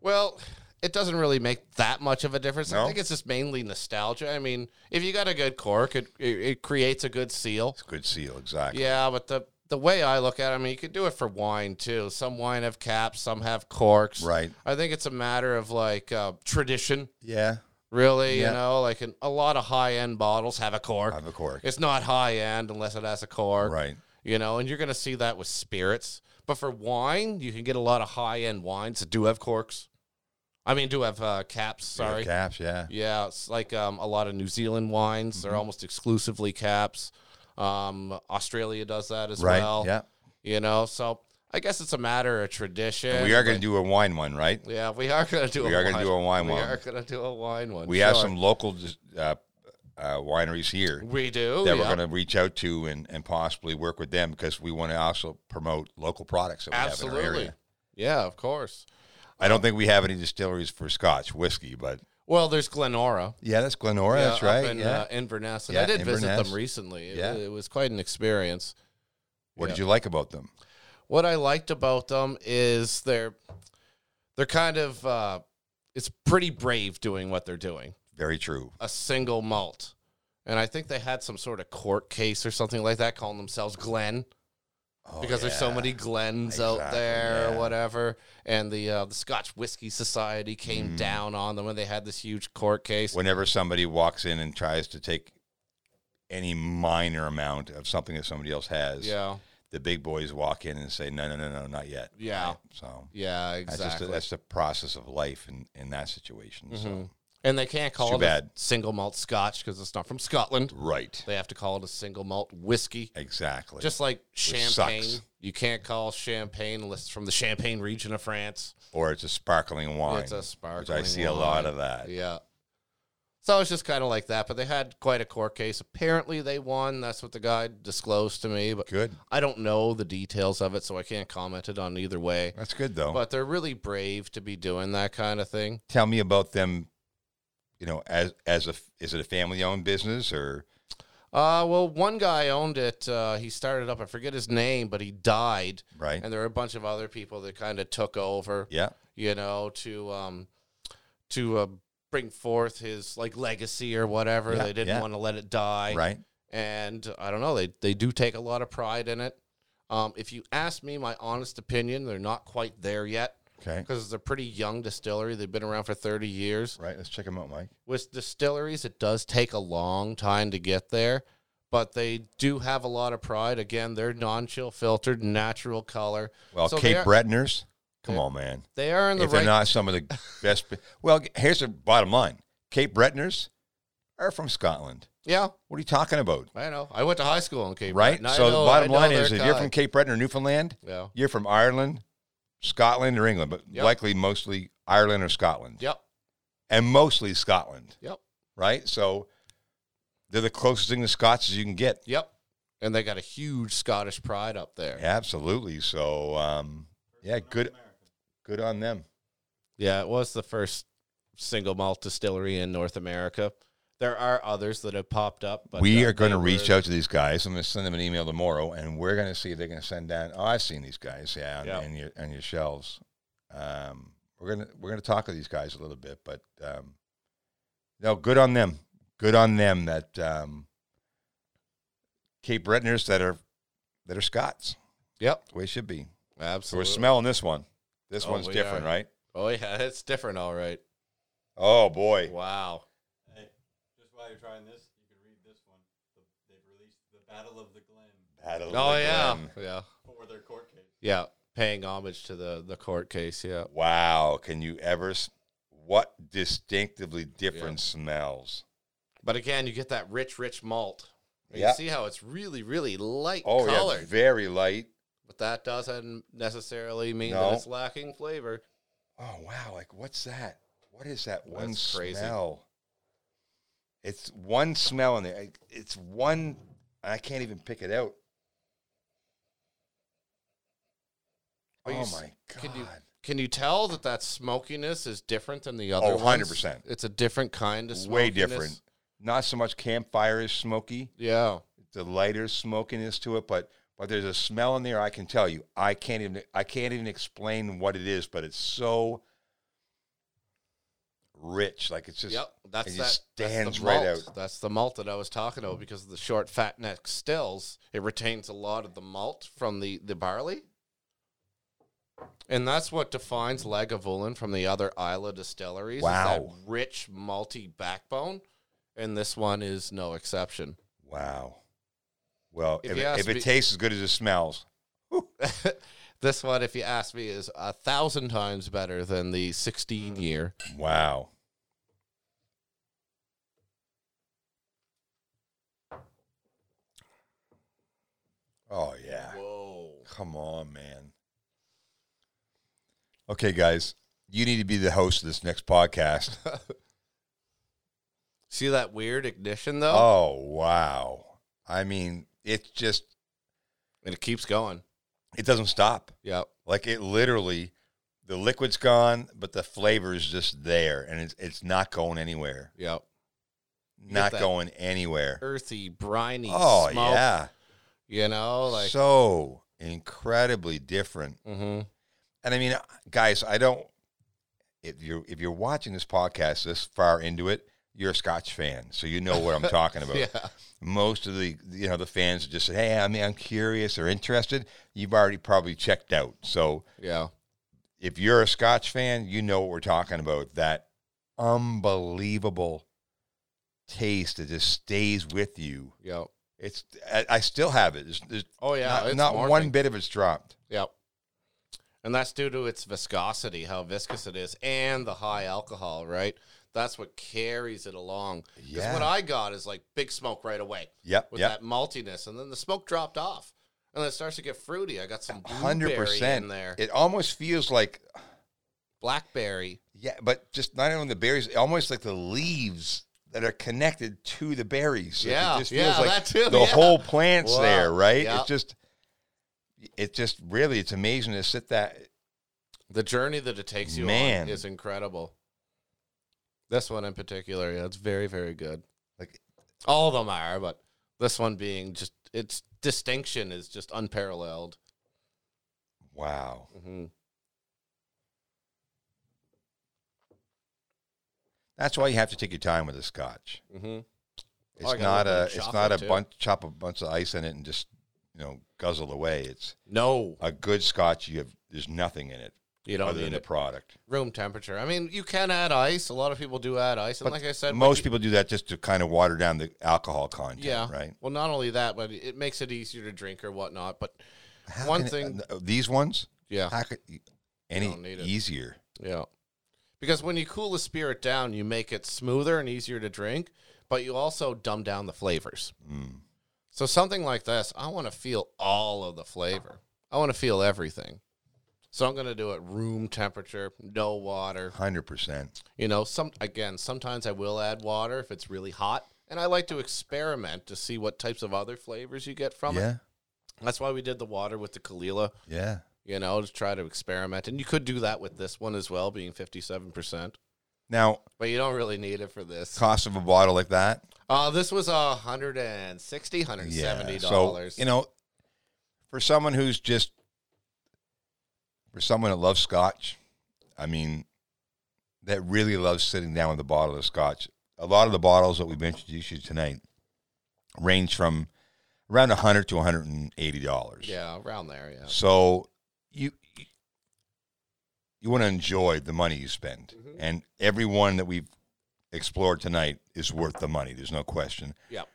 Speaker 1: Well, it doesn't really make that much of a difference.
Speaker 2: No?
Speaker 1: I think it's just mainly nostalgia. I mean, if you got a good cork, it, it, it creates a good seal.
Speaker 2: It's a good seal, exactly.
Speaker 1: Yeah, but the the way I look at it, I mean, you could do it for wine too. Some wine have caps, some have corks.
Speaker 2: Right.
Speaker 1: I think it's a matter of like uh, tradition,
Speaker 2: Yeah.
Speaker 1: really.
Speaker 2: Yeah.
Speaker 1: You know, like an, a lot of high end bottles have a cork.
Speaker 2: I have a cork.
Speaker 1: It's not high end unless it has a cork.
Speaker 2: Right.
Speaker 1: You know, and you're going to see that with spirits. But for wine, you can get a lot of high end wines that do have corks. I mean, do have uh, caps, sorry. Yeah,
Speaker 2: Caps, yeah.
Speaker 1: it's like um, a lot of New Zealand wines.
Speaker 2: Mm-hmm.
Speaker 1: They're almost exclusively caps. Um, Australia does that as
Speaker 2: Right.
Speaker 1: well.
Speaker 2: Yeah.
Speaker 1: You know, so I guess it's a matter of tradition.
Speaker 2: We are going to do a wine one, right?
Speaker 1: do. Yeah, we are going to do.
Speaker 2: We
Speaker 1: a
Speaker 2: are gonna
Speaker 1: wine.
Speaker 2: do a wine
Speaker 1: We
Speaker 2: one.
Speaker 1: are going to do a wine one.
Speaker 2: We have
Speaker 1: sure.
Speaker 2: some local uh, uh, wineries here
Speaker 1: We do.
Speaker 2: that
Speaker 1: Oh, yeah.
Speaker 2: we're going to reach out to and, and possibly work with them because we want to also promote local products that we have in our
Speaker 1: absolutely.
Speaker 2: area.
Speaker 1: Yeah, of course.
Speaker 2: I don't think we have any distilleries for Scotch whiskey, but
Speaker 1: Well, there's Glenora.
Speaker 2: yeah, that's Glenora.
Speaker 1: Yeah,
Speaker 2: that's right.
Speaker 1: Up in
Speaker 2: yeah.
Speaker 1: uh, Inverness, and I
Speaker 2: Yeah,
Speaker 1: did visit
Speaker 2: Inverness.
Speaker 1: them recently. It,
Speaker 2: Yeah.
Speaker 1: it was quite an experience.
Speaker 2: what did
Speaker 1: yeah.
Speaker 2: you like about them?
Speaker 1: What I liked about them is they're they're kind of uh, it's pretty brave doing what they're doing.
Speaker 2: Very true.
Speaker 1: A single malt, and I think they had some sort of court case or something like that, calling themselves Glen
Speaker 2: Oh,
Speaker 1: because there's so
Speaker 2: yeah.
Speaker 1: many Glens out
Speaker 2: Exactly,
Speaker 1: there
Speaker 2: yeah.
Speaker 1: or whatever. And the uh, the Scotch Whiskey Society came
Speaker 2: Mm-hmm.
Speaker 1: down on them, and they had this huge court case.
Speaker 2: Whenever somebody walks in and tries to take any minor amount of something that somebody else has,
Speaker 1: yeah,
Speaker 2: the big boys walk in and say, "No, no, no, no, not yet."
Speaker 1: Yeah.
Speaker 2: Right? So
Speaker 1: yeah, exactly.
Speaker 2: that's just that's the process of life in in that situation. So
Speaker 1: Mm-hmm. And they can't call
Speaker 2: too
Speaker 1: it
Speaker 2: bad.
Speaker 1: a single malt scotch because it's not from Scotland.
Speaker 2: right,
Speaker 1: They have to call it a single malt whiskey.
Speaker 2: exactly.
Speaker 1: Just like champagne.
Speaker 2: sucks.
Speaker 1: You can't call champagne unless it's from the Champagne region of France.
Speaker 2: or it's a sparkling wine.
Speaker 1: It's a
Speaker 2: which
Speaker 1: sparkling.
Speaker 2: I see a
Speaker 1: wine.
Speaker 2: lot of that.
Speaker 1: Yeah. So it's just kind of like that. But they had quite a court case. Apparently they won. That's what the guy disclosed to me. But
Speaker 2: Good.
Speaker 1: I don't know the details of it, so I can't comment it on either way.
Speaker 2: That's good though.
Speaker 1: But they're really brave to be doing that kind of thing.
Speaker 2: Tell me about them. You know, as as a is it a family owned business or
Speaker 1: Uh, well, one guy owned it. Uh, he started up. I forget his name, but he died,
Speaker 2: right?
Speaker 1: and there were a bunch of other people that kind of took over.
Speaker 2: yeah.
Speaker 1: You know, to um, to uh, bring forth his like legacy or whatever.
Speaker 2: Yeah,
Speaker 1: they didn't
Speaker 2: yeah.
Speaker 1: want to let it die,
Speaker 2: Right.
Speaker 1: and I don't know. They they do take a lot of pride in it. Um, if you ask me, my honest opinion, they're not quite there yet
Speaker 2: Okay.
Speaker 1: because it's a pretty young distillery. They've been around for thirty years
Speaker 2: Right. Let's check them out, Mike.
Speaker 1: with distilleries it does take a long time to get there but they do have a lot of pride again they're non-chill filtered natural color
Speaker 2: Well,
Speaker 1: So
Speaker 2: Cape
Speaker 1: they're-
Speaker 2: Bretoners. Come
Speaker 1: they're-
Speaker 2: on, man.
Speaker 1: they are in the
Speaker 2: if
Speaker 1: right
Speaker 2: they're not some of the best. Well, here's the bottom line: Cape Bretoners are from Scotland.
Speaker 1: yeah
Speaker 2: What are you talking about?
Speaker 1: i know i went to high school in cape
Speaker 2: Right.
Speaker 1: Breton. I
Speaker 2: so
Speaker 1: know-
Speaker 2: the
Speaker 1: I
Speaker 2: bottom
Speaker 1: know
Speaker 2: line
Speaker 1: their
Speaker 2: is, if you're
Speaker 1: kind.
Speaker 2: from Cape Breton or Newfoundland,
Speaker 1: yeah
Speaker 2: you're from Ireland, Scotland, or England, but
Speaker 1: Yep.
Speaker 2: likely mostly Ireland or Scotland,
Speaker 1: yep
Speaker 2: and mostly Scotland.
Speaker 1: Yep.
Speaker 2: Right. So they're the closest thing to Scots as you can get.
Speaker 1: yep and they got a huge scottish pride up there yeah,
Speaker 2: Absolutely. So um, yeah, good, good on them.
Speaker 1: it was the first single malt distillery in north america there are others that have popped up but
Speaker 2: we
Speaker 1: uh,
Speaker 2: are going to
Speaker 1: they
Speaker 2: reach
Speaker 1: were-
Speaker 2: out to these guys. I'm going to send them an email tomorrow, and we're going to see if they're going to send down. Oh, I've seen these guys, yeah, on,
Speaker 1: Yeah.
Speaker 2: on your on your shelves. Um, we're gonna we're gonna talk to these guys a little bit, but um, no, good on them. Good on them that um, Cape Bretoners that are that are Scots.
Speaker 1: Yep.
Speaker 2: The way it should be. So we're
Speaker 1: Absolutely.
Speaker 2: smelling this one. This
Speaker 1: Oh,
Speaker 2: one's
Speaker 1: we
Speaker 2: different,
Speaker 1: are.
Speaker 2: right?
Speaker 1: oh yeah, (laughs) it's different. All right.
Speaker 2: Oh boy.
Speaker 1: Wow.
Speaker 3: Hey, just while you're trying this, you can read this one. The, they've released the Battle of the Glen
Speaker 2: Battle of
Speaker 1: Oh
Speaker 2: the
Speaker 1: yeah.
Speaker 2: Glen.
Speaker 1: Yeah.
Speaker 3: for their court case.
Speaker 1: Yeah. Paying homage to the the court case. Yeah.
Speaker 2: Wow. Can you ever? s- What distinctively different smells?
Speaker 1: But again, you get that rich, rich malt. You
Speaker 2: Yeah.
Speaker 1: see how it's really, really light
Speaker 2: Oh yeah,
Speaker 1: colored,
Speaker 2: very light.
Speaker 1: but that doesn't necessarily mean
Speaker 2: No.
Speaker 1: that it's lacking flavor.
Speaker 2: Oh wow! Like what's that? What is that one
Speaker 1: That's crazy.
Speaker 2: smell? It's one smell in there. I- It's one. I can't even pick it out.
Speaker 1: But you
Speaker 2: oh
Speaker 1: s-
Speaker 2: my god!
Speaker 1: Can you can you tell that that smokiness is different than the other?
Speaker 2: Oh,
Speaker 1: ones?
Speaker 2: 100%.
Speaker 1: It's a different kind of smokiness.
Speaker 2: Way different. Not so much campfire is smoky.
Speaker 1: Yeah.
Speaker 2: The lighter smokiness to it, but but there's a smell in there. I can tell you. I can't even. I can't even explain what it is, but it's so rich. Like it's just.
Speaker 1: Yep, that's
Speaker 2: it
Speaker 1: that.
Speaker 2: just stands
Speaker 1: that's the
Speaker 2: right
Speaker 1: malt.
Speaker 2: out.
Speaker 1: That's the malt that I was talking about because of the short fat neck stills. It retains a lot of the malt from the the barley, and that's what defines Lagavulin from the other Isla distilleries. is that
Speaker 2: Wow.
Speaker 1: rich malty backbone, and this one is no exception.
Speaker 2: Wow. Well,
Speaker 1: If
Speaker 2: if,
Speaker 1: you
Speaker 2: it,
Speaker 1: ask
Speaker 2: if it
Speaker 1: me-
Speaker 2: tastes as good as it smells,
Speaker 1: this one, if you ask me, is a thousand times better than the sixteen year.
Speaker 2: wow. Oh yeah.
Speaker 1: Whoa!
Speaker 2: Come on, man. Okay, guys, you need to be the host of this
Speaker 1: (laughs)
Speaker 2: next podcast.
Speaker 1: See that weird ignition though,
Speaker 2: oh, wow. I mean, it's just
Speaker 1: and it keeps going.
Speaker 2: it doesn't stop.
Speaker 1: Yep.
Speaker 2: Like it literally the liquid's gone, but the flavor is just there and it's it's not going anywhere.
Speaker 1: Yep. get
Speaker 2: not
Speaker 1: that
Speaker 2: going anywhere.
Speaker 1: earthy, briny
Speaker 2: Oh
Speaker 1: smoke.
Speaker 2: yeah,
Speaker 1: You know, like
Speaker 2: so incredibly different. (laughs)
Speaker 1: Mhm.
Speaker 2: And I mean, guys, I don't. If you're if you're watching this podcast this far into it, you're a Scotch fan, so you know what I'm talking
Speaker 1: (laughs)
Speaker 2: about.
Speaker 1: yeah,
Speaker 2: Most of the you know the fans just say, "Hey, I mean, I'm curious or interested." You've already probably checked out. So
Speaker 1: yeah,
Speaker 2: if you're a Scotch fan, you know what we're talking about. That unbelievable taste that just stays with you.
Speaker 1: yep.
Speaker 2: It's I, I still have it. There's, there's
Speaker 1: Oh yeah,
Speaker 2: not,
Speaker 1: it's
Speaker 2: not one
Speaker 1: morphing.
Speaker 2: bit of it's dropped.
Speaker 1: Yep. And that's due to its viscosity, how viscous it is, and the high alcohol, right? That's what carries it along. Because
Speaker 2: Yeah.
Speaker 1: what I got is like big smoke right away
Speaker 2: Yep.
Speaker 1: with
Speaker 2: yep.
Speaker 1: that maltiness, and then the smoke dropped off, and then it starts to get fruity. I got some
Speaker 2: Hundred
Speaker 1: blueberry in
Speaker 2: percent.
Speaker 1: there,
Speaker 2: It almost feels like
Speaker 1: blackberry.
Speaker 2: yeah, but just not only the berries, almost like the leaves that are connected to the berries. It-
Speaker 1: Yeah,
Speaker 2: It just
Speaker 1: yeah,
Speaker 2: feels like
Speaker 1: that too,
Speaker 2: the
Speaker 1: yeah.
Speaker 2: whole plant's
Speaker 1: Wow,
Speaker 2: there, right?
Speaker 1: yeah.
Speaker 2: It's just it just really it's amazing to sit that
Speaker 1: The journey that it takes you
Speaker 2: Man.
Speaker 1: on is incredible. This one in particular, yeah, it's very, very good.
Speaker 2: Like-
Speaker 1: all of them are, but this one being just its distinction is just unparalleled.
Speaker 2: wow.
Speaker 1: hmm
Speaker 2: That's why you have to take your time with the scotch.
Speaker 1: hmm
Speaker 2: It's
Speaker 1: I got a little bit
Speaker 2: not a
Speaker 1: of
Speaker 2: it's
Speaker 1: chocolate,
Speaker 2: not a
Speaker 1: too.
Speaker 2: bunch chop a bunch of ice in it and just you know guzzle away. It's
Speaker 1: No,
Speaker 2: a good scotch. You have there's nothing in it.
Speaker 1: you don't
Speaker 2: other than
Speaker 1: need
Speaker 2: the
Speaker 1: it.
Speaker 2: product.
Speaker 1: Room temperature. I mean, you can add ice. A lot of people do add ice, and
Speaker 2: But
Speaker 1: like I said,
Speaker 2: Most
Speaker 1: when
Speaker 2: people do that just to kind of water down the alcohol content,
Speaker 1: you- yeah,
Speaker 2: right?
Speaker 1: Well, not only that, but it makes it easier to drink or whatnot. But one
Speaker 2: can it-
Speaker 1: thing,
Speaker 2: uh, these ones,
Speaker 1: yeah,
Speaker 2: how could you- any
Speaker 1: don't need it.
Speaker 2: easier?
Speaker 1: Yeah. Because when you cool the spirit down, you make it smoother and easier to drink, but you also dumb down the flavors.
Speaker 2: Mm.
Speaker 1: So something like this, I want to feel all of the flavor. I want to feel everything. So I'm going to do it room temperature, no water.
Speaker 2: Hundred percent.
Speaker 1: You know, some again, sometimes I will add water if it's really hot, and I like to experiment to see what types of other flavors you get from it.
Speaker 2: Yeah,
Speaker 1: That's why we did the water with the Kalila,
Speaker 2: yeah.
Speaker 1: you know, to try to experiment. And you could do that with this one as well, being 57%.
Speaker 2: Now,
Speaker 1: But you don't really need it for this.
Speaker 2: cost of a bottle like that,
Speaker 1: Uh, this was a hundred and sixty, hundred and seventy
Speaker 2: yeah. So
Speaker 1: dollars.
Speaker 2: you know, for someone who's just for someone that loves scotch, I mean, that really loves sitting down with a bottle of scotch. A lot of the bottles that we've introduced you tonight range from around 100 to 180 dollars.
Speaker 1: Yeah, around there. Yeah.
Speaker 2: So you you want to enjoy the money you spend,
Speaker 1: Mhm.
Speaker 2: and every one that we've explored tonight is worth the money. There's no question.
Speaker 1: Yep.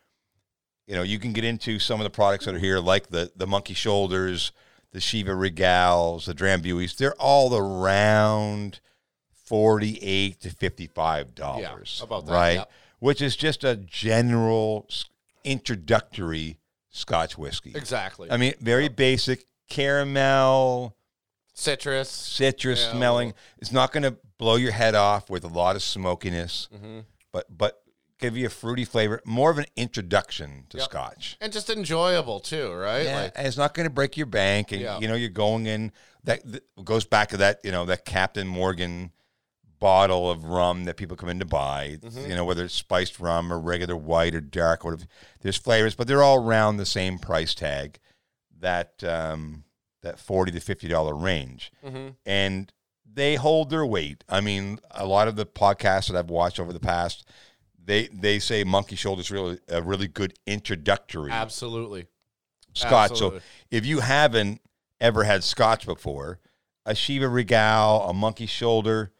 Speaker 2: You know, you can get into some of the products that are here, like the the monkey shoulders, the Shiva regals, the Drambuies. They're all around forty eight to fifty five dollars.
Speaker 1: Yeah, about that,
Speaker 2: right,
Speaker 1: yep.
Speaker 2: which is just a general s- introductory Scotch whiskey.
Speaker 1: Exactly.
Speaker 2: I mean, very basic caramel,
Speaker 1: citrus.
Speaker 2: citrus
Speaker 1: Yeah,
Speaker 2: smelling. It's not going to blow your head off with a lot of smokiness,
Speaker 1: hmm
Speaker 2: but but give you a fruity flavor, more of an introduction to
Speaker 1: Yep.
Speaker 2: Scotch.
Speaker 1: And just enjoyable too, right?
Speaker 2: Yeah,
Speaker 1: Like,
Speaker 2: and it's not going to break your bank, and
Speaker 1: Yeah.
Speaker 2: you know you're going in. That th- goes back to that you know that Captain Morgan bottle of rum that people come in to buy.
Speaker 1: Mhm.
Speaker 2: You know whether it's spiced rum or regular white or dark, whatever. There's flavors, but they're all around the same price tag, that um, that forty to fifty dollar range,
Speaker 1: Mhm.
Speaker 2: and they hold their weight. I mean, a lot of the podcasts that I've watched over the past. They, they say monkey shoulders really a really good introductory
Speaker 1: absolutely.
Speaker 2: scotch.
Speaker 1: Absolutely.
Speaker 2: So if you haven't ever had scotch before, a Shiva Regal, a Monkey Shoulder,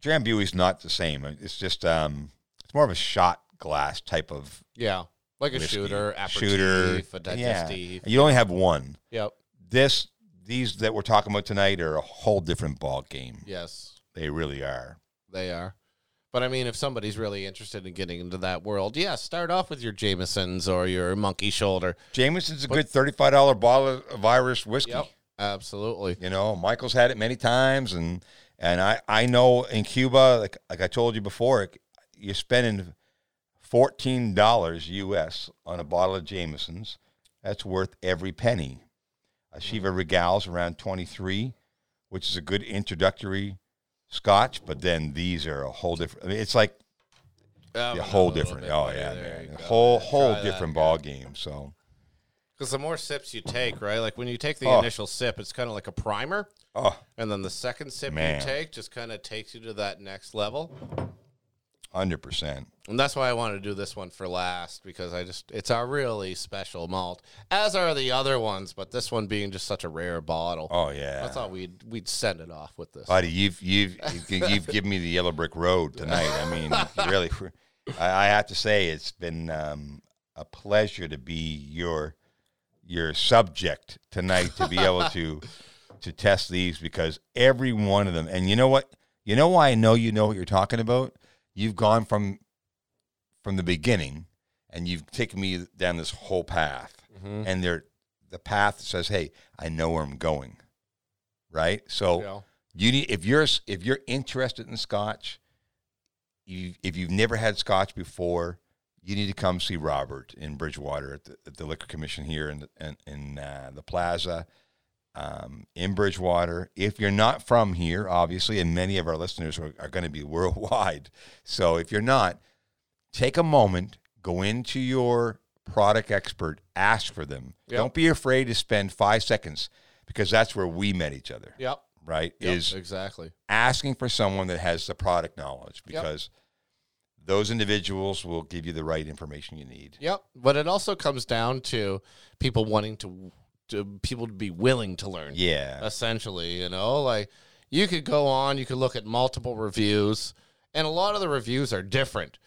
Speaker 2: Drambuie's not the same. It's just um, it's more of a shot glass type of
Speaker 1: Yeah, like a
Speaker 2: whiskey.
Speaker 1: shooter, aperitif, a digestif.
Speaker 2: Yeah. You only have one.
Speaker 1: Yep.
Speaker 2: This these that we're talking about tonight are a whole different ball game.
Speaker 1: Yes.
Speaker 2: They really are.
Speaker 1: They are. But I mean, if somebody's really interested in getting into that world, yeah, start off with your Jamesons or your Monkey Shoulder.
Speaker 2: Jameson's a good thirty-five dollar bottle of Irish whiskey.
Speaker 1: Absolutely.
Speaker 2: You know, Michael's had it many times, and and I I know in Cuba, like like I told you before, it- you're spending fourteen dollars U.S. on a bottle of Jameson's. That's worth every penny. A Shiva Regal's around twenty three, which is a good introductory Scotch, but then these are a whole different. I mean, it's like
Speaker 1: Yeah,
Speaker 2: a whole different. Oh yeah, man, a whole whole different ball game. So
Speaker 1: Because the more sips you take, right? Like when you take the
Speaker 2: Oh.
Speaker 1: initial sip, it's kind of like a primer,
Speaker 2: oh.
Speaker 1: and then the second sip
Speaker 2: Man.
Speaker 1: you take just kind of takes you to that next level.
Speaker 2: 100%.
Speaker 1: And that's why I want to do this one for last because I just it's our really special malt, as are the other ones, but this one being just such a rare bottle.
Speaker 2: Oh, yeah.
Speaker 1: I thought we'd we'd send it off with this.
Speaker 2: Buddy, you've you've you've given me the yellow brick road tonight. I mean, really, I, I have to say it's been um, a pleasure to be your your subject tonight to be able to to test these because every one of them. And you know what? You know why I know you know what you're talking about. You've gone from from the beginning, and you've taken me down this whole path,
Speaker 1: Mm-hmm.
Speaker 2: and there the path says, "Hey, I know where I'm going." Right, so
Speaker 1: You know?
Speaker 2: you need if you're if you're interested in scotch, you if you've never had scotch before, you need to come see Robert in Bridgewater at the, at the liquor commission here in in, in uh, the plaza um, in Bridgewater. If you're not from here, obviously, and many of our listeners are, are going to be (laughs) worldwide, so if you're not, take a moment, go into your product expert, ask for them.
Speaker 1: Yep.
Speaker 2: Don't be afraid to spend five seconds because that's where we met each other
Speaker 1: Yep.
Speaker 2: right?
Speaker 1: Yep,
Speaker 2: Is
Speaker 1: exactly.
Speaker 2: asking for someone that has the product knowledge
Speaker 1: Yep.
Speaker 2: because those individuals will give you the right information you need.
Speaker 1: Yep. But it also comes down to people wanting to, to people to be willing to learn.
Speaker 2: Yeah.
Speaker 1: Essentially, you know, like you could go on, you could look at multiple reviews, and a lot of the reviews are different.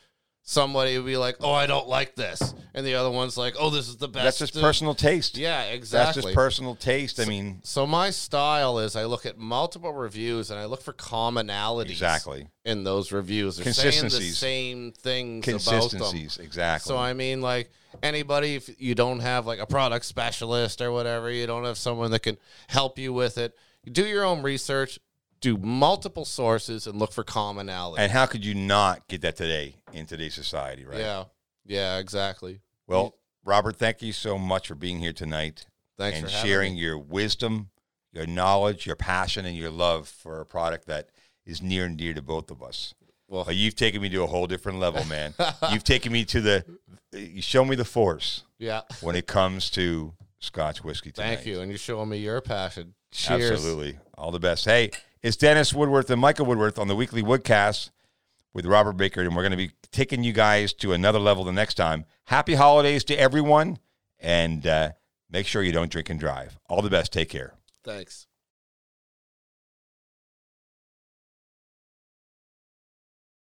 Speaker 1: Somebody would be like, "Oh, I don't like this," and the other one's like, "Oh, this is the best."
Speaker 2: That's just
Speaker 1: Uh,
Speaker 2: personal taste.
Speaker 1: Yeah,
Speaker 2: That's
Speaker 1: exactly.
Speaker 2: just personal taste. I mean,
Speaker 1: so my style is I look at multiple reviews and I look for commonalities
Speaker 2: exactly.
Speaker 1: in those reviews. They're saying the
Speaker 2: Consistencies.
Speaker 1: same things about them.
Speaker 2: Consistencies. Exactly.
Speaker 1: So I mean, like anybody, if you don't have like a product specialist or whatever, you don't have someone that can help you with it. Do your own research, do multiple sources, and look for commonality.
Speaker 2: and how could you not get that today in today's society, right?
Speaker 1: Yeah, yeah, exactly.
Speaker 2: Well, Robert, thank you so much for being here tonight
Speaker 1: Thanks
Speaker 2: and
Speaker 1: for having
Speaker 2: sharing
Speaker 1: Me.
Speaker 2: your wisdom, your knowledge, your passion, and your love for a product that is near and dear to both of us.
Speaker 1: Well,
Speaker 2: But you've taken me to a whole different level,
Speaker 1: (laughs)
Speaker 2: man. you've taken me to the, you show me the force
Speaker 1: yeah.
Speaker 2: when it comes to Scotch whiskey. Tonight.
Speaker 1: Thank you, and you're showing me your passion. Cheers.
Speaker 2: Absolutely. All the best. Hey, it's Dennis Woodworth and Michael Woodworth on the weekly Woodcast with Robert Baker, and we're going to be taking you guys to another level the next time. Happy holidays to everyone, and uh, make sure you don't drink and drive. All the best. Take care.
Speaker 1: Thanks.